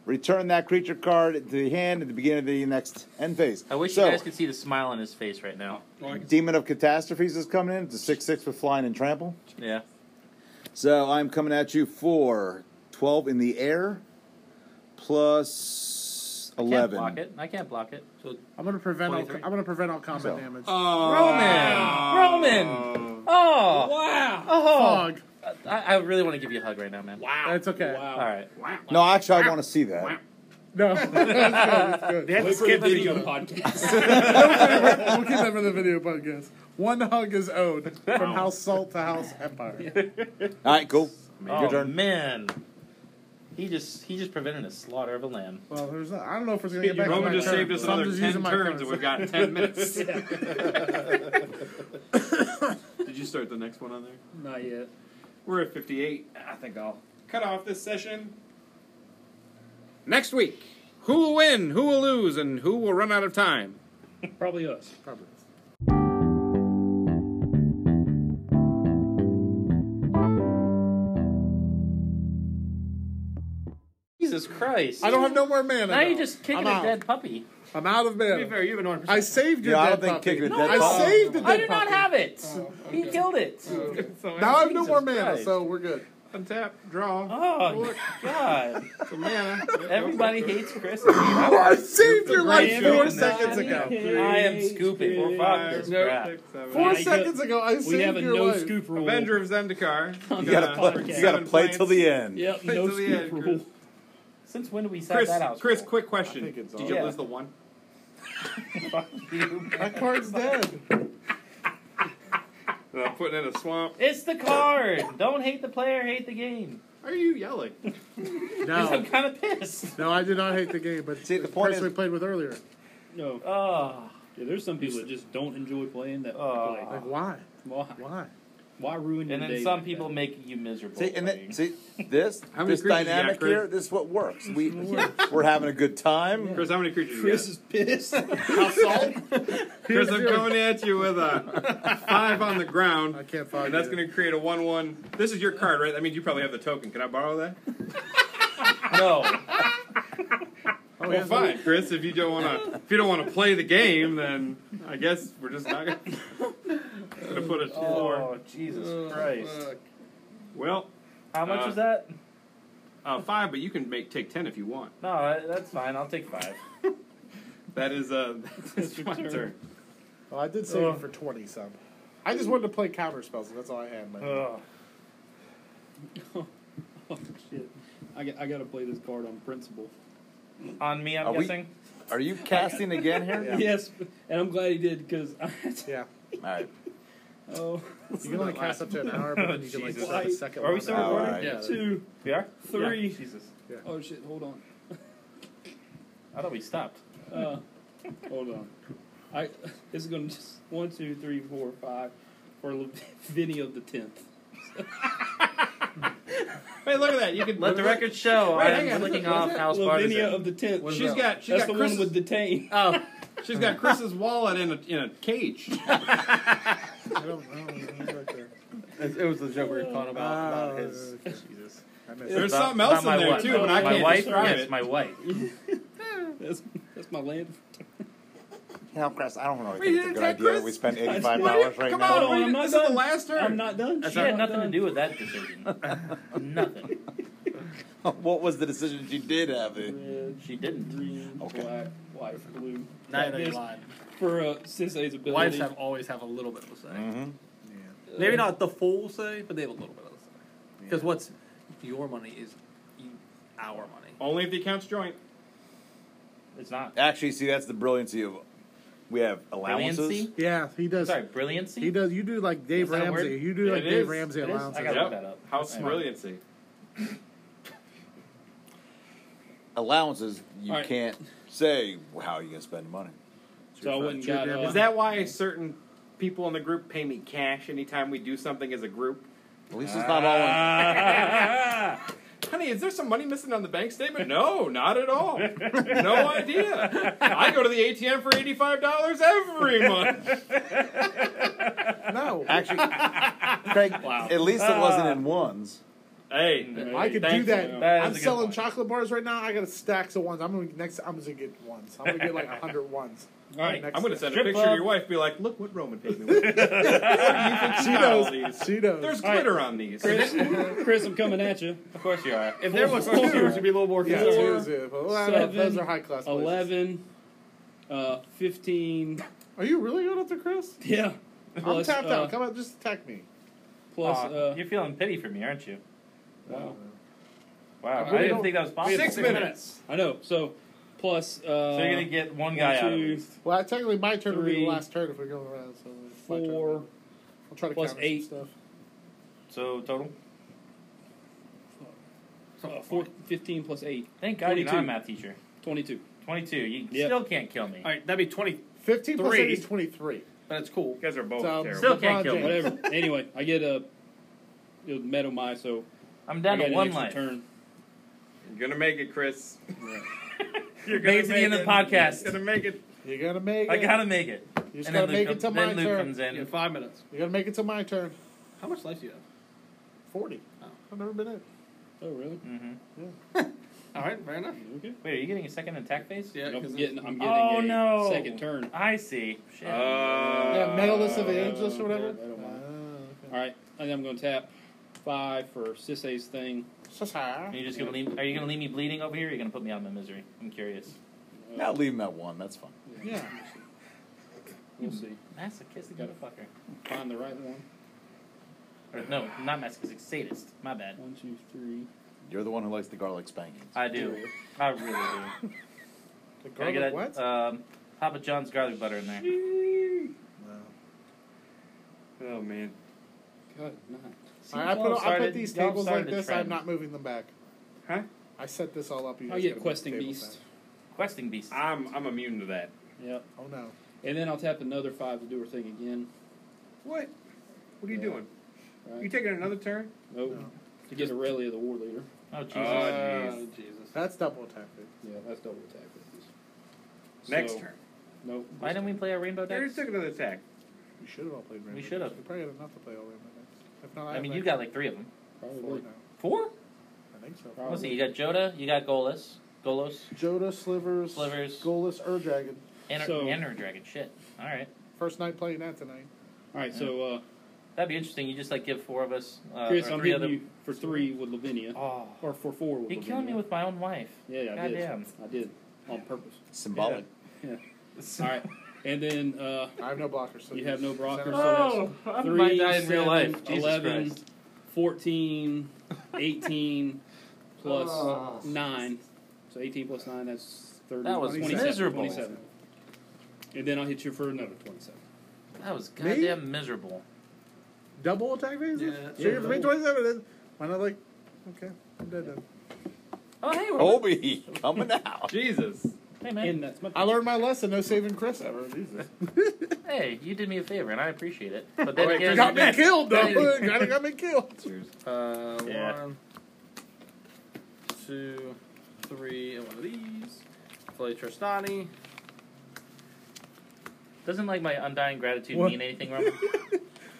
Speaker 5: Return that creature card to the hand at the beginning of the next end phase.
Speaker 2: I wish
Speaker 5: so,
Speaker 2: you guys could see the smile on his face right now.
Speaker 5: Demon of Catastrophes is coming in. It's a six-six with flying and trample.
Speaker 2: Yeah.
Speaker 5: So I'm coming at you for 12 in the air plus
Speaker 2: Can't
Speaker 5: 11.
Speaker 2: block it. I can't block it.
Speaker 3: I'm gonna prevent. All,
Speaker 7: 23.
Speaker 3: I'm gonna prevent all combat
Speaker 5: So.
Speaker 3: damage.
Speaker 14: Oh.
Speaker 2: Roman! Roman! Oh!
Speaker 4: Wow.
Speaker 2: Oh!
Speaker 3: Fog.
Speaker 2: I, I really want to give you a hug right now, man.
Speaker 4: Wow.
Speaker 3: That's okay.
Speaker 4: Wow.
Speaker 2: All right.
Speaker 5: No, actually, I want to see that.
Speaker 3: No, that's good. That's good.
Speaker 4: Wait for the video podcast.
Speaker 3: we'll keep that for the video podcast. One hug is owed from House Salt to House Empire.
Speaker 5: All right, cool.
Speaker 2: Oh,
Speaker 5: Your turn.
Speaker 2: man. He just he just prevented a slaughter of a lamb.
Speaker 3: Well, there's not, I don't know if it's gonna get back. to
Speaker 14: Roman
Speaker 3: my
Speaker 14: just
Speaker 3: turn,
Speaker 14: saved us
Speaker 3: so I'm
Speaker 14: another
Speaker 3: just
Speaker 14: 10
Speaker 3: using my
Speaker 14: turns, and
Speaker 3: turns.
Speaker 14: we've got 10 minutes. Did you start the next one on there?
Speaker 4: Not yet.
Speaker 14: We're at 58. I think I'll cut off this session. Next week, who will win, who will lose, and who will run out of time?
Speaker 4: Probably us.
Speaker 2: Jesus Jesus Christ!
Speaker 3: I don't have no more mana.
Speaker 2: Now
Speaker 3: though.
Speaker 2: you're just kicking
Speaker 3: I'm
Speaker 2: a
Speaker 3: out.
Speaker 2: dead puppy.
Speaker 3: I'm out of
Speaker 16: To be
Speaker 3: mana.
Speaker 16: fair, you've been on.
Speaker 3: I saved your
Speaker 5: Yeah, I
Speaker 3: dead
Speaker 5: don't think
Speaker 3: puppy.
Speaker 5: kicking a dead
Speaker 3: I
Speaker 5: puppy-
Speaker 3: saved the dead
Speaker 2: I do not
Speaker 3: puppy.
Speaker 2: have it.
Speaker 17: Oh,
Speaker 2: He
Speaker 17: okay.
Speaker 2: killed it.
Speaker 17: Okay.
Speaker 3: Now I have no
Speaker 2: Jesus
Speaker 3: more mana,
Speaker 2: Christ.
Speaker 3: so we're good.
Speaker 1: Untap, draw.
Speaker 2: Oh God!
Speaker 1: It's a mana.
Speaker 2: Everybody hates Chris. I
Speaker 3: I saved your life
Speaker 1: Brand
Speaker 3: four
Speaker 1: new
Speaker 3: seconds ago.
Speaker 2: am scooping. We're fucked this crap.
Speaker 3: Four
Speaker 4: Yeah, you
Speaker 3: seconds ago, I saved
Speaker 4: We have a
Speaker 3: your
Speaker 4: no
Speaker 3: life.
Speaker 4: scoop rule.
Speaker 1: Avenger of Zendikar.
Speaker 5: You gotta play. You gotta play till the end.
Speaker 4: Yep,
Speaker 1: Wait
Speaker 4: no
Speaker 1: till the
Speaker 4: scoop
Speaker 1: end,
Speaker 4: rule.
Speaker 2: Since when do we set
Speaker 1: Chris,
Speaker 2: that out?
Speaker 1: Chris,
Speaker 2: for?
Speaker 1: quick
Speaker 3: I think
Speaker 1: question.
Speaker 3: it's
Speaker 1: Did
Speaker 3: all-
Speaker 1: you
Speaker 2: Yeah.
Speaker 1: lose the one?
Speaker 3: That card's dead.
Speaker 1: And I'm putting in a swamp.
Speaker 2: It's the card. Don't hate the player, hate the game.
Speaker 1: Are you yelling?
Speaker 3: No,
Speaker 2: I'm kind of pissed.
Speaker 3: no, I do not hate the game, but
Speaker 5: See, the
Speaker 3: the,
Speaker 5: point
Speaker 3: person
Speaker 5: is-
Speaker 3: we played with earlier.
Speaker 4: No,
Speaker 2: Oh,
Speaker 4: yeah, there's some people that just don't enjoy playing that.
Speaker 2: Oh.
Speaker 4: play.
Speaker 3: Like why?
Speaker 4: Why?
Speaker 3: Why?
Speaker 4: Why ruin your
Speaker 2: and
Speaker 4: day
Speaker 2: then some
Speaker 4: like
Speaker 2: people
Speaker 4: that?
Speaker 2: make you miserable.
Speaker 5: See, and
Speaker 2: playing.
Speaker 5: then, see this
Speaker 1: How many
Speaker 5: this
Speaker 1: creatures you got,
Speaker 5: dynamic
Speaker 1: Chris?
Speaker 5: here. This is what works. We we're having a good time.
Speaker 1: Chris, how many creatures
Speaker 4: Chris
Speaker 1: you
Speaker 4: is pissed.
Speaker 1: got? Chris, I'm coming at you with a five on the ground.
Speaker 3: I can't find
Speaker 1: And that's
Speaker 3: you.
Speaker 1: going to create a 1 1. This is your card, right? That means you probably have the token. Can I borrow that?
Speaker 2: no,
Speaker 3: Oh,
Speaker 1: well, fine, Chris. If you don't want to, if you don't want to play the game, then I guess we're just not going to put it to four.
Speaker 2: oh Jesus Christ!
Speaker 1: Well,
Speaker 2: How much
Speaker 1: Uh,
Speaker 2: was that?
Speaker 1: uh, five, but you can make take ten if you want.
Speaker 2: No, that- that's fine. I'll take five.
Speaker 1: That is uh, that's my turn.
Speaker 3: Well, I did save it for twenty some. I just wanted to play counter spells. That's all I had. Like,
Speaker 2: Ugh.
Speaker 4: oh, shit. I, got- I gotta play this card on principle.
Speaker 2: On me, I'm
Speaker 5: Are we-
Speaker 2: guessing.
Speaker 5: Are you casting again here?
Speaker 4: Yes, and I'm glad he did because I.
Speaker 3: yeah,
Speaker 5: All right.
Speaker 4: Oh,
Speaker 3: you can only cast up to an hour, but then you can like start a second.
Speaker 2: Are we
Speaker 3: one
Speaker 2: still
Speaker 3: out.
Speaker 5: All
Speaker 2: recording?
Speaker 5: right.
Speaker 3: Yeah.
Speaker 4: two,
Speaker 2: We are.
Speaker 4: three.
Speaker 2: Jesus,
Speaker 4: Oh shit! Hold on.
Speaker 2: I thought we stopped.
Speaker 4: Uh, hold on. I it's gonna just one, two, three, four, five for Le- Vinny of the tenth.
Speaker 1: Hey, look at that! You can
Speaker 2: Let the record show.
Speaker 1: Wait,
Speaker 2: I
Speaker 1: hang on.
Speaker 2: am clicking
Speaker 1: What-
Speaker 2: off house
Speaker 4: Lavinia
Speaker 2: partisan.
Speaker 4: of the tenth.
Speaker 1: She's got she's got
Speaker 4: That's the
Speaker 1: Chris,
Speaker 4: one with detain.
Speaker 2: Oh,
Speaker 1: she's got Chris's wallet in a in a cage.
Speaker 3: I don't, I don't know. It's right there.
Speaker 16: It was the joke we were talking about.
Speaker 3: Oh,
Speaker 16: about his.
Speaker 3: okay. Jesus. I missed it.
Speaker 1: There's
Speaker 2: About-
Speaker 1: something else
Speaker 2: about my
Speaker 1: in there
Speaker 2: wife.
Speaker 1: too, but I
Speaker 2: my
Speaker 1: can't
Speaker 2: wife.
Speaker 1: describe
Speaker 2: yes,
Speaker 1: it.
Speaker 2: my wife.
Speaker 4: That's that's my land.
Speaker 5: Now, Chris, I don't really
Speaker 1: Wait,
Speaker 5: think it's a
Speaker 1: you
Speaker 5: good
Speaker 1: didn't
Speaker 5: idea that
Speaker 1: take
Speaker 5: we spend eighty-five
Speaker 1: Why do you-
Speaker 5: dollars right
Speaker 1: Come
Speaker 5: now.
Speaker 1: on,
Speaker 4: Hold on,
Speaker 1: read
Speaker 4: Oh, I'm
Speaker 1: it.
Speaker 4: not
Speaker 1: this is the
Speaker 4: done.
Speaker 1: last turn.
Speaker 4: I'm not done.
Speaker 2: She had nothing to do with that decision. nothing.
Speaker 5: What was the decision you did have?
Speaker 4: Red,
Speaker 2: She didn't.
Speaker 4: green,
Speaker 5: Okay.
Speaker 4: black, white, blue.
Speaker 6: Now you know you're
Speaker 4: This-
Speaker 6: lying.
Speaker 4: For uh, Sensei's ability.
Speaker 6: Wives have always have a little bit of a say.
Speaker 5: Mm-hmm.
Speaker 6: Maybe
Speaker 4: Uh,
Speaker 6: not the full say, but they have a little bit of a say. Because what's your money is you, our money.
Speaker 1: Only if the account's joint.
Speaker 2: It's not.
Speaker 5: Actually, see, that's the brilliancy of we have allowances.
Speaker 2: Brilliancy.
Speaker 3: Yeah, he does.
Speaker 2: Sorry, brilliancy.
Speaker 3: He does. You do like Dave
Speaker 2: Is that a
Speaker 3: Ramsey.
Speaker 2: word?
Speaker 3: You do like
Speaker 1: It
Speaker 3: Dave
Speaker 1: is.
Speaker 3: Ramsey
Speaker 2: It is?
Speaker 3: allowances.
Speaker 2: I gotta look
Speaker 1: Yep.
Speaker 2: that up.
Speaker 1: House
Speaker 2: Hang on.
Speaker 1: brilliancy.
Speaker 5: Allowances, you
Speaker 4: All right.
Speaker 5: can't say how you gonna spend money.
Speaker 4: So I wouldn't
Speaker 3: True
Speaker 4: got.
Speaker 3: damage.
Speaker 4: Uh,
Speaker 1: Is that why certain people in the group pay me cash anytime we do something as a group?
Speaker 5: At least it's not all.
Speaker 3: Ah.
Speaker 5: In-
Speaker 1: Honey, is there some money missing on the bank statement? No, not at all. No idea. I go to the ATM for eighty-five dollars every month.
Speaker 3: No,
Speaker 5: Actually, Craig, at least it wasn't
Speaker 3: Ah.
Speaker 5: in ones.
Speaker 1: Hey,
Speaker 3: I could do
Speaker 1: Thanks.
Speaker 3: that.
Speaker 2: That is
Speaker 3: I'm
Speaker 2: a good
Speaker 3: selling
Speaker 2: point.
Speaker 3: chocolate bars right now. I got a stacks of ones. I'm gonna next. I'm just gonna get ones. I'm gonna get like a hundred ones.
Speaker 4: all right.
Speaker 3: Next
Speaker 1: I'm going to send a
Speaker 2: Strip
Speaker 1: picture
Speaker 2: club.
Speaker 1: of your wife. and Be like, look what Roman paid me. With.
Speaker 3: she knows. She knows.
Speaker 1: There's
Speaker 4: All right.
Speaker 1: glitter on these.
Speaker 4: Chris, Chris, I'm coming at you.
Speaker 2: Of course you are.
Speaker 6: If there was two,
Speaker 4: Four.
Speaker 6: it would be a little more
Speaker 3: yeah,
Speaker 6: considerate.
Speaker 3: two, two. Well, I don't know. those
Speaker 4: seven,
Speaker 3: are high class. places.
Speaker 4: 11, uh, 15.
Speaker 3: Are you really going up to Chris?
Speaker 4: Yeah. Plus,
Speaker 3: I'm tapped
Speaker 4: uh,
Speaker 3: out. Come on, just attack me.
Speaker 4: Plus,
Speaker 2: Aw,
Speaker 4: uh,
Speaker 2: you're feeling pity for me, aren't you?
Speaker 4: wow.
Speaker 2: Wow,
Speaker 3: Uh,
Speaker 2: I
Speaker 3: we
Speaker 2: didn't
Speaker 3: don't-
Speaker 2: think that was possible.
Speaker 1: Six minutes.
Speaker 4: I know. So, plus, uh,
Speaker 2: So you're gonna get one
Speaker 4: one,
Speaker 2: guy out of
Speaker 4: two,
Speaker 2: it.
Speaker 3: Well, technically, my turn would be
Speaker 4: Three.
Speaker 3: the last turn if we're going around. So it's my turn.
Speaker 4: four.
Speaker 3: I'll try to
Speaker 4: plus
Speaker 3: count
Speaker 4: eight.
Speaker 3: some stuff.
Speaker 2: So total.
Speaker 4: Uh, four, 15 plus 8.
Speaker 2: Thank God you're not a
Speaker 4: 22.
Speaker 2: math teacher.
Speaker 4: 22.
Speaker 2: Twenty-two. You
Speaker 4: Yep.
Speaker 2: still can't kill me.
Speaker 6: All right, that'd be 20.
Speaker 3: Fifteen plus
Speaker 6: Three.
Speaker 3: eight is twenty-three.
Speaker 6: But it's cool.
Speaker 1: You guys are both
Speaker 3: So,
Speaker 1: terrible.
Speaker 2: Still can't
Speaker 3: LeBron
Speaker 2: kill me.
Speaker 3: James.
Speaker 4: Whatever. anyway, I get a you know, Meadow Mai, so
Speaker 2: I'm
Speaker 4: I
Speaker 2: down
Speaker 4: get
Speaker 2: to
Speaker 4: an
Speaker 2: one
Speaker 4: extra
Speaker 2: life.
Speaker 4: turn.
Speaker 1: You're gonna make it, Chris. You're
Speaker 2: Made to the end of the podcast.
Speaker 1: You're gonna make it.
Speaker 3: You gotta make.
Speaker 2: I
Speaker 3: it.
Speaker 2: gotta make it.
Speaker 3: You just
Speaker 2: and then
Speaker 3: gotta
Speaker 2: Luke,
Speaker 3: make
Speaker 2: com-
Speaker 3: it till my
Speaker 2: then Luke
Speaker 3: turn.
Speaker 2: comes in.
Speaker 6: In five minutes.
Speaker 3: You gotta make it till my turn.
Speaker 6: How much life do you have?
Speaker 2: Oh.
Speaker 3: Forty. I've never been in.
Speaker 4: Oh, really?
Speaker 2: hmm
Speaker 6: All right, fair enough.
Speaker 2: Mm-hmm. Wait, are you getting a second attack phase?
Speaker 6: Yeah,
Speaker 4: Nope,
Speaker 6: 'cause
Speaker 4: getting, I'm getting
Speaker 2: Oh,
Speaker 4: a
Speaker 2: no.
Speaker 4: second turn.
Speaker 2: I see. Shit. Uh,
Speaker 3: Yeah, medalist of Angelus or
Speaker 4: I
Speaker 3: whatever.
Speaker 4: don't mind. All right, I think I'm going to tap five for Sisse's thing.
Speaker 2: are you just gonna leave? Are you gonna leave me bleeding over here? Or are you gonna put me out of my misery? I'm curious.
Speaker 4: Uh,
Speaker 5: Not leaving that one. That's fine.
Speaker 3: Yeah.
Speaker 4: We'll see.
Speaker 2: Masochistic
Speaker 4: Got it.
Speaker 2: motherfucker.
Speaker 4: Find the right one.
Speaker 2: Or, no, not masochistic. Sadist. My bad.
Speaker 4: One, two, three.
Speaker 5: You're the one who likes the garlic spankings.
Speaker 2: I do. I really do.
Speaker 3: The
Speaker 2: Can I
Speaker 3: garlic
Speaker 2: get
Speaker 3: what?
Speaker 2: a, um, Papa John's garlic butter in there?
Speaker 1: Oh man.
Speaker 4: Good night.
Speaker 2: See,
Speaker 3: All right, I
Speaker 2: y'all
Speaker 3: put, I
Speaker 2: started-
Speaker 3: put these
Speaker 2: y'all
Speaker 3: tables
Speaker 2: started
Speaker 3: like
Speaker 2: the
Speaker 3: this.
Speaker 2: trend.
Speaker 3: I'm not moving them back.
Speaker 1: Huh?
Speaker 3: I set this all up. You
Speaker 4: I'll
Speaker 3: guys gotta
Speaker 4: get
Speaker 3: move
Speaker 4: Oh, Questing
Speaker 3: the tables
Speaker 4: Beast.
Speaker 2: Questing beast.
Speaker 1: I'm I'm immune to that.
Speaker 4: Yep.
Speaker 3: back. Oh no.
Speaker 4: And then I'll tap another five to do her thing again.
Speaker 1: What? What are you
Speaker 4: Yeah.
Speaker 1: doing?
Speaker 4: Right.
Speaker 1: You taking another turn?
Speaker 4: Nope.
Speaker 3: No.
Speaker 4: To get Aurelia, the war leader.
Speaker 2: Oh Jesus.
Speaker 1: Oh, jeez.
Speaker 3: That's double tactic.
Speaker 4: Yeah, that's double attack.
Speaker 1: Next
Speaker 4: So-
Speaker 1: turn.
Speaker 4: Nope.
Speaker 2: Why didn't we play our rainbow
Speaker 1: They
Speaker 2: deck?
Speaker 1: just took another attack.
Speaker 3: You should have all played Rainbow.
Speaker 2: should have.
Speaker 3: Dash. We probably had enough to play all Rainbow. Dash. If not,
Speaker 2: I
Speaker 3: have
Speaker 2: mean,
Speaker 3: like
Speaker 2: you got like three of them.
Speaker 3: four
Speaker 4: Probably.
Speaker 3: now.
Speaker 2: Four?
Speaker 3: I think so.
Speaker 2: Let's see.
Speaker 4: Probably.
Speaker 2: You got Joda. You got Golos. Golos.
Speaker 3: Joda slivers.
Speaker 2: Slivers.
Speaker 3: Goalless Ur Dragon.
Speaker 2: And
Speaker 4: So-
Speaker 2: and her dragon. Shit. All right.
Speaker 3: First night playing that tonight.
Speaker 4: All right, so uh,
Speaker 2: That'd be interesting. You just like give four of us. Uh,
Speaker 4: Chris,
Speaker 2: or
Speaker 4: I'm
Speaker 2: three
Speaker 4: hitting
Speaker 2: other.
Speaker 4: you for three with Lavinia,
Speaker 2: Oh,
Speaker 4: or for four with
Speaker 2: you're
Speaker 4: Lavinia.
Speaker 2: killing me with my own wife.
Speaker 4: yeah, yeah, I
Speaker 2: Goddamn.
Speaker 4: did. I did on purpose.
Speaker 5: Symbolic.
Speaker 4: All right, and then uh,
Speaker 3: I have no blockers. So
Speaker 4: You have no blockers,
Speaker 3: center-
Speaker 4: so that's-
Speaker 2: I
Speaker 4: Three,
Speaker 2: might die in real
Speaker 4: seven,
Speaker 2: life. Jesus
Speaker 4: 11,
Speaker 2: Christ.
Speaker 4: 14, 18 plus
Speaker 3: Oh.
Speaker 4: 9. So 18 plus 9, that's 30.
Speaker 2: That was
Speaker 4: 27,
Speaker 2: Oh, miserable.
Speaker 4: 27. And then I'll hit you for another 27.
Speaker 2: That was goddamn miserable.
Speaker 3: Double attack phase?
Speaker 18: Yeah.
Speaker 3: So you have to make 27 then. Why not like, okay, I'm dead then.
Speaker 2: Oh hey, we're
Speaker 5: Obi coming out.
Speaker 1: Jesus.
Speaker 2: hey man.
Speaker 4: And that's my
Speaker 3: I learned my lesson. No saving Chris ever. Jesus.
Speaker 2: hey, you did me a favor, and I appreciate it. But then again,
Speaker 3: got me killed though. Gotta got me killed.
Speaker 19: Uh,
Speaker 2: Yeah.
Speaker 19: One, two, three, and one of these. Play Tristani.
Speaker 2: doesn't like my undying gratitude
Speaker 3: What?
Speaker 2: mean anything, Roman?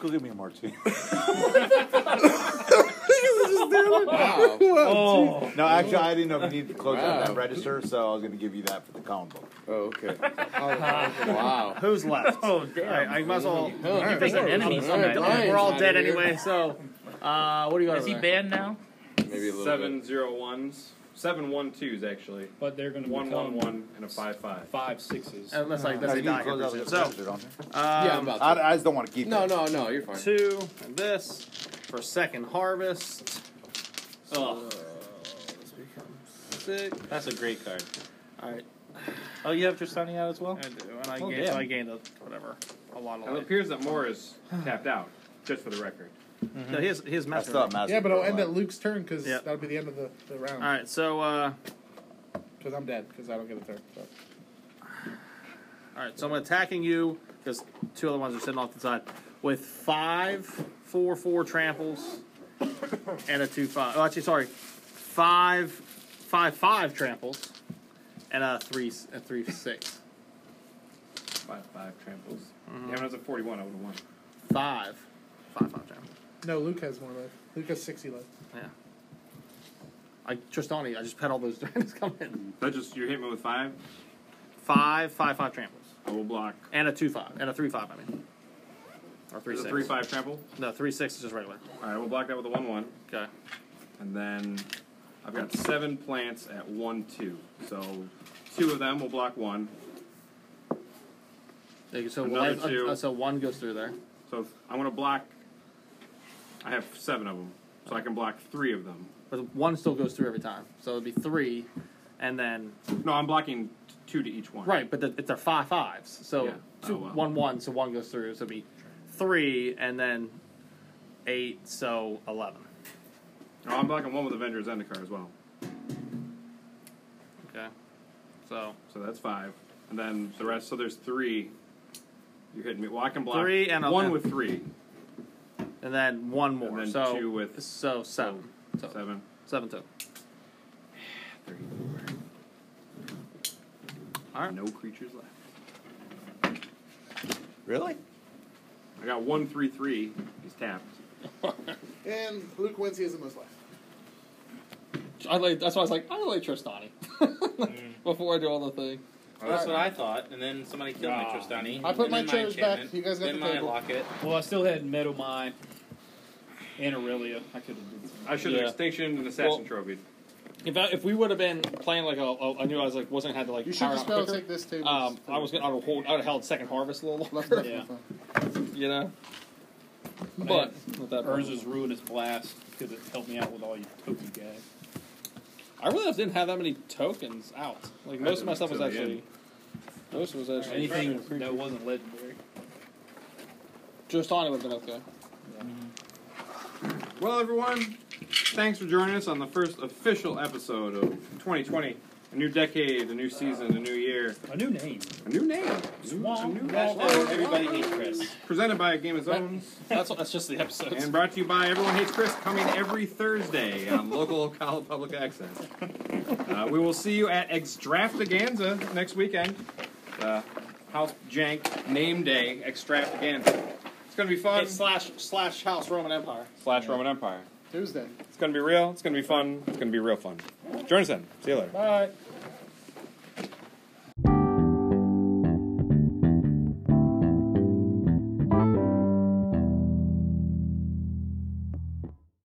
Speaker 5: Go give me a martini.
Speaker 18: Wow.
Speaker 2: oh,
Speaker 5: No, actually, I didn't know if you needed to close out that
Speaker 18: Wow.
Speaker 5: register, so I was going to give you that for the count book.
Speaker 18: Oh, okay. wow.
Speaker 6: Who's left?
Speaker 2: oh damn!
Speaker 6: Alright, I might as well.
Speaker 2: You're picking enemies
Speaker 18: All right,
Speaker 2: tonight.
Speaker 18: all right.
Speaker 6: We're all dead anyway, so. Uh, what do you got
Speaker 2: Is he
Speaker 6: over there?
Speaker 2: banned now?
Speaker 18: Maybe a little
Speaker 1: Seven zero ones. Seven one twos actually.
Speaker 4: But they're going to
Speaker 1: One one
Speaker 4: become
Speaker 1: one and a five five.
Speaker 4: five sixes.
Speaker 6: Unless like
Speaker 5: No,
Speaker 6: doesn't
Speaker 5: you
Speaker 6: die
Speaker 5: can close out
Speaker 6: here.
Speaker 5: the
Speaker 6: So,
Speaker 5: register, don't you?
Speaker 18: Yeah, I'm
Speaker 6: um,
Speaker 18: about to.
Speaker 5: I, I just don't want to keep.
Speaker 18: No,
Speaker 5: it.
Speaker 18: no, no. You're fine.
Speaker 6: two and this for second harvest.
Speaker 4: Oh,
Speaker 6: Six.
Speaker 2: That's a great card.
Speaker 6: All right,
Speaker 2: Oh, you have Tristani out as well.
Speaker 6: I do, and I
Speaker 2: Oh,
Speaker 6: gained,
Speaker 2: damn.
Speaker 6: I gained a, whatever, a lot of
Speaker 1: Now, It
Speaker 6: life.
Speaker 1: appears that Moore is tapped out, just for the record.
Speaker 6: No, here's here's
Speaker 5: I
Speaker 6: master.
Speaker 5: still have master.
Speaker 3: Yeah, but I'll end at
Speaker 5: Carolina.
Speaker 3: Luke's turn because
Speaker 6: Yeah.
Speaker 3: that'll be the end of the, the
Speaker 6: All
Speaker 3: round.
Speaker 6: right, so uh,
Speaker 3: Because I'm dead because I don't get a turn. So.
Speaker 6: all right, so I'm attacking you because two other ones are sitting off the side with five, four, four tramples, and a two five. Oh, actually, sorry, five, five, five tramples, and a three, a three six,
Speaker 1: Five five tramples. Yeah, when I was at forty one, I would have won.
Speaker 6: five, five, five tramples.
Speaker 3: No, Luke has more left. Luke has 60 left.
Speaker 6: Yeah. I Tristani, I just pet all those dragons come in.
Speaker 1: That just you hit me with five.
Speaker 6: Five, five, five tramples.
Speaker 1: I will block.
Speaker 6: And a two five. And a three five, I mean. Or three
Speaker 1: There's a
Speaker 6: six.
Speaker 1: three five trample.
Speaker 6: No, three six is just regular.
Speaker 1: All right, we'll block that with a one one,
Speaker 6: Okay.
Speaker 1: and then I've got seven plants at one two. So two of them will block one.
Speaker 6: There you- So
Speaker 1: Another
Speaker 6: one, uh,
Speaker 1: two.
Speaker 6: uh, so one goes through there.
Speaker 1: So I'm gonna block. I have seven of them, so I can block three of them.
Speaker 6: But one still goes through every time. So it'd be three and then
Speaker 1: No, I'm blocking t- two to each one.
Speaker 6: Right, but the, it's a five fives. So
Speaker 1: Yeah.
Speaker 6: two-
Speaker 1: Oh, wow.
Speaker 6: one one, so one goes through, so it'd be three and then eight, so eleven.
Speaker 1: No, Oh, I'm blocking one with Avengers Zendikar as well.
Speaker 6: Okay. So
Speaker 1: So that's five, and then the rest. So there's three. You're hitting me. Well, I can block
Speaker 6: Three and a-
Speaker 1: one with three.
Speaker 6: and then one more.
Speaker 1: And then
Speaker 6: so
Speaker 1: two with-
Speaker 6: so seven. So seven,
Speaker 1: Seven.
Speaker 6: seven total.
Speaker 1: Thirty-four.
Speaker 6: All right.
Speaker 1: No creatures left.
Speaker 5: Really?
Speaker 1: I got one three three. He's tapped.
Speaker 3: And Luke wins. He has the most left.
Speaker 6: I like, that's why I was like, I relate Tristani before I do all the thing.
Speaker 2: Well, that's what I thought, and then somebody killed my Tristani.
Speaker 3: I put
Speaker 2: and
Speaker 3: my
Speaker 2: then
Speaker 3: chairs back.
Speaker 2: enchantment,
Speaker 3: You guys got
Speaker 2: then
Speaker 3: the
Speaker 2: my
Speaker 3: table.
Speaker 2: locket.
Speaker 4: Well, I still had Metal Mine and Aurelia. I could have did
Speaker 1: I should have
Speaker 6: Yeah.
Speaker 1: extinction and assassin
Speaker 6: Well-
Speaker 1: trophy.
Speaker 6: If, I, if we would have been playing like a, a I knew I was like wasn't had to like
Speaker 3: You should
Speaker 6: power
Speaker 3: just be
Speaker 6: out
Speaker 3: able to
Speaker 6: quicker.
Speaker 3: take this table.
Speaker 6: Um, I was gonna I would hold I would have held second harvest a little
Speaker 3: That's
Speaker 6: longer,
Speaker 3: definitely
Speaker 4: Yeah.
Speaker 3: fine.
Speaker 6: you know.
Speaker 4: Man.
Speaker 6: But with that
Speaker 4: Urza's Ruinous Blast because it helped me out with all you token guys.
Speaker 6: I really didn't have that many tokens out. Like most of my stuff was
Speaker 1: until the
Speaker 6: actually most was actually
Speaker 4: Anything that wasn't legendary.
Speaker 6: just on it would have been okay.
Speaker 1: Well, everyone, thanks for joining us on the first official episode of 2020. A new decade, a new season, a new year,
Speaker 4: A new name.
Speaker 1: a new name.
Speaker 4: Swamp
Speaker 2: Hashtag everybody hates Chris.
Speaker 1: Presented by Game of Zones
Speaker 6: That's that's just the episode.
Speaker 1: and brought to you by Everyone Hates Chris, coming every Thursday on local Ocala Public Access. Uh, we will see you at Extravaganza next weekend. Uh, House Jank Name Day Extravaganza. It's going to be fun.
Speaker 6: It's slash slash House Roman Empire.
Speaker 1: Slash Roman Empire.
Speaker 3: Tuesday.
Speaker 1: It's going to be real. It's going to be fun. It's going to be real fun. Join us then. See you later.
Speaker 4: Bye.